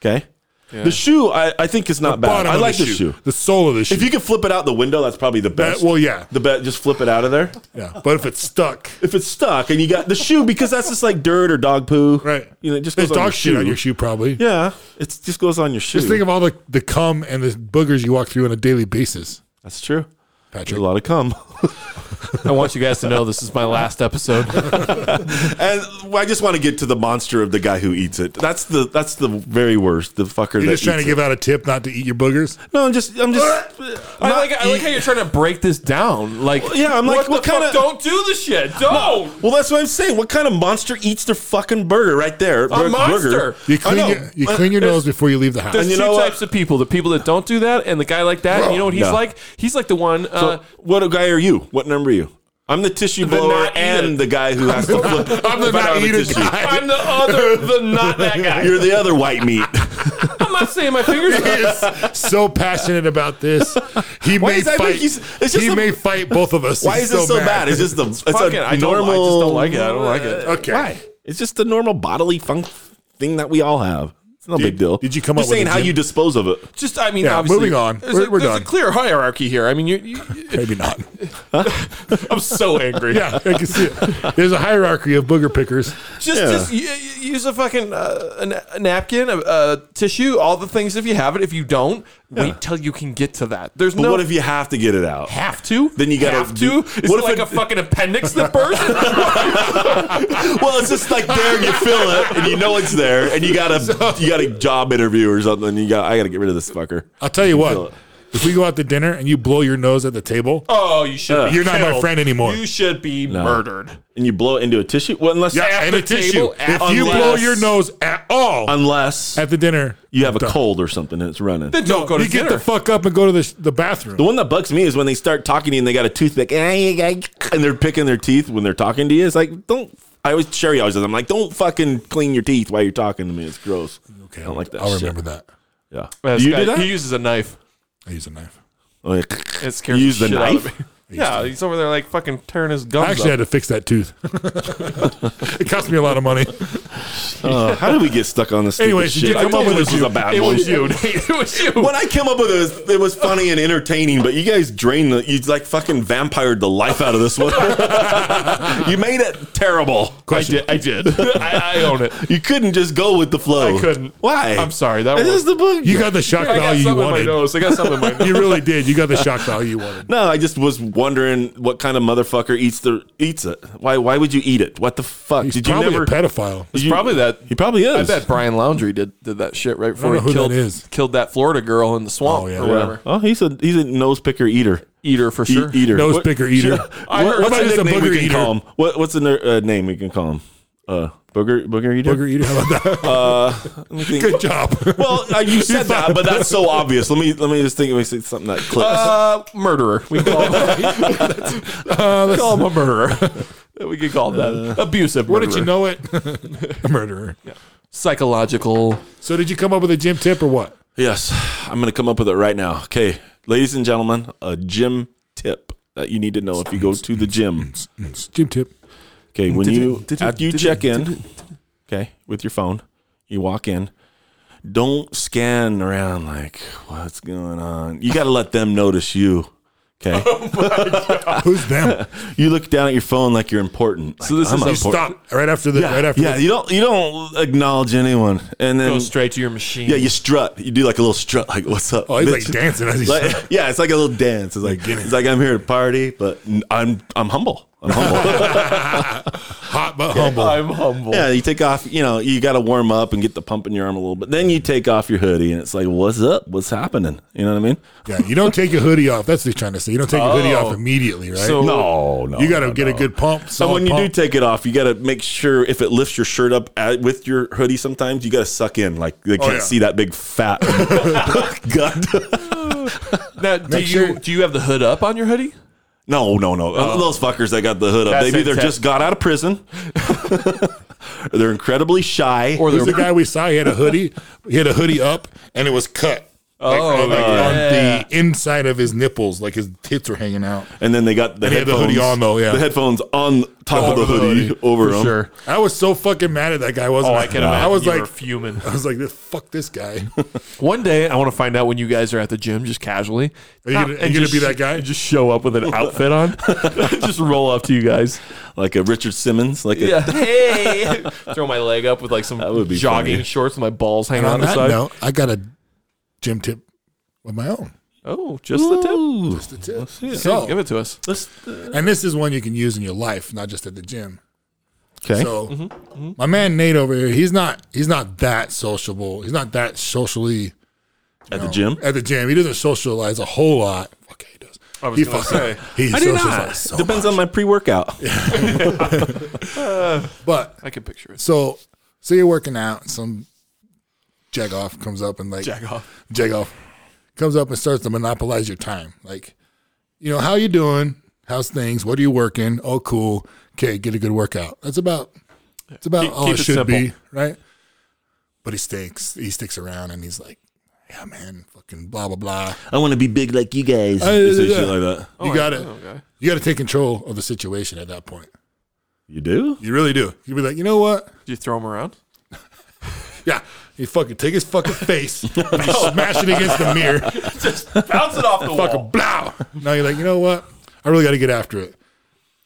S2: Okay. The shoe, I, I think, is not bad.
S3: Bottom
S2: I
S3: of
S2: like the shoe.
S3: the sole of the shoe.
S2: If you could flip it out the window, that's probably the
S3: That-
S2: best.
S3: well, yeah,
S2: the bet, just flip it out of there.
S3: yeah. But if it's stuck,
S2: if it's stuck and you got the shoe because that's just like dirt or dog poo.
S3: Right.
S2: You know, it just
S3: there's
S2: goes on your
S3: dog shit
S2: shoe.
S3: on your shoe, probably.
S2: Yeah. It just goes on your shoe.
S3: Just think of all the, the cum and the boogers you walk through on a daily basis,
S2: that's true. There's
S3: Patrick.
S2: a lot of cum.
S1: I want you guys to know this is my last episode.
S2: and I just want to get to the monster of the guy who eats it. That's the that's the very worst. The fucker
S3: You're
S2: that
S3: just trying to
S2: eats
S3: give out a tip not to eat your boogers.
S2: it. No, I'm just I'm just
S1: I like, I like how you're trying to break this down. Like,
S2: Yeah, I'm like,
S1: what,
S2: what
S1: the
S2: kinda-
S1: fuck? Don't do the shit. Don't.
S2: Well, that's what I'm saying. What kind of monster eats their fucking burger right there?
S1: A monster.
S3: You
S2: I know.
S3: clean your, you
S2: Uh,
S3: clean your
S2: there's-
S3: nose before you leave the house.
S1: There's
S2: And you
S1: two
S2: know what?
S1: types of people: the people that don't do that, and the guy like that. And you know what he's
S2: No.
S1: like? He's like the one. Uh,
S2: What guy are you? What number are you? I'm the tissue
S1: The
S2: blower
S1: not
S2: and
S1: eater.
S2: the guy who has to flip.
S3: I'm the
S2: flip out
S3: not
S2: of the
S3: eater
S2: tissue.
S3: guy.
S1: I'm the other, the not that guy.
S2: You're the other white meat.
S1: I'm not saying my fingers.
S3: He is so passionate about this. He may
S2: does that make
S3: fight.
S2: you s- it's just
S3: he
S2: a-
S3: may fight both of us.
S2: Why
S3: He's
S2: is it so bad? It's just the it's
S1: fucking-
S2: a
S1: I don't- I
S2: normal.
S1: just don't like it. I don't like it.
S3: Okay.
S2: Why? It's just the normal bodily funk thing that we all have. It's no big deal.
S3: did you
S2: I'm
S3: come up
S2: just
S3: with
S2: saying
S3: a
S2: how
S3: gym-
S2: you dispose of it?
S1: Just, I mean,
S3: Yeah,
S1: obviously,
S3: moving on.
S1: There's,
S3: We're-
S1: a,
S3: we're
S1: there's a
S3: done.
S1: clear hierarchy here. I mean, you, you,
S3: Maybe not.
S1: I'm so angry.
S3: Yeah, I can see it. There's a hierarchy of booger pickers.
S1: Just,
S2: Yeah.
S1: just y- y- use a fucking uh, a na- a napkin, a, a tissue, all the things if you have it. If you don't, wait till you can get to that. There's
S2: But
S1: no
S2: what if you have to get it out?
S1: have to.
S2: Then you gotta
S1: have
S2: do-
S1: to. Is
S2: what
S1: it
S2: if
S1: like
S2: it-
S1: a fucking appendix that bursts?
S2: Well, it's just like there you fill it and you know it's there and you got a you got a job interview or something. You got I got to get rid of this fucker.
S3: I'll tell you
S2: feel
S3: what.
S2: it.
S3: If we go out to dinner and you blow your nose at the table,
S1: oh, you should. be
S3: You're not my
S1: killed.
S3: friend anymore.
S1: You should be murdered.
S2: And you blow it into a tissue. Well, unless
S3: yeah, and
S1: the
S3: a tissue.
S1: table,
S3: If
S1: at-
S3: you blow
S2: unless-
S3: your nose at all
S2: unless
S3: at the dinner,
S2: you have a cold or something and it's running.
S1: Then don't go to
S3: you get the
S1: dinner.
S3: fuck up and go to the, the bathroom.
S2: The one that bugs me is when they start talking to you and they got a toothpick and they're picking their teeth when they're talking to you. It's like, don't. I always, Sherry always says, I'm like, don't fucking clean your teeth while you're talking to me. It's gross. Okay. I don't like that
S3: I'll
S2: shit.
S3: remember that.
S2: Yeah.
S1: Yeah, this
S2: you
S1: guy-
S2: do that? Oh,
S1: He uses a knife.
S3: I use a knife.
S2: Like,
S1: It scares
S2: you use the
S1: shit out of
S2: knife?
S1: me. Yeah, he's over there like fucking tearing his gums
S3: I actually
S1: up.
S3: had to fix that tooth. it cost me a lot of money.
S2: Uh, how do we get stuck on this? stupid
S3: Anyways, did
S2: shit?
S3: you
S2: I
S3: come
S2: told
S3: up
S2: you
S3: with
S2: this was
S3: a-
S2: a bad
S1: It
S2: one.
S1: was you. Nate. It was you.
S2: When I came up with it, it was, it was funny and entertaining, but you guys drained the, you like fucking vampired the life out of this one. you made it terrible.
S1: I did. I did. I, I own it.
S2: You couldn't just go with the flow.
S1: I couldn't.
S2: Why?
S1: I'm sorry. That
S2: This is
S1: was.
S2: the book.
S3: You got the shock
S1: I got
S3: value you
S1: something in my
S3: wanted.
S1: nose. I got something in my nose.
S3: You really did. You got the shock value you wanted.
S2: No, I just was wondering what kind of motherfucker eats the eats it. Why? Why would you eat it? What the fuck?
S3: He's
S2: Did you
S3: probably
S2: never?
S3: a pedophile.
S1: It's probably that.
S2: He probably
S1: I
S2: is.
S1: bet Brian Laundry did, did that shit right before
S3: know
S1: he
S3: who
S1: killed
S3: that is.
S1: killed that Florida girl in the swamp
S3: Oh, yeah.
S1: or
S3: Yeah.
S1: whatever.
S2: Oh, he's a he's a nose picker eater.
S1: Eater for
S2: E-
S1: sure.
S2: eater.
S3: Nose
S2: What-
S3: picker eater.
S1: I heard
S3: What about
S2: What's
S3: just
S2: a
S3: a
S2: nickname
S3: booger
S2: we can
S3: eater?
S2: call him? What, what's a ner- uh, name we can call him? Uh, booger booger eater.
S3: Booger eater. How about that?
S2: Let me think.
S3: Good job.
S2: Well, uh, you said that, but that's so obvious. Let me let me just think. Let me see something that clicks.
S1: Uh, murderer. We call him,
S3: Uh,
S1: call him a murderer. we could call him that abusive.
S3: what
S1: Murderer.
S3: did you know it? a murderer.
S1: Psychological.
S3: So did you come up with a gym tip or what?
S2: Yes, I'm going to come up with it right now. Okay, ladies and gentlemen, a gym tip that you need to know if you go to the gym.
S3: Gym tip.
S2: Okay, when you after you check in, okay, with your phone. You walk in. Don't scan around like what's going on. You got to let them notice you. Okay.
S3: Who's them?
S2: You look down at your phone like you're important.
S1: So this
S2: I'm
S1: is a-
S3: You stop right after the right after
S2: yeah,
S3: the,
S2: you don't you don't acknowledge anyone, and then
S1: Go straight to your machine.
S2: yeah, you strut. You do like a little strut, like what's up?
S3: Oh, he's
S2: bitch?"
S3: like dancing as he's
S2: Like- yeah, it's like a little dance. It's like it's like I'm here to party, but I'm I'm humble. I'm humble.
S3: hot but humble.
S1: I'm humble.
S2: yeah, you take off. You know, you got to warm up and get the pump in your arm a little bit. Then you take off your hoodie, and it's like, what's up? What's happening? You know what I mean?
S3: Yeah, you don't take your hoodie off. That's what he's trying to say. You don't take your hoodie
S1: Oh.
S3: off immediately, right?
S1: So-
S2: No, no.
S3: you got to get a good pump.
S2: So when
S3: solid
S2: you do
S3: pump.
S2: take it off, you got to make sure if it lifts your shirt up at, with your hoodie. Sometimes you got to suck in, like they can't
S3: Oh, yeah.
S2: see that big fat gut.
S1: Now, do you
S3: Make sure-
S1: do you have the hood up on your hoodie?
S2: No, no, no. Those fuckers that got the hood up.
S1: That's
S2: They've either
S1: intense.
S2: just got out of prison, or they're incredibly shy.
S1: Or
S3: There's
S1: the
S3: a guy we saw. He had a hoodie. He had a hoodie up, and it was cut. Like,
S1: Oh,
S3: on, like, on
S1: yeah.
S3: the inside of his nipples, like his tits were hanging out.
S2: and then they got the
S3: And he had the
S2: headphones
S3: hoodie on, though, yeah.
S2: the headphones on top of the hoodie, over them.
S1: sure.
S3: I was so fucking mad at that guy. Wasn't
S1: Oh,
S3: I?
S1: I can imagine.
S3: I was
S1: you
S3: like,
S1: were fuming.
S3: I was like, this, fuck this guy.
S1: One day, I want to find out when you guys are at the gym, just casually.
S3: Are you gonna-
S1: And
S3: are you gonna
S1: just
S3: be that
S1: sh-
S3: guy?
S1: Just show up with an outfit on. just roll up to you guys.
S2: Like a Richard Simmons, like a,
S1: Yeah. Hey. Throw my leg up with like some
S2: would be
S1: jogging
S2: funny.
S1: shorts with my balls hanging
S3: And
S1: out
S3: on
S1: the
S3: that
S1: side.
S3: note, I got a gym tip of my own.
S1: Oh, just the tip.
S3: So,
S1: Give it to us.
S3: and this is one you can use in your life, not just at the gym.
S2: okay.
S3: So
S1: Mm-hmm.
S3: my man Nate over here, he's not he's not that sociable. He's not that socially
S2: at the gym.
S3: at the gym. He doesn't socialize a whole lot. Okay, he does. I
S1: was
S3: he
S1: gonna
S3: fucking-
S1: say.
S3: he
S2: I do not.
S3: socializes so
S2: Depends
S3: much.
S2: on my pre-workout.
S3: But
S1: I can picture it.
S3: so so you're working out, and some jag off comes up and like jag
S1: off.
S3: jag off comes up and starts to monopolize your time. Like, you know, how you doing? How's things? What are you working? Oh, cool. Okay, get a good workout. That's about. That's about
S1: Keep-
S3: all
S1: keep
S3: it
S1: it
S3: should be,
S1: simple.
S3: right? But he stinks. He sticks around and he's like, "Yeah, man, fucking blah blah blah."
S2: I want to be big like you guys.
S3: Uh,
S2: You say
S3: yeah.
S2: shit like that.
S3: you got to
S1: Okay.
S3: You got to take control of the situation at that point.
S2: You do?
S3: You really do. You'd be like, you know what?
S1: Do you throw them around?
S3: Yeah. You fucking take his fucking face and you smash it against the mirror.
S1: Bounce it off the
S3: Fucking blow. Now you're like, you know what? I really got to get after it.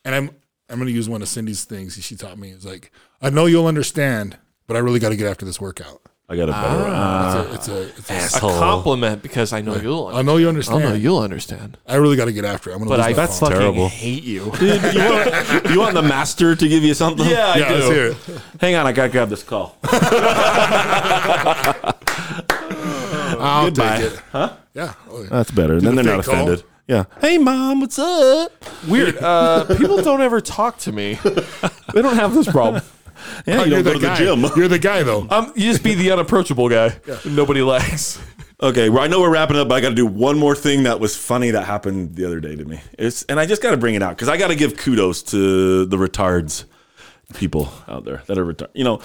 S3: And I'm I'm gonna use one of Cindy's things she taught me. It's like, I know you'll understand, but I really got to get after this workout.
S2: I got a better
S3: it's a, it's a, it's a
S1: A compliment because I know you'll.
S3: I
S1: Understand.
S3: know you
S1: I
S3: understand.
S1: know you'll understand.
S3: I really got to get after it. I'm gonna
S1: Oh, But
S3: lose
S1: I
S3: my
S1: that's
S3: phone.
S1: fucking
S2: Terrible.
S1: hate
S2: you,
S1: you.
S2: want, you want the master to give you something?
S1: Yeah, I
S3: yeah, let's
S1: do.
S3: hear it.
S2: Hang on, I gotta grab this call.
S3: I'll
S2: Goodbye.
S3: take it. Huh? Yeah. Oh, yeah.
S2: That's better. Then
S3: the
S2: they're not
S3: fake call.
S2: offended. Yeah. Hey, mom, what's up?
S1: Weird. Uh, people don't ever talk to me. They don't have this problem.
S2: Yeah,
S3: Oh,
S2: you don't go
S3: you're the
S2: to the
S3: guy.
S2: gym.
S3: You're the guy though.
S1: Um, you just be the unapproachable guy. Nobody likes.
S2: Okay, well, I know we're wrapping up, but I got to do one more thing that was funny that happened the other day to me. It's and I just got to bring it out because I got to give kudos to the retards people out there that are retarded. You know,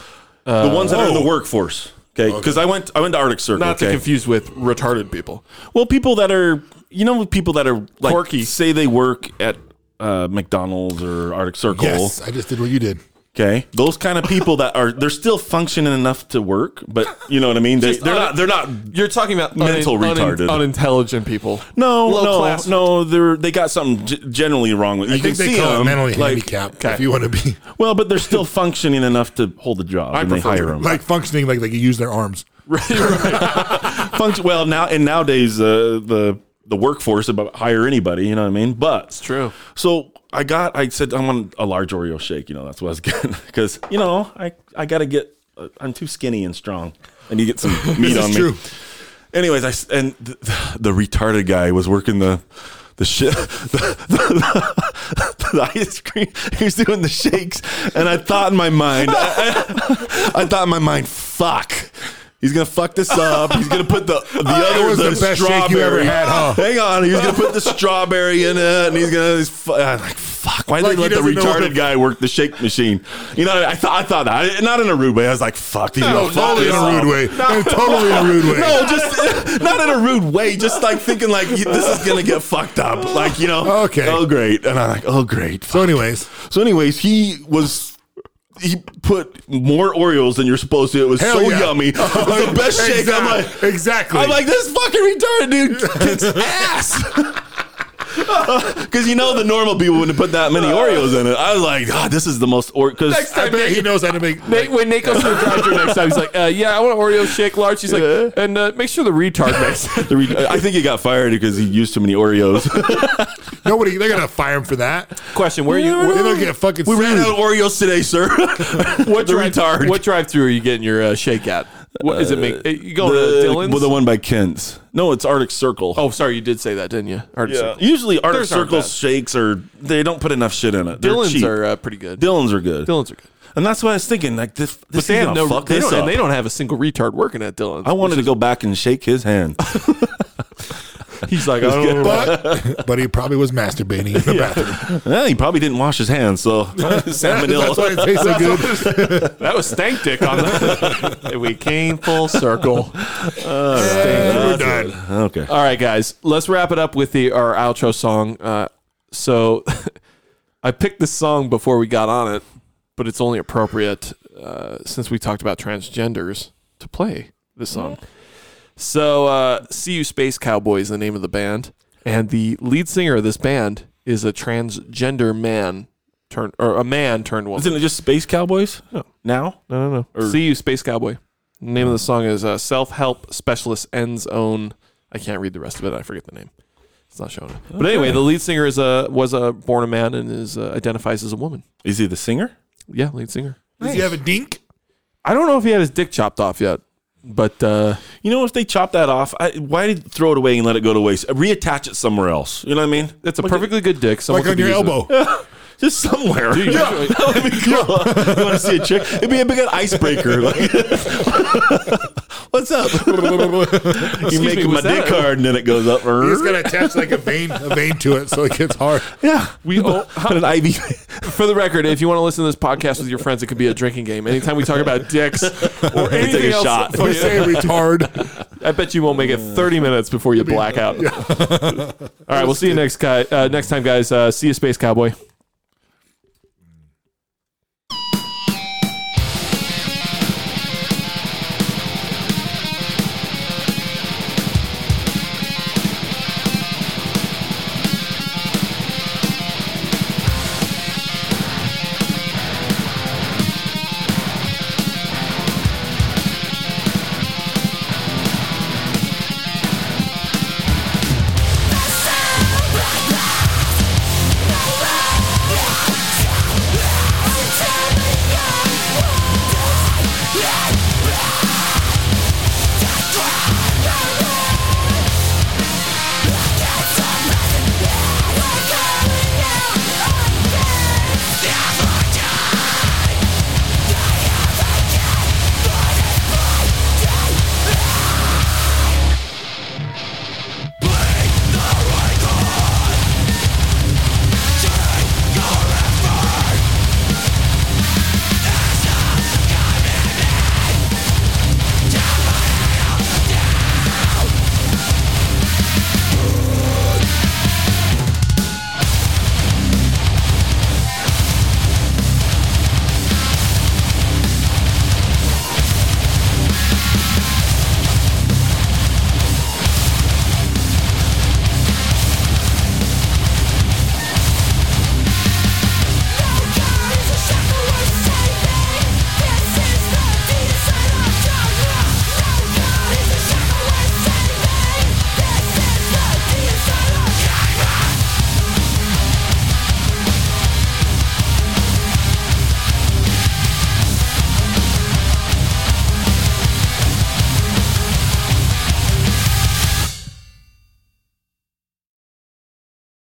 S2: the ones that are in the workforce. Oh. Okay, because I went I went to Arctic Circle.
S1: Not to
S2: okay?
S1: confuse with retarded people.
S2: Well, people that are you know people that are like
S1: Quirky.
S2: say they work at uh, McDonald's or Arctic Circle.
S3: Yes, I just did what you did.
S2: Okay, those kind of people that are they're still functioning enough to work, but you know what I mean. They,
S1: Just
S2: they're
S1: un-
S2: not they're not
S1: You're talking about
S2: Mental retarded.
S1: unintelligent people.
S2: No,
S1: Low
S2: no,
S1: class.
S2: no. They're they got something g- generally wrong with. You
S3: I think
S2: can
S3: they
S2: see
S3: call it
S2: them,
S3: mentally
S2: like,
S3: handicapped.
S1: okay.
S3: If you want to be
S2: Well, but they're still functioning enough to hold the job, and they
S1: prefer
S2: hire them.
S3: like functioning like they can use their arms.
S1: Right, right.
S2: Function well now, and nowadays uh, the the workforce about hire anybody. You know what I mean? But
S1: True.
S2: So I got, I said, I want a large Oreo shake. You know, that's what I was getting because you know I I gotta get. Uh, I'm too skinny and strong. I need to get some meat on
S3: It's
S2: me.
S3: true.
S2: Anyways, I s- and the, the retarded guy was working the the shit the, the, the ice cream. He was doing the shakes, and I thought in my mind, I, I thought in my mind, fuck. He's gonna fuck this up. He's gonna put the the other
S3: Uh, was the best shake you ever
S2: strawberry-
S3: had, huh?
S2: Hang on, he's gonna put the strawberry in it, and he's gonna. He's fu- uh, I'm like, fuck. Why
S3: Like,
S2: did
S3: he
S2: they let the
S3: doesn't know what
S2: retarded
S3: the-
S2: guy work the shake machine? You know, I thought I thought that I, not in a rude way. I was like, fuck, these no,
S3: Totally in a rude way. Totally in a rude way.
S2: No, just not in a rude way. Just like thinking like you- this is gonna get fucked up. Like you know.
S3: Okay.
S2: Oh great, and I'm like, oh great.
S3: So, anyways,
S2: So, anyways, he was he put more Oreos than you're supposed to. It was
S3: Hell
S2: so
S3: yeah.
S2: yummy. It was the best shake. I'm
S3: Exact-
S2: like,
S3: exactly.
S2: I'm like, this fucking retarded dude kicks ass. Because you know the normal people wouldn't put that many Oreos in it. I was like, God, this is the most or because
S1: Next
S3: I bet he knows how to make.
S1: Nate, when Nate goes to the drive-thru next time, he's like, uh, "Yeah, I want an Oreo shake, large." He's
S2: Yeah.
S1: like, "And uh, make sure the retard makes." it."
S2: the re- I think he got fired because he used too many Oreos.
S3: Nobody, they're gonna fire him for that.
S1: Question: Where are you?
S3: They're
S1: Where,
S3: gonna get fucking.
S2: we ran
S3: sued.
S2: out of Oreos today, sir.
S1: what
S2: the
S1: drive?
S2: retard? Uh,
S1: What drive-through are you getting your uh, shake at? What is it? Make eh, you go to
S2: the,
S1: Dylan's?
S2: well, the one by Kent's. No, it's Arctic Circle.
S1: oh, sorry, you did say that, didn't you? Arctic
S2: Yeah.
S1: Circle.
S2: Usually Arctic
S1: Theirs aren't
S2: Circle
S1: bad.
S2: shakes are they don't put enough shit in it. They're
S1: Dylan's
S2: cheap.
S1: are uh, pretty good.
S2: Dylan's are good.
S1: Dylan's are good,
S2: And that's what I was thinking. Like this, this
S1: but they have no.
S2: fuck
S1: They
S2: this
S1: don't,
S2: up.
S1: and they don't have a single retard working at Dylan's.
S2: I wanted to go back and shake his hand.
S1: he's like, I don't know.
S3: but, but he probably was masturbating in the bathroom.
S2: Eh, he probably didn't wash his hands, so
S3: That's why
S2: salmonella.
S3: it tastes so good.
S1: that was stank dick on the. we came full circle.
S3: We're done.
S2: Okay.
S1: All right, guys, let's wrap it up with the our outro song. Uh, so, I picked this song before we got on it, but it's only appropriate uh, since we talked about transgenders to play this song. So, uh, "See You Space Cowboy" is the name of the band, and the lead singer of this band is a transgender man turned or a man turned woman.
S2: Isn't it just Space Cowboys now?
S1: No, no, no. See you, Space Cowboy. The name of the song is uh, Self Help Specialist Ends Own. I can't read the rest of it. I forget the name. It's not showing. It. But anyway, the lead singer is a was a born a man and is uh, identifies as a woman.
S2: Is he the singer?
S1: Yeah, lead singer.
S3: Does he have a dink?
S1: I don't know if he had his dick chopped off yet, but uh,
S2: You know, if they chop that off, I, why did throw it away and let it go to waste? Reattach it somewhere else. You know what I mean?
S1: it's a perfectly good dick. Someone
S3: Like on
S1: could
S3: your
S1: use it.
S3: elbow.
S2: Just somewhere.
S1: Dude, you
S2: yeah.
S1: should-
S2: That would be cool. you want to see a chick? It'd be a big icebreaker. Like, what's up? you make
S1: me,
S2: my
S1: was that
S2: dick
S1: a-
S2: hard, and then it goes up.
S3: He's gonna attach like a vein, a vein to it, so it gets hard.
S2: yeah.
S1: We oh,
S2: Put an IV.
S1: for the record, if you want to listen to this podcast with your friends, it could be a drinking game. Anytime we talk about dicks or anything
S2: a
S1: else,
S2: shot.
S3: We say retard.
S1: I bet you won't make it 30 minutes before you black out. All right, we'll see you next guy. Uh, next time, guys. Uh, see you, Space Cowboy.